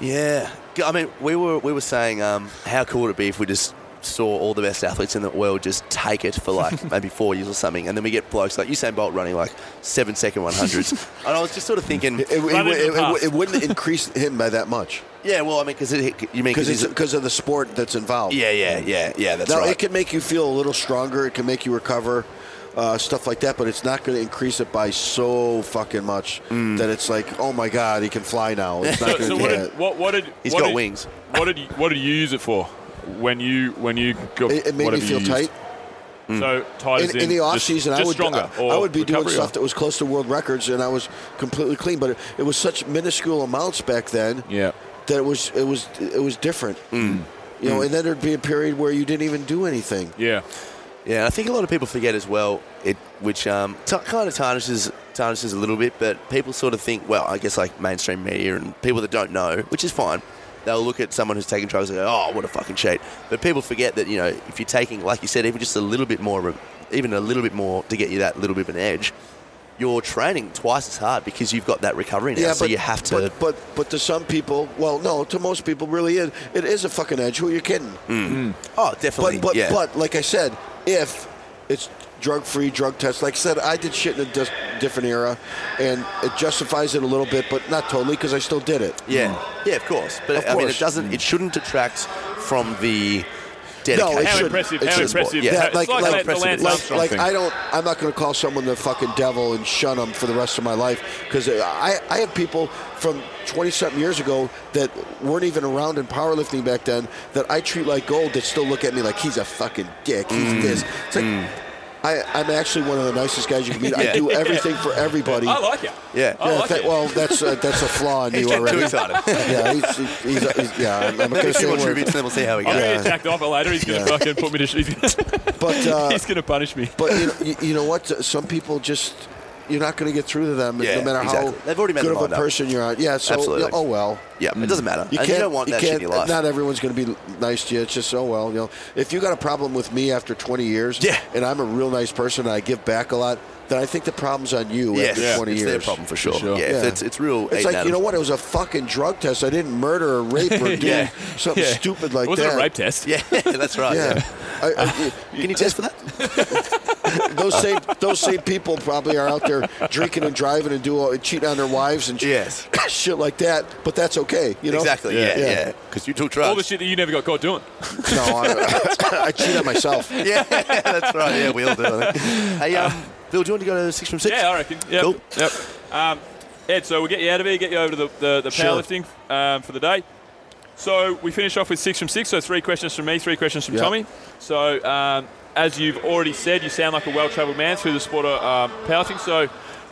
[SPEAKER 1] Yeah, G- I mean, we were we were saying um, how cool would it be if we just saw all the best athletes in the world just take it for
[SPEAKER 9] (laughs)
[SPEAKER 1] like maybe four years or something, and then we get blokes like Usain Bolt running like seven second one
[SPEAKER 9] (laughs)
[SPEAKER 1] hundreds, and I was just sort of thinking,
[SPEAKER 9] It, it,
[SPEAKER 8] Run into the
[SPEAKER 9] it- it- it-
[SPEAKER 8] past.
[SPEAKER 9] it wouldn't increase him by that much
[SPEAKER 1] yeah, well, I mean, because you mean because
[SPEAKER 9] because
[SPEAKER 1] he's a,
[SPEAKER 9] because of the sport that's involved.
[SPEAKER 1] yeah, yeah, yeah, yeah, that's
[SPEAKER 9] now
[SPEAKER 1] right.
[SPEAKER 9] it can make you feel a little stronger. It can make you recover, uh, stuff like that. But it's not going to increase it by so fucking much that it's like, oh my god, he can fly now. It's not
[SPEAKER 8] Mm. (laughs) So, so
[SPEAKER 9] going to
[SPEAKER 8] what,
[SPEAKER 9] do
[SPEAKER 8] did,
[SPEAKER 9] that.
[SPEAKER 8] what, what did
[SPEAKER 1] He's
[SPEAKER 8] what
[SPEAKER 1] got
[SPEAKER 8] did-
[SPEAKER 1] wings.
[SPEAKER 8] What did you, what did you use it for when you when you got
[SPEAKER 9] It, it made me
[SPEAKER 8] whatever
[SPEAKER 9] feel
[SPEAKER 8] you
[SPEAKER 9] tight. Mm.
[SPEAKER 8] used? So tight as
[SPEAKER 9] In, in the off
[SPEAKER 8] just-
[SPEAKER 9] season,
[SPEAKER 8] just
[SPEAKER 9] I would
[SPEAKER 8] stronger.
[SPEAKER 9] I,
[SPEAKER 8] or
[SPEAKER 9] I would be doing
[SPEAKER 8] recovery
[SPEAKER 9] stuff
[SPEAKER 8] or-
[SPEAKER 9] that was close to world records, and I was completely clean. But it, it was such minuscule amounts back then
[SPEAKER 8] yeah. Mm.
[SPEAKER 9] that it was it was it was different. You know, and then there'd be a period where you didn't even do anything.
[SPEAKER 8] Yeah.
[SPEAKER 1] Yeah, and I think a lot of people forget as well, it, which um, t- kind of tarnishes tarnishes a little bit. But people sort of think, well, I guess like mainstream media and people that don't know, which is fine. They'll look at someone who's taking drugs and go, oh, what a fucking cheat. But people forget that you know if you're taking, like you said, even just a little bit more, of a- even a little bit more to get you that little bit of an edge. You're training twice as hard because you've got that recovery now, so you have to.
[SPEAKER 9] But, but but to some people, well, no, to most people, really, it, it is a fucking edge. Who are you kidding?
[SPEAKER 1] oh, definitely.
[SPEAKER 9] But but
[SPEAKER 1] yeah.
[SPEAKER 9] but like I said, if it's drug free, drug test. Like I said, I did shit in a dis- different era, and it justifies it a little bit, but not totally because I still did it.
[SPEAKER 1] yeah, yeah, of course. But
[SPEAKER 9] Of
[SPEAKER 1] I mean, it
[SPEAKER 9] course.
[SPEAKER 1] doesn't. It shouldn't detract from the dedication.
[SPEAKER 9] it
[SPEAKER 8] How
[SPEAKER 9] shouldn't.
[SPEAKER 8] impressive!
[SPEAKER 1] It
[SPEAKER 8] How
[SPEAKER 1] shouldn't.
[SPEAKER 8] impressive!
[SPEAKER 1] Yeah,
[SPEAKER 8] how-
[SPEAKER 9] like-
[SPEAKER 8] it's like,
[SPEAKER 9] like-
[SPEAKER 8] like the Lance
[SPEAKER 9] like,
[SPEAKER 8] Armstrong
[SPEAKER 9] like
[SPEAKER 8] thing.
[SPEAKER 9] I don't. I'm not going to call someone the fucking devil and shun them for the rest of my life because I, I have people from 20 something years ago that weren't even around in powerlifting back then that I treat like gold that still look at me like he's a fucking dick. He's
[SPEAKER 1] Mm.
[SPEAKER 9] this. It's like. I, I'm actually one of the nicest guys you can meet. I
[SPEAKER 1] (laughs) Yeah.
[SPEAKER 9] do everything for everybody.
[SPEAKER 8] I like you.
[SPEAKER 1] Yeah.
[SPEAKER 8] I
[SPEAKER 9] Yeah,
[SPEAKER 8] like
[SPEAKER 9] that-
[SPEAKER 8] it.
[SPEAKER 9] well, that's uh, that's a
[SPEAKER 1] (laughs)
[SPEAKER 9] flaw in you
[SPEAKER 1] getting too
[SPEAKER 9] already.
[SPEAKER 1] excited.
[SPEAKER 9] yeah, he's, he's, he's, he's, yeah,
[SPEAKER 1] (laughs)
[SPEAKER 9] I'm going to
[SPEAKER 1] If
[SPEAKER 9] say
[SPEAKER 1] you want
[SPEAKER 9] words.
[SPEAKER 1] tributes, then we'll see how we go.
[SPEAKER 8] I'll be attacked off later. He's gonna fucking put me to. (laughs) He's gonna,
[SPEAKER 1] (laughs)
[SPEAKER 9] But uh,
[SPEAKER 8] he's gonna punish me.
[SPEAKER 9] But you know, you, you know what? Some people just you're not going to get through to them,
[SPEAKER 1] Yeah,
[SPEAKER 9] no matter
[SPEAKER 1] exactly.
[SPEAKER 9] how
[SPEAKER 1] They've already made
[SPEAKER 9] good
[SPEAKER 1] their
[SPEAKER 9] of a
[SPEAKER 1] mind up.
[SPEAKER 9] person you're on. Yeah, so
[SPEAKER 1] Absolutely.
[SPEAKER 9] yeah, oh well.
[SPEAKER 1] Yeah, it doesn't matter.
[SPEAKER 9] You
[SPEAKER 1] and
[SPEAKER 9] can't.
[SPEAKER 1] you don't want
[SPEAKER 9] you
[SPEAKER 1] that shit
[SPEAKER 9] can't.
[SPEAKER 1] in your life.
[SPEAKER 9] Not everyone's going to be nice to you. It's just oh well. You know, if you got a problem with me after 20 years,
[SPEAKER 1] Yeah.
[SPEAKER 9] and I'm a real nice person and I give back a lot, then I think the problem's on you
[SPEAKER 1] yes,
[SPEAKER 9] after 20
[SPEAKER 1] it's
[SPEAKER 9] years.
[SPEAKER 1] their problem for sure.
[SPEAKER 8] sure.
[SPEAKER 1] Yeah,
[SPEAKER 9] Yeah.
[SPEAKER 1] It's, it's real.
[SPEAKER 9] It's like you know what? It was a fucking drug test. I didn't murder or rape
[SPEAKER 1] (laughs)
[SPEAKER 9] or do
[SPEAKER 1] Yeah.
[SPEAKER 9] something
[SPEAKER 8] Yeah.
[SPEAKER 9] stupid like
[SPEAKER 8] it wasn't a
[SPEAKER 9] that.
[SPEAKER 8] rape
[SPEAKER 1] (laughs)
[SPEAKER 8] test.
[SPEAKER 1] Yeah, that's right. Yeah.
[SPEAKER 9] Yeah. I- I-
[SPEAKER 1] Can you test for that?
[SPEAKER 9] those same those same people probably are out there drinking and driving and do all, cheating on their wives and sh-
[SPEAKER 1] Yes.
[SPEAKER 9] (coughs) shit like that. But that's okay, you know.
[SPEAKER 1] Exactly. Yeah,
[SPEAKER 9] Yeah.
[SPEAKER 1] yeah. Because you took
[SPEAKER 8] All the
[SPEAKER 1] drugs.
[SPEAKER 8] shit that you never got caught
[SPEAKER 9] (laughs)
[SPEAKER 8] doing.
[SPEAKER 9] No, I, (coughs) I cheat on
[SPEAKER 1] (laughs)
[SPEAKER 9] myself.
[SPEAKER 1] yeah, that's right. Yeah, we all do. I think. Hey, um, Bill, do you want to go to six from six?
[SPEAKER 8] Yeah, I reckon. Yep.
[SPEAKER 1] Cool.
[SPEAKER 8] Yep. Um, Ed, so we'll get you out of here, get you over to the, the, the
[SPEAKER 9] Sure.
[SPEAKER 8] powerlifting um, for the day. So we finish off with six from six. So three questions from me, three questions from
[SPEAKER 9] Yeah.
[SPEAKER 8] Tommy. So um, as you've already said, you sound like a well-travelled man through the sport of um, powerlifting. So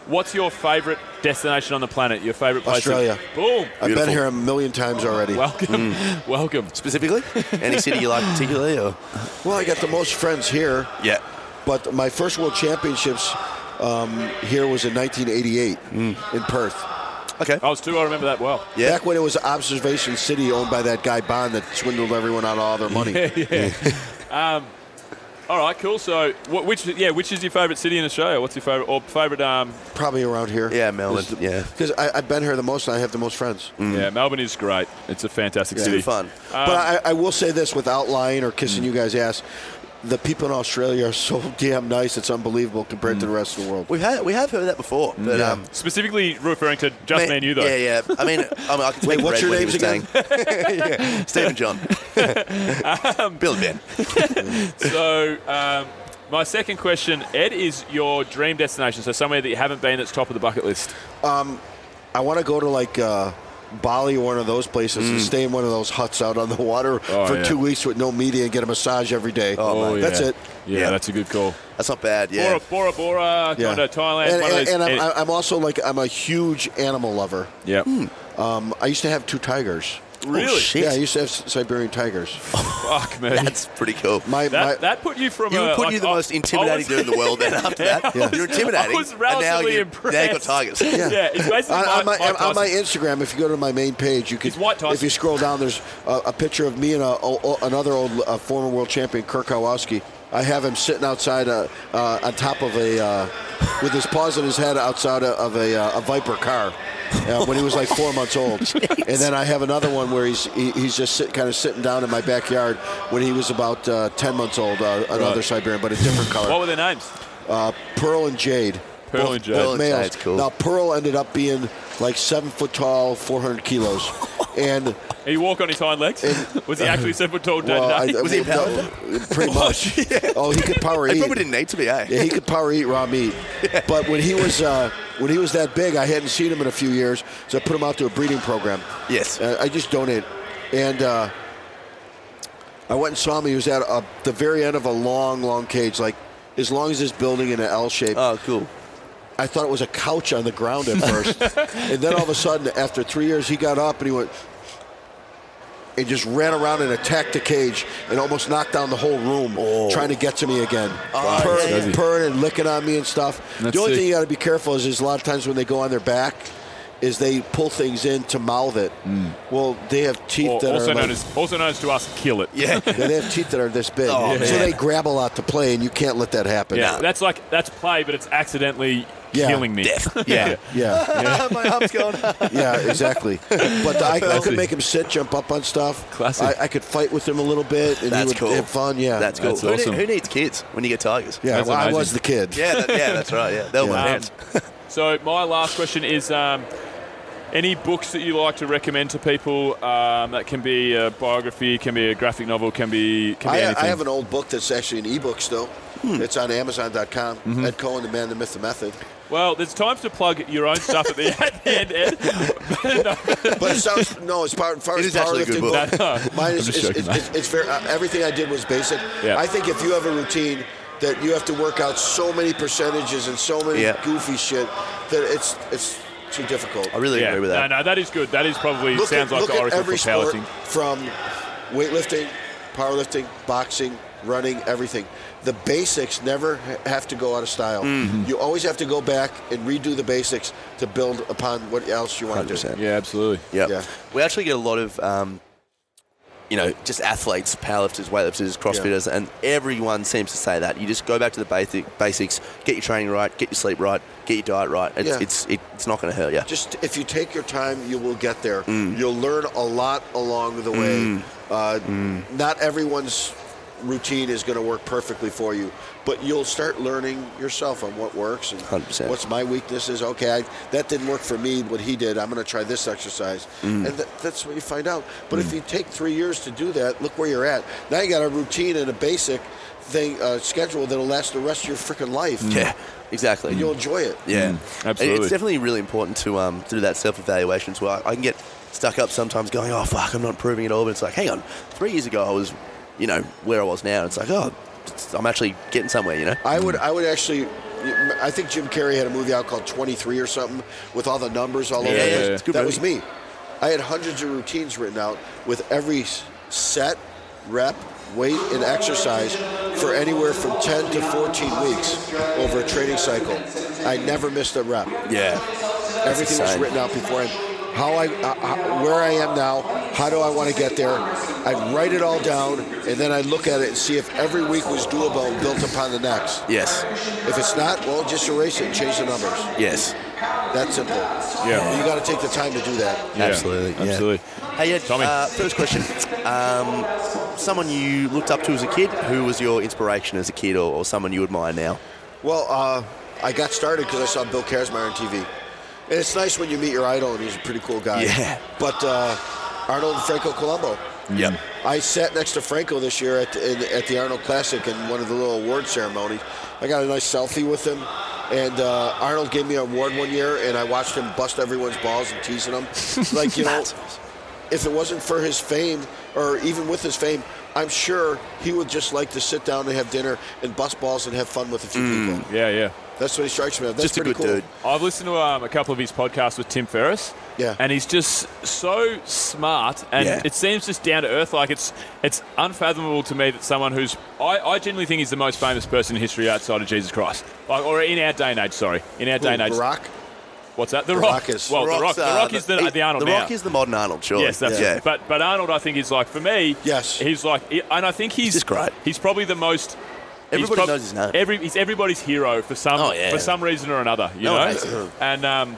[SPEAKER 8] what's your favourite destination on the planet? Your favourite place? to-
[SPEAKER 9] Australia. Uh,
[SPEAKER 8] boom.
[SPEAKER 9] I've been
[SPEAKER 1] Beautiful.
[SPEAKER 9] here a million times already.
[SPEAKER 8] (laughs)
[SPEAKER 9] Well,
[SPEAKER 8] Welcome.
[SPEAKER 9] mm.
[SPEAKER 8] Welcome.
[SPEAKER 1] Specifically, any city you like particularly, or
[SPEAKER 9] I got the most friends here,
[SPEAKER 1] yeah,
[SPEAKER 9] but my first world championships um, here was in 1988 in Perth.
[SPEAKER 1] okay,
[SPEAKER 8] I was two. I remember that well.
[SPEAKER 1] Yeah.
[SPEAKER 9] Back
[SPEAKER 1] (laughs)
[SPEAKER 9] when it was Observation City, owned by that guy Bond that swindled everyone out of all their money.
[SPEAKER 8] Yeah. Um, all right, cool. So, wh- which yeah, which is your favourite city in Australia? What's your favourite or favourite? Um,
[SPEAKER 9] Probably around here.
[SPEAKER 1] Yeah, Melbourne, yeah.
[SPEAKER 9] Because I've been here the most and I have the most friends.
[SPEAKER 8] Yeah, Melbourne is great. It's a fantastic city. Um,
[SPEAKER 1] Good fun.
[SPEAKER 9] but I, I will say this without lying or kissing you guys' ass. The people in Australia are so (laughs) damn nice. It's unbelievable compared to the rest of the world.
[SPEAKER 1] We've had, we have heard that before, but
[SPEAKER 9] Yeah.
[SPEAKER 1] um,
[SPEAKER 8] Specifically referring to just me,
[SPEAKER 1] man-
[SPEAKER 8] and you, though.
[SPEAKER 1] Yeah, yeah. I mean, I, mean, I can speak
[SPEAKER 9] (laughs) Wait,
[SPEAKER 1] red
[SPEAKER 9] what's your
[SPEAKER 1] when he
[SPEAKER 9] names
[SPEAKER 1] was
[SPEAKER 9] again?
[SPEAKER 1] saying- (laughs) yeah, Stephen John.
[SPEAKER 8] (laughs) Um,
[SPEAKER 1] Bill and Ben.
[SPEAKER 8] So, um, my second question, Ed, is your dream destination. So, somewhere that you haven't been that's top of the bucket list.
[SPEAKER 9] I want to go to like uh, Bali or one of those places and stay in one of those huts out on the water
[SPEAKER 8] Oh,
[SPEAKER 9] for
[SPEAKER 8] yeah.
[SPEAKER 9] two weeks with no media and get a massage every day.
[SPEAKER 1] Oh,
[SPEAKER 8] man.
[SPEAKER 9] that's
[SPEAKER 8] yeah.
[SPEAKER 9] it.
[SPEAKER 8] Yeah,
[SPEAKER 1] Yeah.
[SPEAKER 8] that's a good call.
[SPEAKER 1] That's not bad, yeah.
[SPEAKER 8] Bora Bora Bora,
[SPEAKER 9] Yeah.
[SPEAKER 8] kind of Thailand.
[SPEAKER 9] And,
[SPEAKER 8] one of
[SPEAKER 9] and-
[SPEAKER 8] those,
[SPEAKER 9] and
[SPEAKER 8] any-
[SPEAKER 9] I'm, I'm also like I'm a huge animal lover.
[SPEAKER 8] yeah.
[SPEAKER 9] Um, I used to have two tigers.
[SPEAKER 8] Really?
[SPEAKER 1] Oh, shit.
[SPEAKER 9] Yeah, I used to have S- Siberian tigers.
[SPEAKER 8] Fuck me.
[SPEAKER 1] That's pretty cool.
[SPEAKER 9] My,
[SPEAKER 8] that,
[SPEAKER 9] my,
[SPEAKER 8] that put you from
[SPEAKER 1] You
[SPEAKER 8] a,
[SPEAKER 1] were putting
[SPEAKER 8] Uh, like,
[SPEAKER 1] you the
[SPEAKER 8] I-
[SPEAKER 1] most
[SPEAKER 8] I
[SPEAKER 1] intimidating
[SPEAKER 8] (laughs) was-
[SPEAKER 1] dude in the world then after that.
[SPEAKER 9] Yeah.
[SPEAKER 1] You're intimidating.
[SPEAKER 8] I was
[SPEAKER 1] and now
[SPEAKER 8] relatively
[SPEAKER 1] you, now you got
[SPEAKER 8] impressed. (laughs)
[SPEAKER 1] tigers.
[SPEAKER 8] Yeah. it's basically
[SPEAKER 9] on,
[SPEAKER 8] Mike-
[SPEAKER 9] on my,
[SPEAKER 8] Mike
[SPEAKER 9] on my
[SPEAKER 8] Tyson.
[SPEAKER 9] Instagram, if you go to my main page, you can.
[SPEAKER 8] He's White Tyson.
[SPEAKER 9] If you scroll down, there's a, a picture of me and a, o- o- another old uh former world champion, Kirk Kowalski. I have him sitting outside uh, uh, on top of a, uh, with his paws in his head outside a, of a, uh, a Viper car uh, when he was like four
[SPEAKER 8] (laughs)
[SPEAKER 9] months old. and then I have another one where he's he, he's just sit, kind of sitting down in my backyard when he was about uh, 10 months old, uh, another
[SPEAKER 8] Right.
[SPEAKER 9] Siberian, but a different
[SPEAKER 8] What
[SPEAKER 9] color.
[SPEAKER 8] were their names?
[SPEAKER 9] Uh, Pearl and Jade.
[SPEAKER 8] Pearl
[SPEAKER 1] both-
[SPEAKER 8] and Jade.
[SPEAKER 1] both- Pearl and
[SPEAKER 9] males.
[SPEAKER 1] Jade's cool.
[SPEAKER 9] Now Pearl ended up being like seven foot tall, 400 kilos,
[SPEAKER 1] (laughs)
[SPEAKER 9] and
[SPEAKER 8] He walk on his hind legs. (laughs) was he actually seven foot tall? dead
[SPEAKER 9] well,
[SPEAKER 8] nutty?
[SPEAKER 9] I-
[SPEAKER 1] Was he
[SPEAKER 9] well, no,
[SPEAKER 1] (laughs)
[SPEAKER 9] pretty much. Oh, he could power
[SPEAKER 1] They
[SPEAKER 9] eat.
[SPEAKER 1] probably didn't need to be, eh?
[SPEAKER 9] Yeah, he could power eat raw meat. But when he was uh, when he was that big, I hadn't seen him in a few years, so I put him out to a breeding program.
[SPEAKER 1] Yes.
[SPEAKER 9] Uh, I just donate, and uh, I went and saw him. He was at uh the very end of a long, long cage, like as long as this building in an L shape.
[SPEAKER 1] Oh, cool.
[SPEAKER 9] I thought it was a couch on the ground at first. and then all of a sudden, after three years, he got up and he went and just ran around and attacked the cage and almost knocked down the whole room trying to get to me again.
[SPEAKER 1] Wow,
[SPEAKER 9] purring,
[SPEAKER 1] yeah, yeah.
[SPEAKER 9] purring and licking on me and stuff.
[SPEAKER 8] That's
[SPEAKER 9] the only
[SPEAKER 8] sick.
[SPEAKER 9] thing you got to be careful is, is a lot of times when they go on their back, is they pull things in to mouth it. Well, they have teeth
[SPEAKER 8] Or
[SPEAKER 9] that
[SPEAKER 8] also
[SPEAKER 9] are
[SPEAKER 8] known
[SPEAKER 9] like-
[SPEAKER 8] as also known as to us, kill it.
[SPEAKER 1] Yeah.
[SPEAKER 9] (laughs) yeah, they have teeth that are this big,
[SPEAKER 1] Oh,
[SPEAKER 9] so
[SPEAKER 1] man.
[SPEAKER 9] they grab a lot to play, and you can't let that happen.
[SPEAKER 8] Yeah,
[SPEAKER 1] No.
[SPEAKER 8] that's like that's play, but it's accidentally
[SPEAKER 9] Yeah.
[SPEAKER 8] killing me. (laughs)
[SPEAKER 1] Death. Yeah.
[SPEAKER 9] yeah.
[SPEAKER 1] (laughs) My arm's
[SPEAKER 9] (laughs)
[SPEAKER 1] going up.
[SPEAKER 9] Yeah, exactly. But I, I could
[SPEAKER 8] Classy.
[SPEAKER 9] make him sit, jump up on stuff.
[SPEAKER 8] Classy.
[SPEAKER 9] I, I could fight with him a little bit, and he
[SPEAKER 1] That's
[SPEAKER 9] would
[SPEAKER 1] cool.
[SPEAKER 9] have fun. Yeah,
[SPEAKER 1] That's cool.
[SPEAKER 8] That's
[SPEAKER 1] who, ne-
[SPEAKER 8] awesome.
[SPEAKER 1] who needs kids when you get tigers?
[SPEAKER 9] Yeah,
[SPEAKER 8] That's
[SPEAKER 9] well, I
[SPEAKER 8] amazing.
[SPEAKER 9] was the kid.
[SPEAKER 1] Yeah, that, yeah, that's right. Yeah, they'll
[SPEAKER 9] Yeah.
[SPEAKER 1] yeah.
[SPEAKER 8] Um, so my last question is: um, any books that you like to recommend to people? Um, that can be a biography, can be a graphic novel, can be can be
[SPEAKER 9] I,
[SPEAKER 8] anything.
[SPEAKER 9] I have an old book that's actually an ebook still. It's on Amazon.com. Ed Cohen, The Man, The Myth, The Method.
[SPEAKER 8] well, there's times to plug your own stuff at the (laughs) at the end. Ed.
[SPEAKER 9] But it sounds no, it's part far
[SPEAKER 1] It
[SPEAKER 9] as
[SPEAKER 1] is actually a
[SPEAKER 9] powerlifting
[SPEAKER 1] good book.
[SPEAKER 9] book.
[SPEAKER 8] No,
[SPEAKER 9] Mine
[SPEAKER 8] I'm
[SPEAKER 9] is,
[SPEAKER 8] just
[SPEAKER 9] is,
[SPEAKER 8] joking,
[SPEAKER 9] is,
[SPEAKER 8] mate.
[SPEAKER 9] is, is very, uh, everything I did was basic.
[SPEAKER 8] Yeah.
[SPEAKER 9] I think if you have a routine that you have to work out so many percentages and so many
[SPEAKER 1] Yeah.
[SPEAKER 9] goofy shit that it's it's too difficult.
[SPEAKER 1] I really agree with that.
[SPEAKER 8] No, no, that is good. That is probably
[SPEAKER 9] look
[SPEAKER 8] sounds like
[SPEAKER 9] at, look
[SPEAKER 8] the
[SPEAKER 9] at
[SPEAKER 8] oracle for
[SPEAKER 9] every sport
[SPEAKER 8] powerlifting.
[SPEAKER 9] from weightlifting, powerlifting, boxing, running, everything. The basics never ha- have to go out of style.
[SPEAKER 8] Mm-hmm.
[SPEAKER 9] You always have to go back and redo the basics to build upon what else you want to do.
[SPEAKER 1] 100%.
[SPEAKER 8] Yeah, absolutely.
[SPEAKER 1] Yep.
[SPEAKER 9] Yeah.
[SPEAKER 1] We actually get a lot of, um, you know, just athletes, powerlifters, weightlifters, crossfitters, and everyone seems to say that. You just go back to the basic basics, get your training right, get your sleep right, get your diet right. It's
[SPEAKER 9] Yeah.
[SPEAKER 1] it's, it, it's not going to hurt you.
[SPEAKER 9] Just if you take your time, you will get there. You'll learn a lot along the way. Uh, Not everyone's routine is going to work perfectly for you, but you'll start learning yourself on what works and
[SPEAKER 1] 100%.
[SPEAKER 9] what's my weaknesses. Okay, I, that didn't work for me. What he did, I'm going to try this exercise, and th- that's what you find out. But if you take three years to do that, look where you're at. Now you got a routine and a basic thing uh, schedule that'll last the rest of your freaking life.
[SPEAKER 1] yeah, exactly.
[SPEAKER 9] you'll enjoy it.
[SPEAKER 1] Yeah,
[SPEAKER 8] Mm, absolutely.
[SPEAKER 1] It's definitely really important to um to do that self evaluation. So I, I can get stuck up sometimes, going, "Oh fuck, I'm not improving at all." But it's like, hang on, three years ago I was, you know, where I was now. It's like, oh, it's- I'm actually getting somewhere. You know,
[SPEAKER 9] I would I would actually I think Jim Carrey had a movie out called 23 or something with all the numbers all over
[SPEAKER 1] Yeah,
[SPEAKER 9] it.
[SPEAKER 1] yeah, yeah. It's a good
[SPEAKER 9] That
[SPEAKER 1] movie.
[SPEAKER 9] was me. I had hundreds of routines written out with every s- set, rep, weight, and exercise for anywhere from 10 to 14 weeks over a training cycle. I never missed a rep.
[SPEAKER 1] yeah,
[SPEAKER 9] Everything was
[SPEAKER 1] insane.
[SPEAKER 9] written out beforehand. how I uh, how, where I am now, how do I want to get there. I write it all down, and then I look at it and see if every week was doable and built upon the next.
[SPEAKER 1] Yes.
[SPEAKER 9] If it's not, well, just erase it and change the numbers.
[SPEAKER 1] Yes.
[SPEAKER 9] That's simple.
[SPEAKER 8] Yeah.
[SPEAKER 9] You got to take the time to do that.
[SPEAKER 1] Absolutely. yeah.
[SPEAKER 8] Absolutely.
[SPEAKER 1] Hey, Ed,
[SPEAKER 8] Tommy.
[SPEAKER 1] Uh, first question. Um, someone you looked up to as a kid, who was your inspiration as a kid or, or someone you admire now?
[SPEAKER 9] Well, uh, I got started because I saw Bill Kazmaier on TV. And it's nice when you meet your idol, and he's a pretty cool guy.
[SPEAKER 1] Yeah.
[SPEAKER 9] But uh, Arnold and Franco Colombo.
[SPEAKER 1] Yep.
[SPEAKER 9] I sat next to Franco this year at in, at the Arnold Classic in one of the little award ceremonies. I got a nice selfie with him, and uh, Arnold gave me an award one year, and I watched him bust everyone's balls and teasing them. Like you know, if it wasn't for his fame, or even with his fame, I'm sure he would just like to sit down and have dinner and bust balls and have fun with a few people.
[SPEAKER 8] Yeah, yeah.
[SPEAKER 9] That's what he strikes me as. That's
[SPEAKER 1] Mm. Just a
[SPEAKER 9] pretty
[SPEAKER 1] good
[SPEAKER 9] cool.
[SPEAKER 1] dude.
[SPEAKER 8] I've listened to um, a couple of his podcasts with Tim Ferriss.
[SPEAKER 9] Yeah.
[SPEAKER 8] And he's just so smart and
[SPEAKER 1] Yeah.
[SPEAKER 8] it seems just down to earth. Like it's it's unfathomable to me that someone who's I, I genuinely think he's the most famous person in history outside of Jesus Christ. Like or in our day and age, sorry. In our day and age.
[SPEAKER 9] Barack.
[SPEAKER 8] What's that? The,
[SPEAKER 9] The
[SPEAKER 8] Rock.
[SPEAKER 9] Rock is-
[SPEAKER 8] well,
[SPEAKER 1] The
[SPEAKER 8] Oh, the Rock,
[SPEAKER 1] Rock's,
[SPEAKER 8] the
[SPEAKER 1] uh,
[SPEAKER 8] Rock is the,
[SPEAKER 1] he-
[SPEAKER 8] the Arnold
[SPEAKER 1] The Rock
[SPEAKER 8] now.
[SPEAKER 1] is the modern Arnold, surely.
[SPEAKER 8] Yes, that's
[SPEAKER 1] yeah.
[SPEAKER 8] right. But but Arnold, I think is like for me.
[SPEAKER 9] Yes.
[SPEAKER 8] he's like, and I think he's
[SPEAKER 1] just great.
[SPEAKER 8] He's probably the most. he's
[SPEAKER 1] Everybody knows his name.
[SPEAKER 8] Every he's everybody's hero for some
[SPEAKER 1] Oh, yeah.
[SPEAKER 8] for some reason or another. You
[SPEAKER 1] No one hates
[SPEAKER 8] know,
[SPEAKER 1] him.
[SPEAKER 8] and um,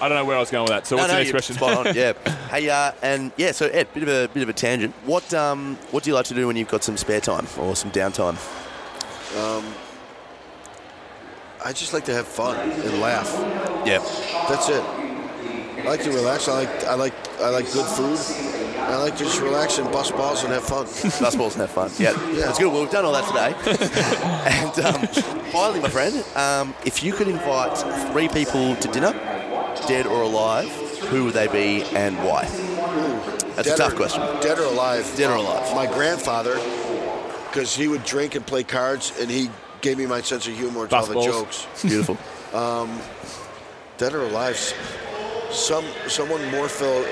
[SPEAKER 8] I don't know where I was going with that. So
[SPEAKER 1] No,
[SPEAKER 8] what's
[SPEAKER 1] no,
[SPEAKER 8] the next
[SPEAKER 1] you're
[SPEAKER 8] question? (laughs)
[SPEAKER 1] Spot on. Yeah. hey, uh, and yeah. So Ed, bit of a bit of a tangent. What um, what do you like to do when you've got some spare time or some downtime?
[SPEAKER 9] I just like to have fun and laugh.
[SPEAKER 1] Yeah.
[SPEAKER 9] That's it. I like to relax. I like I like I like good food. I like to just relax and bust balls and
[SPEAKER 1] (laughs)
[SPEAKER 9] have fun.
[SPEAKER 1] Bus balls and have fun. Yeah.
[SPEAKER 9] Yeah.
[SPEAKER 1] That's good. Well, we've done all that today. (laughs) and um, finally, my friend, um, if you could invite three people to dinner, dead or alive, who would they be and why? That's a
[SPEAKER 9] Dead
[SPEAKER 1] tough
[SPEAKER 9] or-
[SPEAKER 1] question.
[SPEAKER 9] Dead or alive?
[SPEAKER 1] Dead or alive.
[SPEAKER 9] My grandfather, because he would drink and play cards, and he gave me my sense of humor and all
[SPEAKER 8] Bust
[SPEAKER 9] the
[SPEAKER 8] balls.
[SPEAKER 9] jokes.
[SPEAKER 1] Beautiful.
[SPEAKER 9] (laughs) Dead or alive? s- Some someone more phil,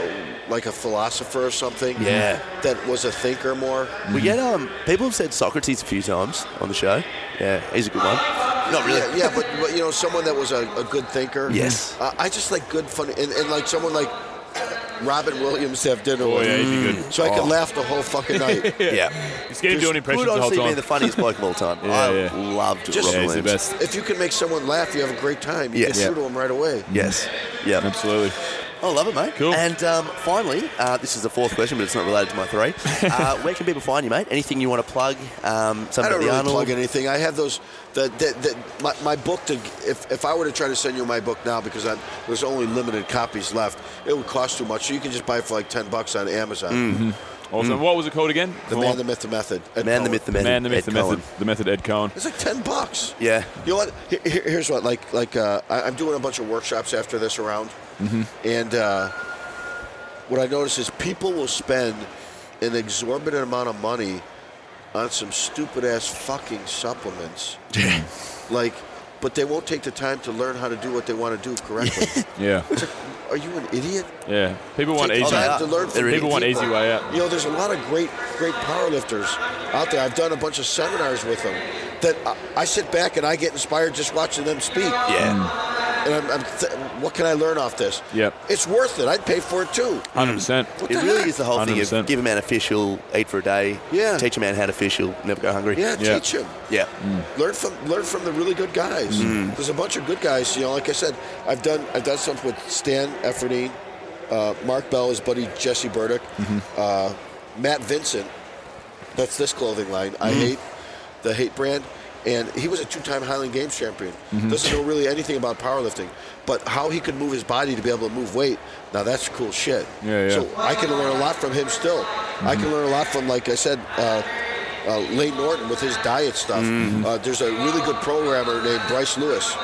[SPEAKER 9] like a philosopher or something.
[SPEAKER 1] Yeah.
[SPEAKER 9] That was a thinker more.
[SPEAKER 1] We get um, people have said Socrates a few times on the show. Yeah, he's a good one. Not really.
[SPEAKER 9] Yeah, yeah but, but you know, someone that was a, a good thinker.
[SPEAKER 1] Yes.
[SPEAKER 9] Uh, I just like good fun, and, and like someone like Robin Williams to have dinner
[SPEAKER 8] Oh
[SPEAKER 9] with.
[SPEAKER 8] yeah, he'd be good.
[SPEAKER 9] So I could
[SPEAKER 1] Oh.
[SPEAKER 9] laugh the whole
[SPEAKER 8] (laughs)
[SPEAKER 9] fucking night.
[SPEAKER 1] yeah.
[SPEAKER 8] Just get him doing impressions
[SPEAKER 1] Would
[SPEAKER 8] the whole
[SPEAKER 1] honestly
[SPEAKER 8] time.
[SPEAKER 1] be the funniest bloke of all time.
[SPEAKER 8] (laughs) Yeah,
[SPEAKER 1] I
[SPEAKER 8] yeah.
[SPEAKER 1] loved
[SPEAKER 9] Just-
[SPEAKER 1] Robin
[SPEAKER 8] yeah, he's the
[SPEAKER 1] Williams.
[SPEAKER 8] best.
[SPEAKER 9] if you can make someone laugh, you have a great time. You
[SPEAKER 1] Yes.
[SPEAKER 9] can through to them right away.
[SPEAKER 1] Yes. Yeah.
[SPEAKER 8] Absolutely.
[SPEAKER 1] I love it, mate.
[SPEAKER 8] Cool.
[SPEAKER 1] And um, finally, uh, this is the fourth question, but it's not related to my three.
[SPEAKER 8] (laughs)
[SPEAKER 1] Uh, where can people find you, mate? Anything you want to plug? Um, something
[SPEAKER 9] I don't
[SPEAKER 1] about the
[SPEAKER 9] really
[SPEAKER 1] Arnold?
[SPEAKER 9] plug anything. I have those. The, the, the, my, my book. To, if, if I were to try to send you my book now, because I'm, there's only limited copies left, it would cost too much. So you can just buy it for like ten bucks on Amazon.
[SPEAKER 8] Awesome.
[SPEAKER 1] Mm.
[SPEAKER 8] What was it called again?
[SPEAKER 9] The man, the myth, the method. Ed
[SPEAKER 1] Mm-hmm. Man, the
[SPEAKER 9] Cohen.
[SPEAKER 1] myth, the method.
[SPEAKER 8] man, the myth,
[SPEAKER 1] Ed
[SPEAKER 8] the
[SPEAKER 1] Cohen.
[SPEAKER 8] method, the method. Ed Cohen.
[SPEAKER 9] It's like ten bucks.
[SPEAKER 1] Yeah.
[SPEAKER 9] You know what? Here- here- here's what. Like, like uh, I- I'm doing a bunch of workshops after this around, and uh, what I notice is people will spend an exorbitant amount of money on some stupid ass fucking supplements. like, but they won't take the time to learn how to do what they want to do correctly.
[SPEAKER 1] (laughs)
[SPEAKER 8] Yeah,
[SPEAKER 9] Are you an idiot?
[SPEAKER 8] yeah. People
[SPEAKER 1] Oh,
[SPEAKER 8] want
[SPEAKER 9] Take
[SPEAKER 8] easy.
[SPEAKER 9] time
[SPEAKER 1] out.
[SPEAKER 9] to learn from
[SPEAKER 1] They're
[SPEAKER 8] People want easy way out.
[SPEAKER 9] you know, there's a lot of great, great powerlifters out there. I've done a bunch of seminars with them that I, I sit back and I get inspired just watching them speak. Hmm.
[SPEAKER 1] Yeah.
[SPEAKER 9] And I'm, I'm th- what can I learn off this?
[SPEAKER 8] Yep.
[SPEAKER 9] It's worth it. I'd pay for it too.
[SPEAKER 8] Hundred percent.
[SPEAKER 9] What
[SPEAKER 1] It
[SPEAKER 9] the
[SPEAKER 1] really
[SPEAKER 9] heck?
[SPEAKER 1] is the whole thing
[SPEAKER 8] 100%.
[SPEAKER 1] of give a man a fish, he'll eat for a day.
[SPEAKER 9] Yeah.
[SPEAKER 1] Teach a man how to fish, he'll never go hungry.
[SPEAKER 9] Yeah,
[SPEAKER 8] Yeah.
[SPEAKER 9] teach him.
[SPEAKER 1] Yeah.
[SPEAKER 8] Hmm.
[SPEAKER 9] Learn from learn from the really good guys.
[SPEAKER 8] Mm-hmm.
[SPEAKER 9] There's a bunch of good guys. You know, like I said, I've done I've done stuff with Stan Efferding, uh, Mark Bell, his buddy Jesse Burdick,
[SPEAKER 8] Mm-hmm.
[SPEAKER 9] uh, Matt Vincent. That's this clothing line. I
[SPEAKER 8] Mm-hmm.
[SPEAKER 9] hate the hate brand. And he was a two-time Highland Games champion.
[SPEAKER 8] Mm-hmm.
[SPEAKER 9] Doesn't know really anything about powerlifting, but how he could move his body to be able to move weight. Now that's cool shit.
[SPEAKER 8] Yeah, yeah.
[SPEAKER 9] So I can learn a lot from him still. I can learn a lot from, like I said, uh, uh, Lane Norton with his diet stuff.
[SPEAKER 8] Mm-hmm.
[SPEAKER 9] Uh, there's a really good programmer named Bryce Lewis.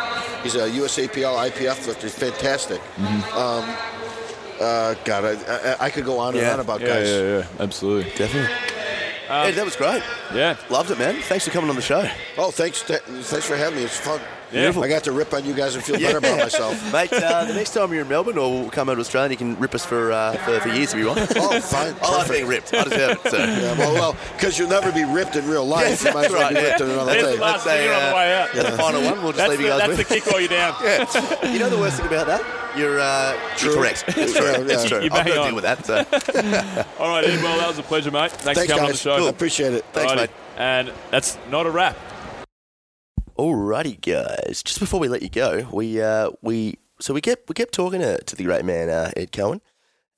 [SPEAKER 9] He's a USAPL IPF lifter. He's fantastic.
[SPEAKER 8] Mm-hmm.
[SPEAKER 9] Um, uh, God, I, I, I could go on and
[SPEAKER 1] Yeah.
[SPEAKER 9] on about
[SPEAKER 8] Yeah,
[SPEAKER 9] guys.
[SPEAKER 8] yeah, yeah. Absolutely.
[SPEAKER 1] Definitely. Ed, that was great.
[SPEAKER 8] Yeah.
[SPEAKER 1] Loved it, man. Thanks for coming on the show.
[SPEAKER 9] Oh, thanks, th- thanks for having me. It's fun.
[SPEAKER 8] Beautiful.
[SPEAKER 9] I got to rip on you guys and
[SPEAKER 8] (laughs)
[SPEAKER 9] feel better about myself.
[SPEAKER 1] Mate, uh, the next time you're in Melbourne or we'll come out to Australia, you can rip us for, uh, for, for years if you want.
[SPEAKER 9] (laughs) Oh, fine,
[SPEAKER 1] I like
[SPEAKER 9] perfect.
[SPEAKER 1] being ripped. I deserve it. So.
[SPEAKER 9] Yeah, well, well, because you'll never be ripped in
[SPEAKER 8] (laughs)
[SPEAKER 9] real life. you might as well be
[SPEAKER 1] right, yeah.
[SPEAKER 9] ripped in another
[SPEAKER 8] There's
[SPEAKER 9] thing.
[SPEAKER 8] a lot- Last
[SPEAKER 1] That's a,
[SPEAKER 8] thing on the way out.
[SPEAKER 1] that's the final one. We'll just
[SPEAKER 8] That's
[SPEAKER 1] leave you (laughs) guys
[SPEAKER 8] the, that's
[SPEAKER 1] with.
[SPEAKER 8] the kick while you're down.
[SPEAKER 1] You know the worst thing about that? You're, uh, you're correct. It's true. It's true.
[SPEAKER 8] You
[SPEAKER 1] I'm
[SPEAKER 8] bang
[SPEAKER 1] going to
[SPEAKER 8] on.
[SPEAKER 1] deal with that. So.
[SPEAKER 8] All right, Ed. Well, that was a pleasure, mate. Thanks,
[SPEAKER 9] Thanks,
[SPEAKER 8] for coming
[SPEAKER 9] guys.
[SPEAKER 8] on the
[SPEAKER 9] I
[SPEAKER 8] show.
[SPEAKER 9] appreciate it.
[SPEAKER 1] Thanks,
[SPEAKER 8] Alrighty.
[SPEAKER 1] mate.
[SPEAKER 8] And that's not a wrap.
[SPEAKER 1] Alrighty,
[SPEAKER 10] guys. Just before we let you go, we uh, we so we kept we kept talking to, to the great man uh, Ed Cohen,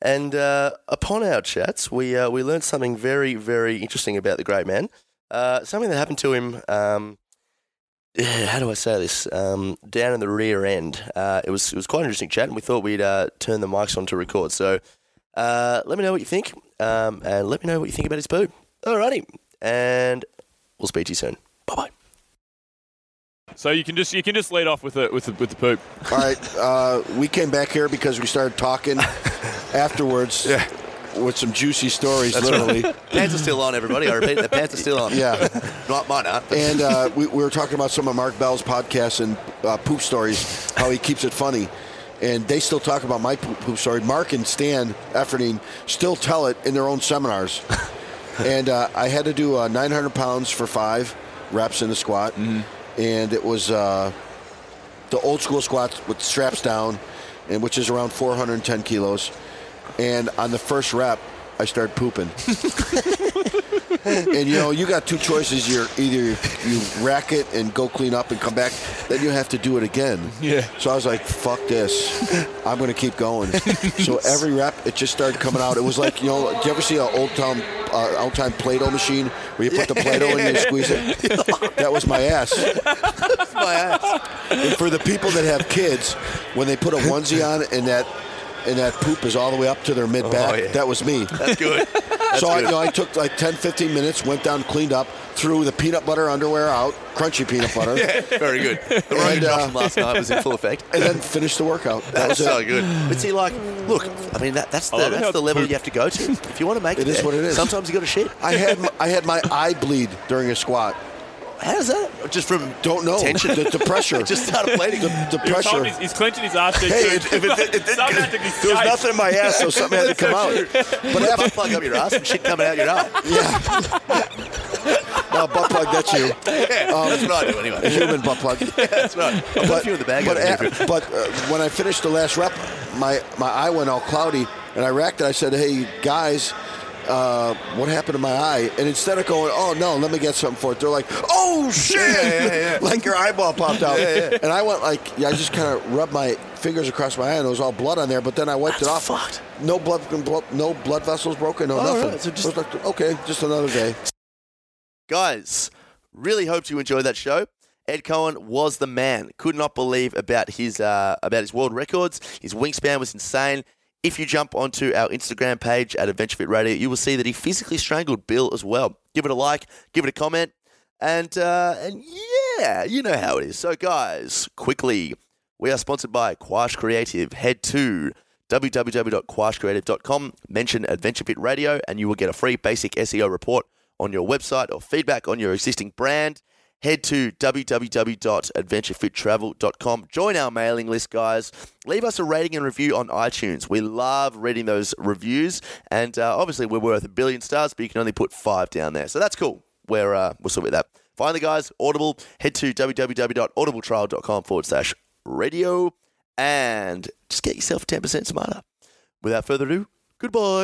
[SPEAKER 10] and uh, upon our chats, we uh, we learned something very very interesting about the great man. Uh, something that happened to him. Um, (sighs) how do I say this? Um, down in the rear end. Uh, it was it was quite an interesting chat, and we thought we'd uh, turn the mics on to record. So uh, let me know what you think, um, and let me know what you think about his poo. Alrighty, and we'll speak to you soon. Bye bye.
[SPEAKER 8] So you can just you can just lead off with the with the, with the poop.
[SPEAKER 9] All right, uh, we came back here because we started talking afterwards with some juicy stories, literally.
[SPEAKER 1] Pants are still on, everybody. I repeat, the pants are still on.
[SPEAKER 9] Yeah,
[SPEAKER 1] Not mine aren't. but-
[SPEAKER 9] and uh, we, we were talking about some of Mark Bell's podcasts and uh, poop stories, how he keeps it funny, and they still talk about my poop, poop story. Mark and Stan Efferding still tell it in their own seminars, and uh, I had to do uh, 900 pounds for five reps in a squat, and it was. Uh, the old school squats with straps down, and which is around 410 kilos. And on the first rep, I started pooping. and you know, you got two choices: you're either you rack it and go clean up and come back, then you have to do it again.
[SPEAKER 8] Yeah.
[SPEAKER 9] So I was like, "Fuck this! I'm gonna keep going." so every rep, it just started coming out. It was like you know, do you ever see an old time, uh, old time Play-Doh machine where you put the Play-Doh in and you squeeze it? that was my ass.
[SPEAKER 1] my ass.
[SPEAKER 9] And for the people that have kids, when they put a onesie on and that and that poop is all the way up to their mid back,
[SPEAKER 1] yeah.
[SPEAKER 9] that was me.
[SPEAKER 1] That's good.
[SPEAKER 9] so I, you know, I took like 10, 15 minutes, went down, cleaned up, threw the peanut butter underwear out, crunchy
[SPEAKER 1] (laughs)
[SPEAKER 9] peanut butter,
[SPEAKER 1] Very good. The road
[SPEAKER 9] And, uh,
[SPEAKER 1] from last night was in full effect.
[SPEAKER 9] and then finished the workout. That
[SPEAKER 1] That's
[SPEAKER 9] was
[SPEAKER 1] so
[SPEAKER 9] it.
[SPEAKER 1] good. But see, like, look, I mean, that, that's the,
[SPEAKER 8] I love it
[SPEAKER 1] that's
[SPEAKER 8] how
[SPEAKER 1] the level
[SPEAKER 8] poop-
[SPEAKER 1] you have to go to if you want to make it.
[SPEAKER 9] It is
[SPEAKER 1] there,
[SPEAKER 9] what it is.
[SPEAKER 1] Sometimes you got to shit.
[SPEAKER 9] I had my, I had my eye bleed during a squat.
[SPEAKER 1] How's that? Just from
[SPEAKER 9] Don't know
[SPEAKER 1] tension.
[SPEAKER 9] the, the pressure.
[SPEAKER 1] (laughs) Just started bleeding.
[SPEAKER 9] (laughs) the, the
[SPEAKER 8] He was
[SPEAKER 9] pressure.
[SPEAKER 8] holding his- he's clenching his ass there
[SPEAKER 9] Hey,
[SPEAKER 8] too.
[SPEAKER 9] it- if it- it didn't-
[SPEAKER 8] Something had to be
[SPEAKER 9] There was
[SPEAKER 8] saved.
[SPEAKER 9] nothing in my ass, so something had to
[SPEAKER 1] (laughs)
[SPEAKER 9] come out. But
[SPEAKER 1] Put a
[SPEAKER 9] after,
[SPEAKER 1] butt plug up your ass and shit coming out your
[SPEAKER 9] (laughs)
[SPEAKER 1] arm.
[SPEAKER 9] yeah, (laughs) no butt plug. That's you.
[SPEAKER 1] Yeah, that's what I do
[SPEAKER 9] A
[SPEAKER 1] anyway. (laughs)
[SPEAKER 9] human butt plug.
[SPEAKER 1] That's right. I've got a few in the bag.
[SPEAKER 9] Um, But,
[SPEAKER 1] over here.
[SPEAKER 9] a- but, uh, when I finished the last rep, my, my eye went all cloudy, and I racked it. I said, "Hey guys, uh, what happened to my eye?" And instead of going, "Oh no, let me get something for it," they're like, "Oh (laughs) shit!" like your eyeball popped out. And I went like, yeah, I just kind of rubbed my fingers across my eye, and it was all blood on there. But then I wiped it off.
[SPEAKER 1] That's fucked.
[SPEAKER 9] No blood, no blood vessels broken, no
[SPEAKER 1] All
[SPEAKER 9] nothing.
[SPEAKER 1] right, so just-
[SPEAKER 9] I was like, okay, just another day.
[SPEAKER 1] Guys, really hoped you enjoyed that show. Ed Cohen was the man. Could not believe about his uh, about his world records. His wingspan was insane. If you jump onto our Instagram page at Adventure Fit Radio, you will see that he physically strangled Bill as well. Give it a like, give it a comment, and uh, and yeah, you know how it is. So guys, quickly, we are sponsored by Quash Creative. Head to www.quashcreative.com, mention Adventure Fit Radio, and you will get a free basic SEO report on your website or feedback on your existing brand. Head to www.adventurefittravel.com. Join our mailing list, guys. Leave us a rating and review on iTunes. We love reading those reviews, and uh, obviously we're worth a billion stars, but you can only put five down there, so that's cool. We're uh, we'll sort with that. Finally, guys, Audible. Head to www.audibletrial.com forward slash radio and just get yourself 10% smarter. Without further ado, goodbye.